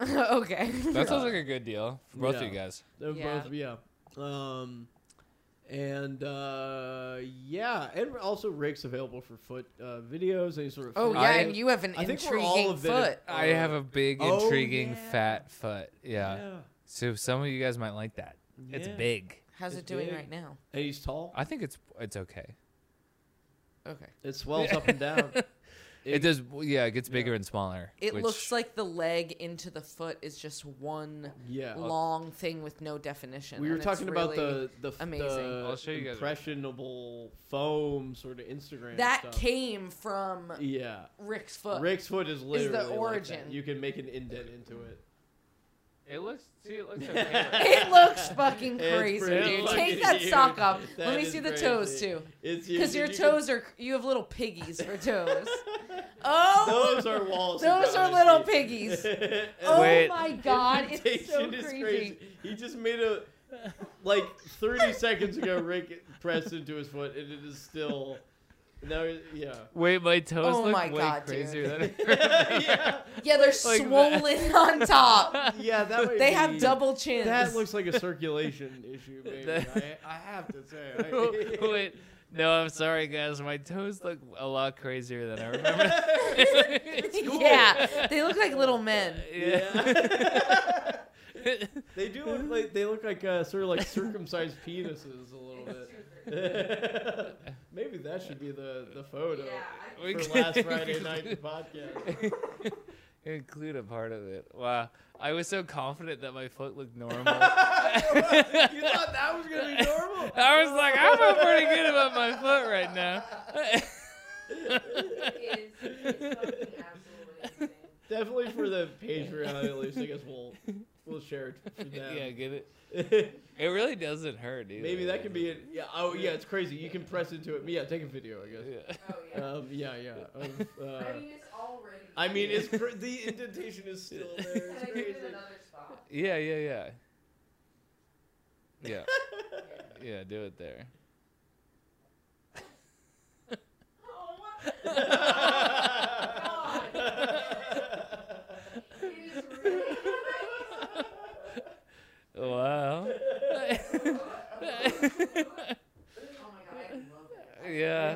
[SPEAKER 3] okay.
[SPEAKER 2] That sounds like a good deal for both of you
[SPEAKER 1] Yeah.
[SPEAKER 2] guys.
[SPEAKER 1] They're
[SPEAKER 3] Yeah.
[SPEAKER 1] both yeah. Um and uh yeah, and also Rick's available for foot uh videos, any sort of
[SPEAKER 3] Oh
[SPEAKER 1] foot
[SPEAKER 3] yeah,
[SPEAKER 2] I-
[SPEAKER 3] and you have an
[SPEAKER 1] I think we're all
[SPEAKER 3] intriguing
[SPEAKER 1] a bit of-
[SPEAKER 3] foot.
[SPEAKER 2] I have a big,
[SPEAKER 1] Oh,
[SPEAKER 2] intriguing,
[SPEAKER 1] yeah.
[SPEAKER 2] fat foot. Yeah.
[SPEAKER 1] yeah.
[SPEAKER 2] So some of you guys might like that. It's
[SPEAKER 1] yeah.
[SPEAKER 2] big.
[SPEAKER 3] How's it
[SPEAKER 1] It's
[SPEAKER 3] doing
[SPEAKER 1] big.
[SPEAKER 3] right now?
[SPEAKER 1] And he's tall.
[SPEAKER 2] I think it's it's okay.
[SPEAKER 3] Okay.
[SPEAKER 1] It swells up and down.
[SPEAKER 2] It, does. Yeah, it gets bigger
[SPEAKER 1] yeah.
[SPEAKER 2] and smaller.
[SPEAKER 3] It
[SPEAKER 2] which-
[SPEAKER 3] looks like the leg into the foot is just one
[SPEAKER 1] Yeah. uh,
[SPEAKER 3] long thing with no definition.
[SPEAKER 1] We were
[SPEAKER 3] and it's
[SPEAKER 1] talking about
[SPEAKER 3] really-
[SPEAKER 1] the the, f-
[SPEAKER 3] amazing.
[SPEAKER 1] the
[SPEAKER 2] I'll show you guys.
[SPEAKER 1] impressionable foam sort of Instagram
[SPEAKER 3] that
[SPEAKER 1] stuff.
[SPEAKER 3] came from
[SPEAKER 1] Yeah.
[SPEAKER 3] Rick's foot.
[SPEAKER 1] Rick's foot is literally like that.
[SPEAKER 3] origin.
[SPEAKER 1] You can make an indent into it.
[SPEAKER 2] It looks. See, it looks okay.
[SPEAKER 3] It looks fucking
[SPEAKER 1] It's
[SPEAKER 3] crazy,
[SPEAKER 1] pretty
[SPEAKER 3] dude.
[SPEAKER 1] fucking
[SPEAKER 3] Take that
[SPEAKER 1] huge.
[SPEAKER 3] sock off. Let
[SPEAKER 1] That
[SPEAKER 3] me
[SPEAKER 1] is
[SPEAKER 3] see the toes
[SPEAKER 1] crazy.
[SPEAKER 3] too.
[SPEAKER 1] It's huge,
[SPEAKER 3] Because
[SPEAKER 1] and
[SPEAKER 3] your
[SPEAKER 1] you
[SPEAKER 3] toes are, you have little piggies for toes. oh,
[SPEAKER 1] Can, those are walls.
[SPEAKER 3] Those
[SPEAKER 1] around
[SPEAKER 3] are
[SPEAKER 1] his
[SPEAKER 3] little
[SPEAKER 1] feet.
[SPEAKER 3] piggies.
[SPEAKER 1] And
[SPEAKER 3] oh
[SPEAKER 2] Wait.
[SPEAKER 3] my god, it's so
[SPEAKER 1] imitation
[SPEAKER 3] crazy.
[SPEAKER 1] is He just made a like 30 seconds ago. Rick pressed into his foot, and it is still now. it- Yeah.
[SPEAKER 2] Wait, my toes
[SPEAKER 3] Oh
[SPEAKER 2] look
[SPEAKER 3] my
[SPEAKER 2] way
[SPEAKER 3] God,
[SPEAKER 2] crazier than.
[SPEAKER 1] yeah.
[SPEAKER 3] Yeah, they're
[SPEAKER 2] Like
[SPEAKER 3] swollen on top.
[SPEAKER 1] Yeah. That would
[SPEAKER 3] They
[SPEAKER 1] be-
[SPEAKER 3] have double chins.
[SPEAKER 1] That looks like a circulation issue, baby. I,
[SPEAKER 2] That-
[SPEAKER 1] I have to say. I-
[SPEAKER 2] Wait, no, I'm sorry, guys. My toes look a lot crazier than I remember.
[SPEAKER 3] Yeah, they look like little men.
[SPEAKER 1] Yeah. they do look like they look like uh, sort of like circumcised penises a little bit. Maybe that should be the the photo
[SPEAKER 2] We
[SPEAKER 1] for
[SPEAKER 2] could-
[SPEAKER 1] last Friday night podcast.
[SPEAKER 2] Include a part of it. Wow, I was so confident that my foot looked normal.
[SPEAKER 1] you thought that was gonna be normal?
[SPEAKER 2] I was like, I feel pretty good about my foot right now.
[SPEAKER 1] Definitely for the Patreon at least. I guess we'll we'll share it for them.
[SPEAKER 2] yeah, get it. It really doesn't hurt. Either.
[SPEAKER 1] Maybe that could be it. Yeah. Oh yeah, it's crazy. You can press into it. Yeah, take a video. I guess.
[SPEAKER 2] Yeah.
[SPEAKER 1] Um, yeah, yeah. Of, uh, I mean, it's cr- the indentation is still there. It's crazy.
[SPEAKER 2] Yeah, yeah, yeah. Yeah. yeah, do it there. Wow. yeah.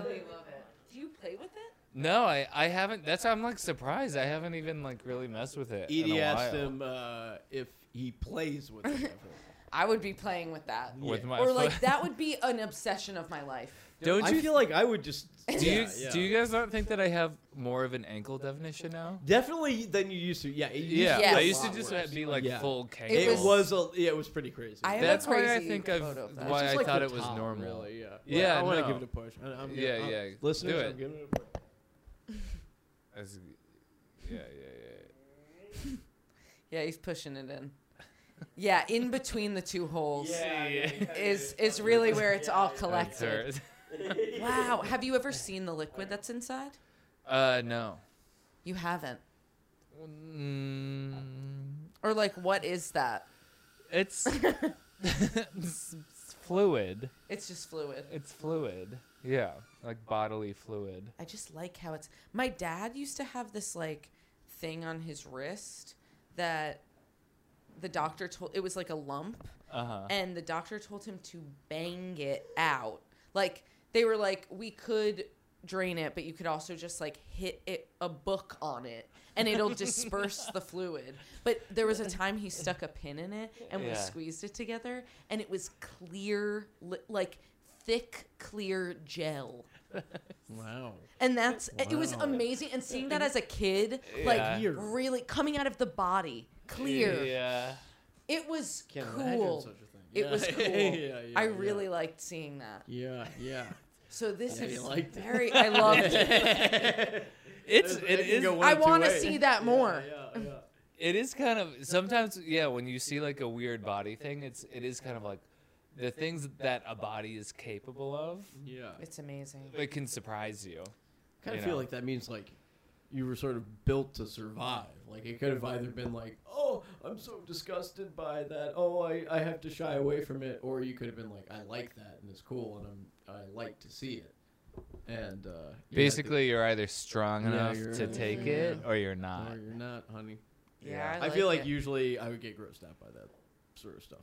[SPEAKER 3] Do you play with it?
[SPEAKER 2] No, I, I haven't. That's I'm like surprised. I haven't even like really messed with it. in
[SPEAKER 1] Edie
[SPEAKER 2] a
[SPEAKER 1] asked
[SPEAKER 2] while.
[SPEAKER 1] him uh, if he plays with it.
[SPEAKER 3] I would be playing with that.
[SPEAKER 2] with
[SPEAKER 1] Yeah.
[SPEAKER 2] my
[SPEAKER 3] Or
[SPEAKER 2] foot.
[SPEAKER 3] like that would be an obsession of my life.
[SPEAKER 2] Don't
[SPEAKER 1] I
[SPEAKER 2] you
[SPEAKER 1] feel like I would just.
[SPEAKER 2] do you
[SPEAKER 1] yeah, yeah.
[SPEAKER 2] do you guys not think that I have more of an ankle definition now?
[SPEAKER 1] Definitely than you used to. Yeah. It used to
[SPEAKER 2] Yeah,
[SPEAKER 1] be a
[SPEAKER 2] I used to
[SPEAKER 1] lot
[SPEAKER 2] just
[SPEAKER 1] worse.
[SPEAKER 2] be like
[SPEAKER 1] Yeah.
[SPEAKER 2] full kangle.
[SPEAKER 3] It
[SPEAKER 1] It,
[SPEAKER 3] was-
[SPEAKER 1] was. a. Yeah, it was pretty crazy.
[SPEAKER 3] I have a
[SPEAKER 2] That's why I
[SPEAKER 3] crazy
[SPEAKER 2] think I've
[SPEAKER 3] photo of that.
[SPEAKER 2] why
[SPEAKER 1] It's
[SPEAKER 2] I
[SPEAKER 1] just like
[SPEAKER 2] thought
[SPEAKER 1] the
[SPEAKER 2] it was
[SPEAKER 1] top,
[SPEAKER 2] normal.
[SPEAKER 1] Really, yeah.
[SPEAKER 2] Yeah,
[SPEAKER 1] I want
[SPEAKER 2] no.
[SPEAKER 1] to give it a push. I, I'm,
[SPEAKER 2] Yeah,
[SPEAKER 1] I'm,
[SPEAKER 2] yeah,
[SPEAKER 1] Listeners,
[SPEAKER 2] do it.
[SPEAKER 1] I'm giving it a push.
[SPEAKER 2] That's- yeah, yeah,
[SPEAKER 3] Yeah, he's pushing it in. Yeah, in between the two holes
[SPEAKER 2] yeah.
[SPEAKER 3] is is really where it's all
[SPEAKER 2] That's
[SPEAKER 3] collected.
[SPEAKER 2] her.
[SPEAKER 3] Wow. Have you ever seen the liquid that's inside?
[SPEAKER 2] Uh, no.
[SPEAKER 3] You haven't.
[SPEAKER 2] Mm,
[SPEAKER 3] Or like what is that?
[SPEAKER 2] it's, it's fluid.
[SPEAKER 3] It's just fluid.
[SPEAKER 2] It's fluid. Yeah, like bodily fluid.
[SPEAKER 3] I just like how it's. My dad used to have this like thing on his wrist that the doctor told it was like a lump,
[SPEAKER 2] Uh huh.
[SPEAKER 3] and the doctor told him to bang it out. Like they were like, we could drain it, but you could also just like hit it a book on it, and it'll disperse the fluid. But there was a time he stuck a pin in it, and we
[SPEAKER 2] Yeah.
[SPEAKER 3] squeezed it together, and it was clear, li- like thick, clear gel
[SPEAKER 1] Wow.
[SPEAKER 3] and that's it was
[SPEAKER 1] Wow.
[SPEAKER 3] amazing and seeing that as a kid like
[SPEAKER 2] Yeah.
[SPEAKER 1] Weird.
[SPEAKER 3] really coming out of the body clear
[SPEAKER 2] Yeah.
[SPEAKER 3] it was
[SPEAKER 1] Can't imagine
[SPEAKER 3] cool
[SPEAKER 1] such a thing.
[SPEAKER 3] It was
[SPEAKER 1] Yeah,
[SPEAKER 3] cool.
[SPEAKER 1] yeah, yeah,
[SPEAKER 3] I
[SPEAKER 1] yeah.
[SPEAKER 3] really liked seeing that.
[SPEAKER 1] Yeah, yeah.
[SPEAKER 3] So this
[SPEAKER 1] Yeah,
[SPEAKER 3] is
[SPEAKER 1] you liked it.
[SPEAKER 3] very. I loved it.
[SPEAKER 2] It's it
[SPEAKER 1] can
[SPEAKER 2] is
[SPEAKER 1] go one
[SPEAKER 3] I
[SPEAKER 1] of two
[SPEAKER 3] want to
[SPEAKER 1] ways.
[SPEAKER 3] see that more.
[SPEAKER 1] Yeah, yeah, yeah.
[SPEAKER 2] it is kind of sometimes yeah when you see like a weird body thing it's it is kind of like the things that a body is capable of
[SPEAKER 1] Yeah.
[SPEAKER 3] It's amazing.
[SPEAKER 2] it can surprise you.
[SPEAKER 1] kind
[SPEAKER 2] you
[SPEAKER 1] of feel
[SPEAKER 2] know.
[SPEAKER 1] like that means like you were sort of built to survive. Like it could have either been like, oh, I'm so disgusted by that. Oh, I, I have to shy away from it. Or you could have been like, I like that and it's cool and I'm I like to see it. And uh, yeah,
[SPEAKER 2] Basically, you're either strong
[SPEAKER 1] Yeah,
[SPEAKER 2] enough
[SPEAKER 1] you're-
[SPEAKER 2] to take
[SPEAKER 1] yeah.
[SPEAKER 2] it or you're
[SPEAKER 1] I
[SPEAKER 2] not.
[SPEAKER 1] think, no, you're not, honey.
[SPEAKER 3] Yeah, I,
[SPEAKER 1] I, feel like
[SPEAKER 3] it.
[SPEAKER 1] usually I would get grossed out by that sort of stuff.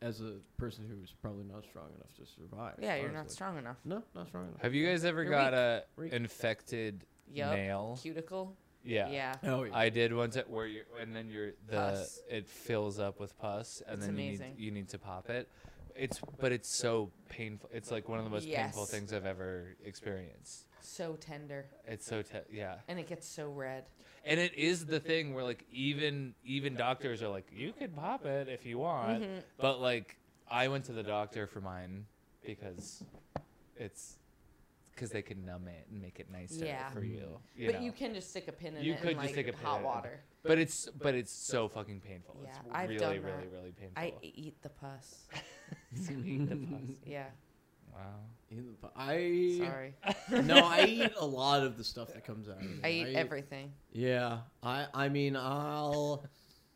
[SPEAKER 1] As a person who's probably not strong enough to survive.
[SPEAKER 3] Yeah, you're not
[SPEAKER 1] honestly.
[SPEAKER 3] strong enough.
[SPEAKER 1] No, not strong enough.
[SPEAKER 2] Have you guys ever
[SPEAKER 3] You're
[SPEAKER 2] got a
[SPEAKER 1] Reek.
[SPEAKER 2] infected
[SPEAKER 3] Yup.
[SPEAKER 2] nail?
[SPEAKER 3] Cuticle.
[SPEAKER 2] Yeah.
[SPEAKER 3] Yeah.
[SPEAKER 1] Oh yeah.
[SPEAKER 2] I did once at where you and then you're the
[SPEAKER 3] Pus.
[SPEAKER 2] it fills up with pus and
[SPEAKER 3] It's
[SPEAKER 2] then
[SPEAKER 3] amazing.
[SPEAKER 2] you need you need to pop it. It's but it's so painful. It's like one of the most painful
[SPEAKER 3] Yes.
[SPEAKER 2] things I've ever experienced.
[SPEAKER 3] So tender,
[SPEAKER 2] It's so te- yeah.
[SPEAKER 3] and it gets so red.
[SPEAKER 2] and it is the thing where like even even doctors are like you could pop it if you
[SPEAKER 3] Mm-hmm.
[SPEAKER 2] want but like i went to the doctor for mine because it's because they can numb it and make it nicer
[SPEAKER 3] Yeah.
[SPEAKER 2] for you, you
[SPEAKER 3] but
[SPEAKER 2] know.
[SPEAKER 3] you can just stick a pin in
[SPEAKER 2] You
[SPEAKER 3] it
[SPEAKER 2] could
[SPEAKER 3] and
[SPEAKER 2] just
[SPEAKER 3] like
[SPEAKER 2] stick a pin
[SPEAKER 3] hot
[SPEAKER 2] in it.
[SPEAKER 3] water.
[SPEAKER 2] but it's but it's so fucking painful it's
[SPEAKER 3] Yeah, I've
[SPEAKER 2] really
[SPEAKER 3] done that.
[SPEAKER 2] really really painful
[SPEAKER 3] I eat the pus. Yeah.
[SPEAKER 2] wow
[SPEAKER 1] In the, po- I
[SPEAKER 3] Sorry.
[SPEAKER 1] no, I eat a lot of the stuff that comes out. Of it.
[SPEAKER 3] I eat everything.
[SPEAKER 1] Yeah, I I mean I'll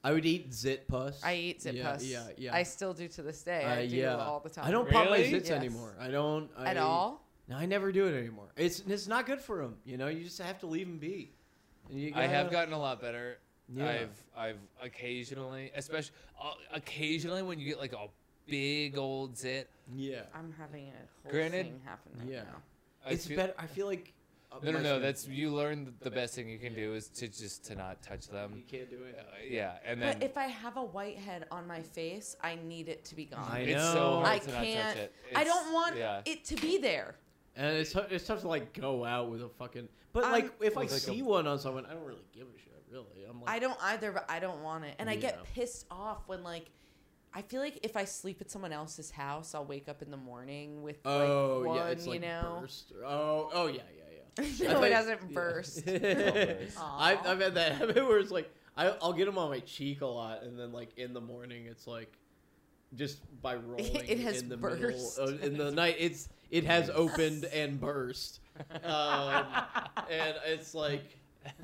[SPEAKER 1] I would eat zit pus.
[SPEAKER 3] I eat zit
[SPEAKER 1] yeah,
[SPEAKER 3] pus.
[SPEAKER 1] Yeah, yeah.
[SPEAKER 3] I still do to this day.
[SPEAKER 1] Uh,
[SPEAKER 3] I do
[SPEAKER 1] yeah.
[SPEAKER 3] all the time.
[SPEAKER 1] I don't pop my
[SPEAKER 2] Really?
[SPEAKER 1] zits
[SPEAKER 3] Yes.
[SPEAKER 1] anymore. I don't I,
[SPEAKER 3] at all.
[SPEAKER 1] No, I never do it anymore. It's it's not good for them. You know, you just have to leave them be. And you
[SPEAKER 2] i have
[SPEAKER 1] gotta-
[SPEAKER 2] gotten a lot better
[SPEAKER 1] Yeah.
[SPEAKER 2] I've I've occasionally, especially uh, occasionally when you get like a big old zit,
[SPEAKER 1] Yeah,
[SPEAKER 3] I'm having a whole
[SPEAKER 2] Granted,
[SPEAKER 3] thing happen right
[SPEAKER 1] yeah.
[SPEAKER 3] now.
[SPEAKER 2] I
[SPEAKER 1] it's
[SPEAKER 2] feel-
[SPEAKER 1] better. I feel like uh,
[SPEAKER 2] No, no,
[SPEAKER 1] my
[SPEAKER 2] no.
[SPEAKER 1] skin-
[SPEAKER 2] That's you learn th- the best thing you can do is to just to not touch
[SPEAKER 1] you
[SPEAKER 2] them.
[SPEAKER 1] can't do
[SPEAKER 2] Uh,
[SPEAKER 1] it.
[SPEAKER 2] yeah, and then
[SPEAKER 3] but if I have a white head on my face, I need it to be gone.
[SPEAKER 1] I
[SPEAKER 2] it's so
[SPEAKER 1] know.
[SPEAKER 2] hard
[SPEAKER 3] I
[SPEAKER 2] to not touch
[SPEAKER 3] can't.
[SPEAKER 2] it.
[SPEAKER 3] I
[SPEAKER 2] It's-
[SPEAKER 3] don't want
[SPEAKER 2] Yeah.
[SPEAKER 3] it to be there.
[SPEAKER 1] And it's tou- it's tough to like go out with a fucking. But
[SPEAKER 3] I'm-
[SPEAKER 1] like if I
[SPEAKER 2] With, like, a-
[SPEAKER 1] see one on someone, I don't really give a shit. Really, I'm like
[SPEAKER 3] I don't either, but I don't want it. And I
[SPEAKER 1] Yeah.
[SPEAKER 3] get pissed off when like I feel like if I sleep at someone else's house, I'll wake up in the morning with like
[SPEAKER 1] Oh
[SPEAKER 3] one,
[SPEAKER 1] yeah, it's
[SPEAKER 3] you
[SPEAKER 1] like
[SPEAKER 3] know.
[SPEAKER 1] burst. Oh, oh yeah, yeah, yeah. I
[SPEAKER 3] no,
[SPEAKER 1] thought-
[SPEAKER 3] it doesn't
[SPEAKER 1] yeah.
[SPEAKER 3] burst.
[SPEAKER 2] burst.
[SPEAKER 1] I,
[SPEAKER 3] Aw.
[SPEAKER 1] I've had that happen where it's like I, I'll get them on my cheek a lot, and then like in the morning, it's like just by rolling
[SPEAKER 3] It has
[SPEAKER 1] in the
[SPEAKER 3] burst.
[SPEAKER 1] middle of, in the night. It's it has opened and burst, um, and it's like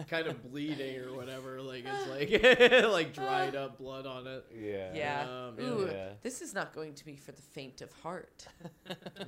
[SPEAKER 1] kind of bleeding or whatever. Like it's like like dried up blood on it.
[SPEAKER 2] Yeah.
[SPEAKER 3] Yeah.
[SPEAKER 1] Um, yeah.
[SPEAKER 3] Ooh,
[SPEAKER 2] Yeah.
[SPEAKER 3] this is not going to be for the faint of heart.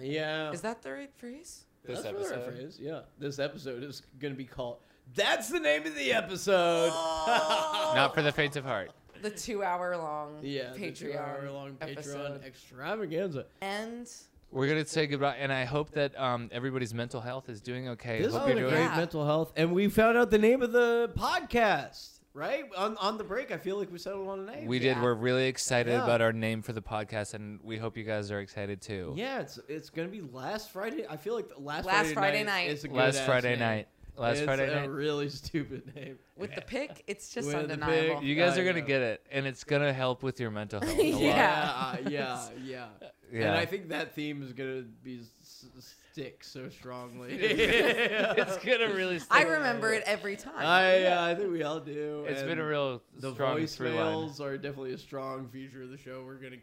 [SPEAKER 1] Yeah,
[SPEAKER 3] Is that the right phrase?
[SPEAKER 2] This
[SPEAKER 1] That's what our
[SPEAKER 2] episode.
[SPEAKER 1] phrase- Yeah, this episode is gonna be called. That's the name of the episode.
[SPEAKER 2] Not for the faint of heart.
[SPEAKER 3] The two-hour long
[SPEAKER 1] yeah, the
[SPEAKER 3] Patreon
[SPEAKER 1] two-hour-long Patreon
[SPEAKER 3] episode.
[SPEAKER 1] extravaganza.
[SPEAKER 3] and
[SPEAKER 2] We're gonna say goodbye, and I hope that um, everybody's mental health is doing okay.
[SPEAKER 1] This
[SPEAKER 2] hope
[SPEAKER 1] has been a
[SPEAKER 3] doing-
[SPEAKER 1] great
[SPEAKER 3] Yeah.
[SPEAKER 1] mental health, and we found out the name of the podcast. Right on on the break, I feel like we settled on a name.
[SPEAKER 2] We did.
[SPEAKER 3] Yeah.
[SPEAKER 2] We're really excited
[SPEAKER 1] Yeah.
[SPEAKER 2] about our name for the podcast, and we hope you guys are excited too.
[SPEAKER 1] yeah, it's it's gonna be last Friday. I feel like the last
[SPEAKER 3] Last
[SPEAKER 1] Friday,
[SPEAKER 3] Friday
[SPEAKER 1] night,
[SPEAKER 3] night.
[SPEAKER 1] is a good
[SPEAKER 2] Last
[SPEAKER 1] ass
[SPEAKER 2] Friday
[SPEAKER 1] name.
[SPEAKER 2] night. Last
[SPEAKER 1] It's
[SPEAKER 2] Friday
[SPEAKER 1] a
[SPEAKER 2] night.
[SPEAKER 1] really stupid name.
[SPEAKER 3] with the pick, it's just
[SPEAKER 1] With the pick,
[SPEAKER 3] undeniable.
[SPEAKER 2] You guys
[SPEAKER 1] I
[SPEAKER 2] are gonna
[SPEAKER 1] know.
[SPEAKER 2] get it, and it's gonna help with your mental health. A lot.
[SPEAKER 1] yeah, yeah, yeah.
[SPEAKER 2] Yeah.
[SPEAKER 1] And I think that theme is gonna be s- s- stick so strongly.
[SPEAKER 2] it's gonna really.
[SPEAKER 3] I
[SPEAKER 2] stick.
[SPEAKER 3] remember it every time.
[SPEAKER 1] I, uh, I think we all do.
[SPEAKER 2] It's been
[SPEAKER 1] and
[SPEAKER 2] a real
[SPEAKER 1] The
[SPEAKER 2] strong through line.
[SPEAKER 1] voicemails are definitely a strong feature of the show. We're gonna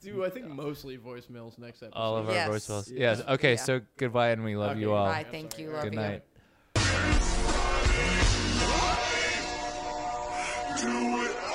[SPEAKER 1] do, I think, mostly voicemails next episode.
[SPEAKER 2] All of our
[SPEAKER 3] Yes.
[SPEAKER 2] voicemails.
[SPEAKER 1] Yeah.
[SPEAKER 2] Yes. Okay.
[SPEAKER 3] Yeah.
[SPEAKER 2] So goodbye, and we love
[SPEAKER 1] Okay,
[SPEAKER 2] you all.
[SPEAKER 3] Bye,
[SPEAKER 1] I'm
[SPEAKER 3] thank
[SPEAKER 1] sorry.
[SPEAKER 3] you,
[SPEAKER 1] Good
[SPEAKER 3] love
[SPEAKER 2] Good
[SPEAKER 3] you.
[SPEAKER 2] night.
[SPEAKER 6] Do it